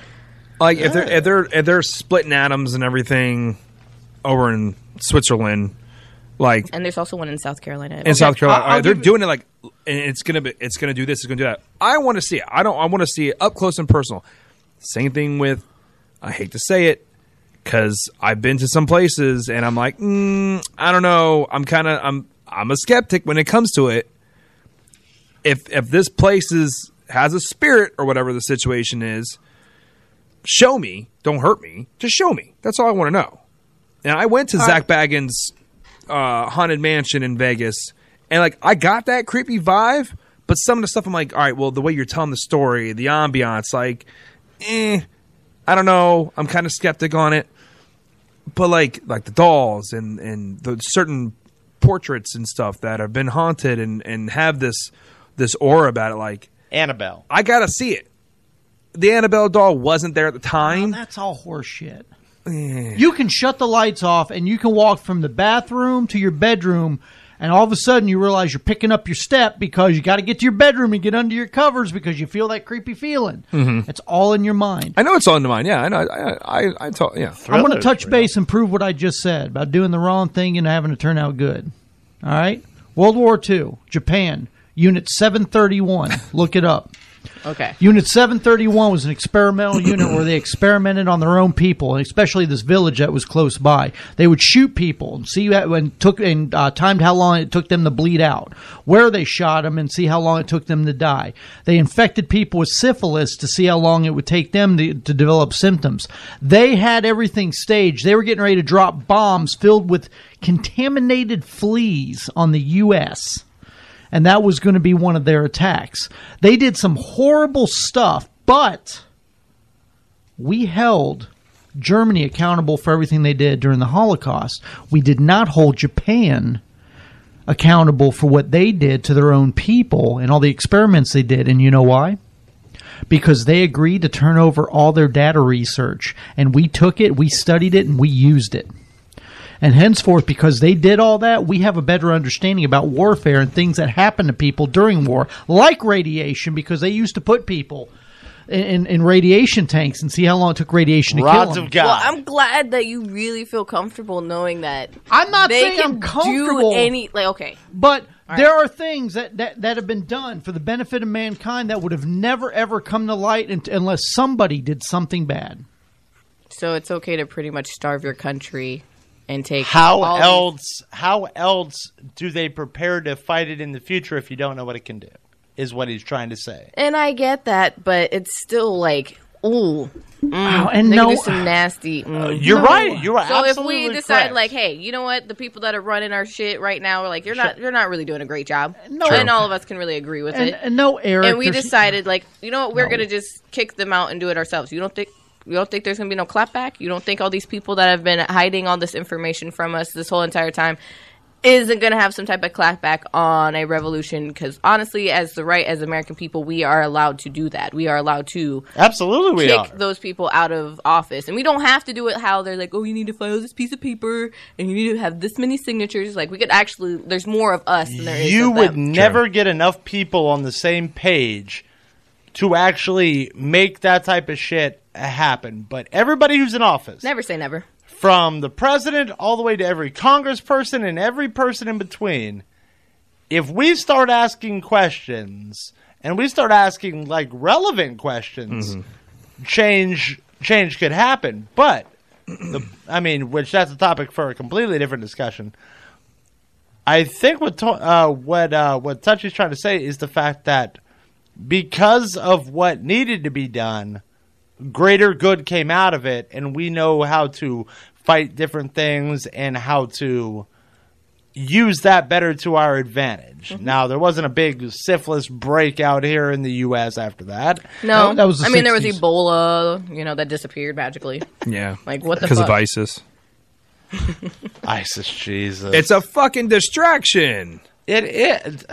Like if they're if they're if they're splitting atoms and everything over in Switzerland, like
And there's also one in South Carolina.
in South Carolina,
I'll- I'll
they're
give-
doing it like and it's gonna be it's gonna do this, it's gonna do that. I want to see it. I don't. I want to see it up close and personal. Same thing with. I hate to say it because I've been to some places and I'm like, mm, I don't know. I'm kind of I'm I'm a skeptic when it comes to it. If if this place is has a spirit or whatever the situation is, show me. Don't hurt me. Just show me. That's all I want to know. And I went to Zach Baggins' uh, haunted mansion in Vegas, and like I got that creepy vibe. But some of the stuff I'm like, all right, well, the way you're telling the story, the ambiance, like, eh, I don't know. I'm kind of skeptic on it. But like, like the dolls and and the certain portraits and stuff that have been haunted and and have this this aura about it, like
Annabelle.
I gotta see it. The Annabelle doll wasn't there at the time.
that's all horseshit. You can shut the lights off and you can walk from the bathroom to your bedroom and all of a sudden you realize you're picking up your step because you got to get to your bedroom and get under your covers because you feel that creepy feeling.
Mhm.
It's all in your mind.
I know it's on the mind. Yeah, I know. I I, I, I told. Yeah,
I want to touch base and prove what I just said about doing the wrong thing and having to turn out good. All right? World War II, Japan, Unit 731. Look it up.
Okay.
Unit 731 was an experimental unit where they experimented on their own people, and especially this village that was close by. They would shoot people and see how- and took and uh, timed how long it took them to bleed out, where they shot them, and see how long it took them to die. They infected people with syphilis to see how long it would take them to, to develop symptoms. They had everything staged. They were getting ready to drop bombs filled with contaminated fleas on the U.S and that was going to be one of their attacks. They did some horrible stuff, but we held Germany accountable for everything they did during the Holocaust. We did not hold Japan accountable for what they did to their own people and all the experiments they did. And you know why? Because they agreed to turn over all their data research, and we took it, we studied it, and we used it. And henceforth, because they did all that, we have a better understanding about warfare and things that happen to people during war, like radiation, because they used to put people in, in, in radiation tanks and see how long it took radiation to
Rods
kill them.
of God.
Well, I'm glad that you really feel comfortable knowing that.
I'm not
they
saying
can
I'm comfortable.
Do any like okay.
But there are things that, that, that have been done for the benefit of mankind that would have never, ever come to light unt- unless somebody did something bad.
So it's okay to pretty much starve your country and take
How
all these-
else? How else do they prepare to fight it in the future if you don't know what it can do? Is what he's trying to say.
And I get that, but it's still like, ooh, mm,
and
they can
no-
do some nasty. mm.
Uh, you're No. right. You are
So if
absolutely
we decide,
correct.
like, hey, you know what, the people that are running our shit right now are like, you're not, you're not really doing a great job.
No.
and all of us can really agree with
And-
it.
and no, Eric,
And we
there's-
decided, like, you know what, we're
No.
gonna just kick them out and do it ourselves. You don't think? You don't think there's going to be no clapback? You don't think all these people that have been hiding all this information from us this whole entire time isn't going to have some type of clapback on a revolution because honestly as the right as american people we are allowed to do that we are allowed to
Absolutely, we
kick
are.
those people out of office and we don't have to do it how they're like oh you need to file this piece of paper and you need to have this many signatures like we could actually there's more of us than there is
you
of
would
them.
never get enough people on the same page to actually make that type of shit happen. But everybody who's in office,
never say never
from the president all the way to every congressperson and every person in between, if we start asking questions and we start asking like relevant questions, change change could happen. But the, I mean, which that's a topic for a completely different discussion. I think what to- uh, what uh, what Touchy's trying to say is the fact that because of what needed to be done, greater good came out of it, and we know how to fight different things and how to use that better to our advantage.
Mm-hmm.
Now, there wasn't a big syphilis breakout here in the U.S. after that.
no i mean there was ebola you know that disappeared magically
Yeah.
Like, what the
Because of
fuck?
ISIS.
ISIS, Jesus.
It's a fucking distraction.
It is.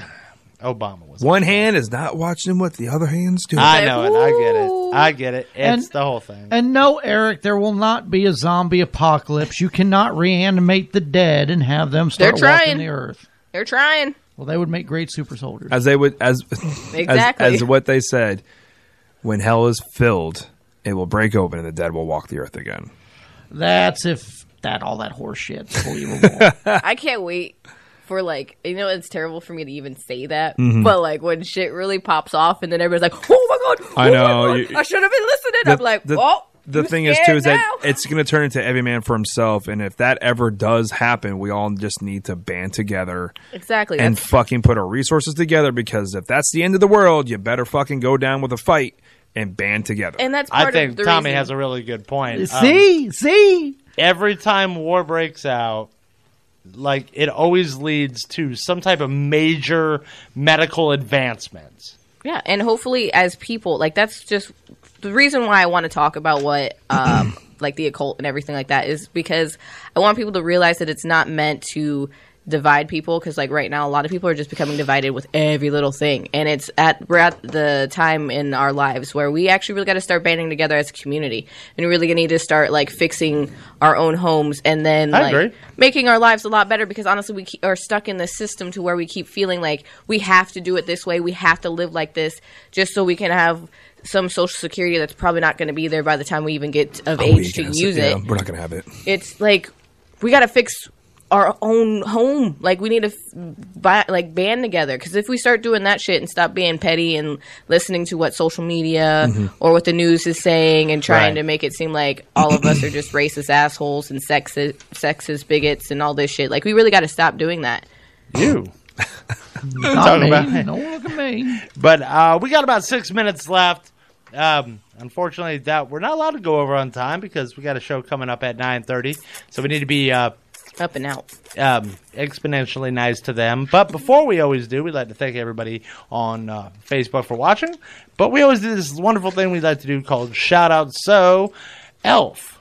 Obama was.
One hand is not watching what the other hand's doing.
I know it. I get it. I get it. It's
And-
the whole thing.
And no, Eric, there will not be a zombie apocalypse. You cannot reanimate the dead and have them
they're
start
trying
walking the earth.
<laughs> they're trying
Well, they would make great super soldiers.
As they would, as <laughs>
Exactly.
as, as what they said, when hell is filled, it will break open and the dead will walk the earth again.
That's if that all that horse shit's believable.
I can't wait for like you know it's terrible for me to even say that,
Mhm.
but like when shit really pops off and then everybody's like, "Oh my god,
I
oh my
know,
God,
you-
I should have been listening." I'm like,
the,
"Well,
the
you
thing is too
scared
is that
<laughs>
it's going to turn into every man for himself, and if that ever does happen, we all just need to band together
exactly."
and
that's-
fucking put our resources together because if that's the end of the world, you better fucking go down with a fight and band together.
and that's part
I think
of the
Tommy
reason-
has a really good point. Um,
see, see.
every time war breaks out, like it always leads to some type of major medical advancements.
Yeah, and hopefully as people, like that's just the reason why I want to talk about what
<clears throat>
um like the occult and everything like that is because I want people to realize that it's not meant to divide people because like right now a lot of people are just becoming divided with every little thing and it's at we're at the time in our lives where we actually really got to start banding together as a community and we're really gonna need to start like fixing our own homes and then
I
like
agree.
making our lives a lot better because honestly we keep, are stuck in this system to where we keep feeling like we have to do it this way we have to live like this just so we can have some social security that's probably not going to be there by the time we even get of
Oh, we
age to
can't-
use
yeah,
it
We're not going to have it.
it's like we got to fix our own home. Like we need to f- buy, like band together because if we start doing that shit and stop being petty and listening to what social media
Mhm.
or what the news is saying and
Right.
trying to make it seem like all of us are just racist assholes and sexist, sexist bigots and all this shit, like we really got to stop doing that.
You.
me.
look at me.
But uh, we got about six minutes left. Um, unfortunately, that we're not allowed to go over on time because we got a show coming up at nine thirty. So we need to be uh,
up and out,
um, exponentially nice to them. But before we always do, we'd like to thank everybody on uh, Facebook for watching. But we always do this wonderful thing we like to do called shout out. So, Elf,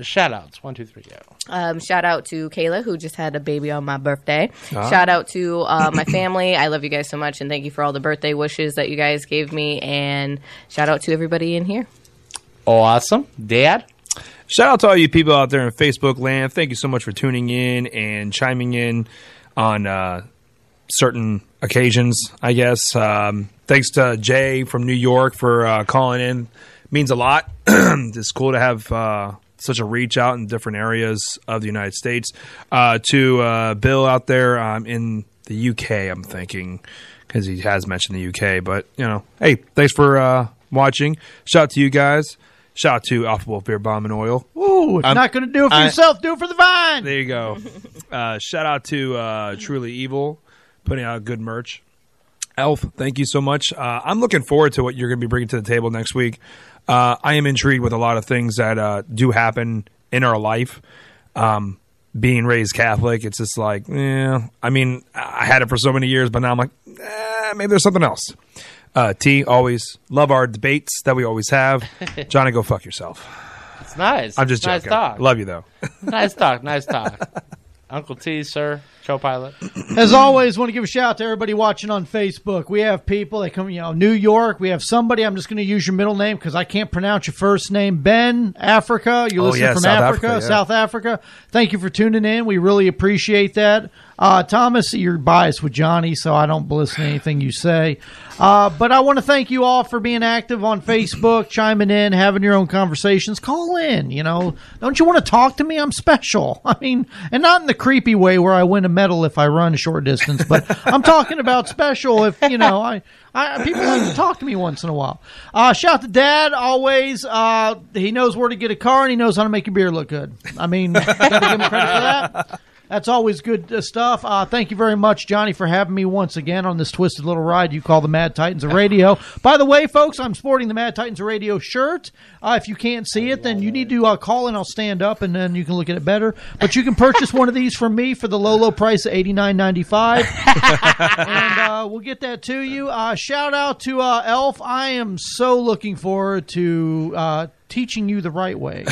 shout outs one two three go.
Um, shout out to Kayla who just had a baby on my birthday.
Ah.
Shout out to uh, my family. I love you guys so much and thank you for all the birthday wishes that you guys gave me. And shout out to everybody in here.
Awesome, Dad.
Shout out to all you people out there in Facebook land. Thank you so much for tuning in and chiming in on uh, certain occasions. I guess um, thanks to Jay from New York for uh, calling in. Means a lot. <clears throat> it's cool to have uh, such a reach out in different areas of the United States. Uh, to uh, Bill out there um, in the UK, I'm thinking because he has mentioned the UK. But you know, hey, thanks for uh, watching. Shout out to you guys. Shout out to Alpha Wolf Beer Bomb and Oil.
Ooh, if
I'm-
not going to do it for
I-
yourself, do it for the vine.
There
<laughs>
you go. Uh, shout out to uh, Truly Evil, putting out good merch. Elf, thank you so much. Uh, I'm looking forward to what you're going to be bringing to the table next week. Uh, I am intrigued with a lot of things that uh, do happen in our life. Um, being raised Catholic, it's just like, yeah. I mean, I had it for so many years, but now I'm like, eh, maybe there's something else. Uh, T, always love our debates that we always
<laughs>
have. Johnny, go fuck yourself.
It's nice.
I'm just
It's nice
joking.
talk.
Love you, though.
nice talk. Nice talk. <laughs> Uncle T, sir, show pilot.
As always, want to give a shout out to everybody watching on Facebook. We have people that come, you know, New York. We have somebody. I'm just going to use your middle name because I can't pronounce your first name. Ben, Africa. You're
Oh,
listening
yeah,
from
South
Africa,
Africa, yeah.
South Africa. Thank you for tuning in. We really appreciate that. Uh, Thomas, you're biased with Johnny, so I don't listen to anything you say. Uh, but I want to thank you all for being active on Facebook, chiming in, having your own conversations. Call in, you know. Don't you want to talk to me? I'm special. <laughs> I mean, and not in the creepy way where I win a medal if I run a short distance, but I'm talking about special if, you know, I, I people like to talk to me once in a while. Uh, shout out to Dad, always. Uh, he knows where to get a car and he knows how to make your beer look good. I mean, gotta give him credit for that. That's always good uh, stuff. Uh, thank you very much, Johnny, for having me once again on this twisted little ride you call the Mad Titans of Radio. By the way, folks, I'm sporting the Mad Titans of Radio shirt. Uh, if you can't see it, then you need to uh, call and I'll stand up and then you can look at it better. But you can purchase one of these from me for the low, low price of eighty nine ninety five and uh, we'll get that to you. Uh, shout out to uh, Elf. I am so looking forward to uh, teaching you the right way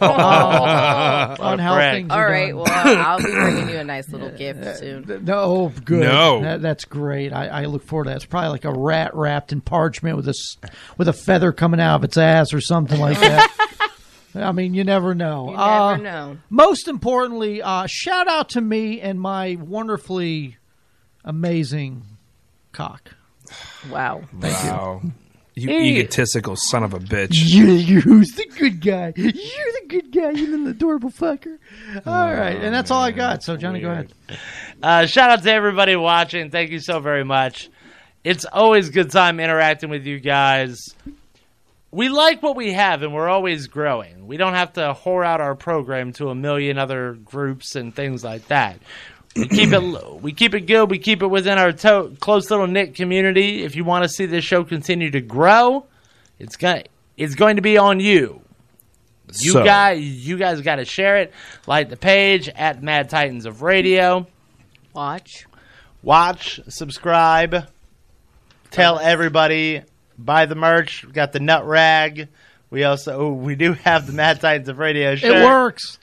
Uh, on how things
All
are
right,
done.
well, I'll be bringing you a nice little gift soon.
No, oh, good.
No.
That- that's great. I, I look forward to that. It's probably like a rat wrapped in parchment with a s- with a feather coming out of its ass or something like that.
<laughs>
I mean, you never know. You never
know.
Most importantly, uh, shout out to me and my wonderfully amazing cock.
Wow.
Thank you.
wow. you.
Yeah.
egotistical son of a bitch.
You, you, who's the good guy? You're the good guy. You're an adorable fucker. All right, and that's all I got. So, Johnny, go ahead.
Uh, shout out to everybody watching. Thank you so very much. It's always a good time interacting with you guys. We like what we have, and we're always growing. We don't have to whore out our program to a million other groups and things like that. We keep it low. We keep it good. We keep it within our to- close little knit community. If you want to see this show continue to grow, it's going it's going to be on you. You
So-
guys, you guys got to share it. Like the page at Mad Titans of Radio.
Watch.
Watch, subscribe, tell everybody, buy the merch. We got the nut rag. We also oh, we do have the Mad Titans of Radio shirt.
It works.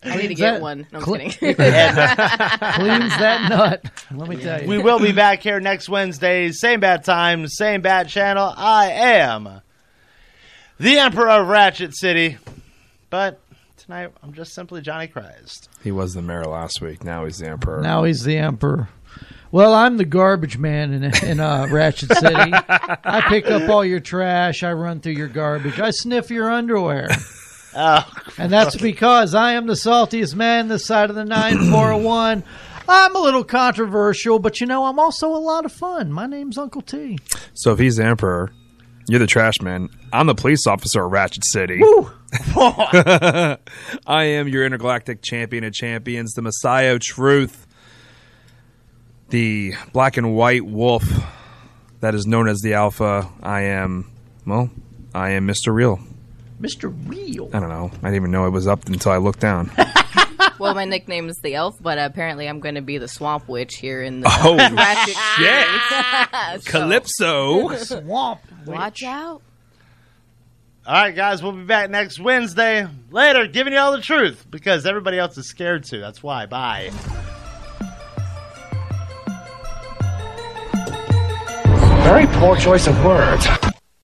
I need to
Cleans
get
that-
one. No, I'm
cle-
kidding.
cleans that <laughs> nut. Let me tell you.
We will be back here next Wednesday, same bad time, same bad channel. I am the Emperor of Ratchet City, but tonight I'm just simply Johnny Christ.
He was the mayor last week. Now he's the emperor.
Now he's the emperor. Well, I'm the garbage man in in uh, Ratchet City. I pick up all your trash. I run through your garbage. I sniff your underwear. and that's because I am the saltiest man this side of the 941. I'm a little controversial, but you know, I'm also a lot of fun. My name's Uncle T.
So if he's the emperor, you're the trash man. I'm the police officer of Ratchet City. <laughs> I am your intergalactic champion of champions, the Messiah of Truth, the black and white wolf that is known as the Alpha. I am, well, I am Mr. Real.
Mr. Real.
I don't know. I didn't even know it was up until I
<laughs>
looked down.
well, my nickname is the elf, but apparently I'm going to be the swamp witch here in
<laughs>
the
Oh,
Ratchet
shit.
series. <laughs> So,
<laughs>
Calypso.
Swamp.
Watch out.
All right, guys, we'll be back next Wednesday. Later, giving you all the truth because everybody else is scared to. That's why. Bye.
Very poor choice of words.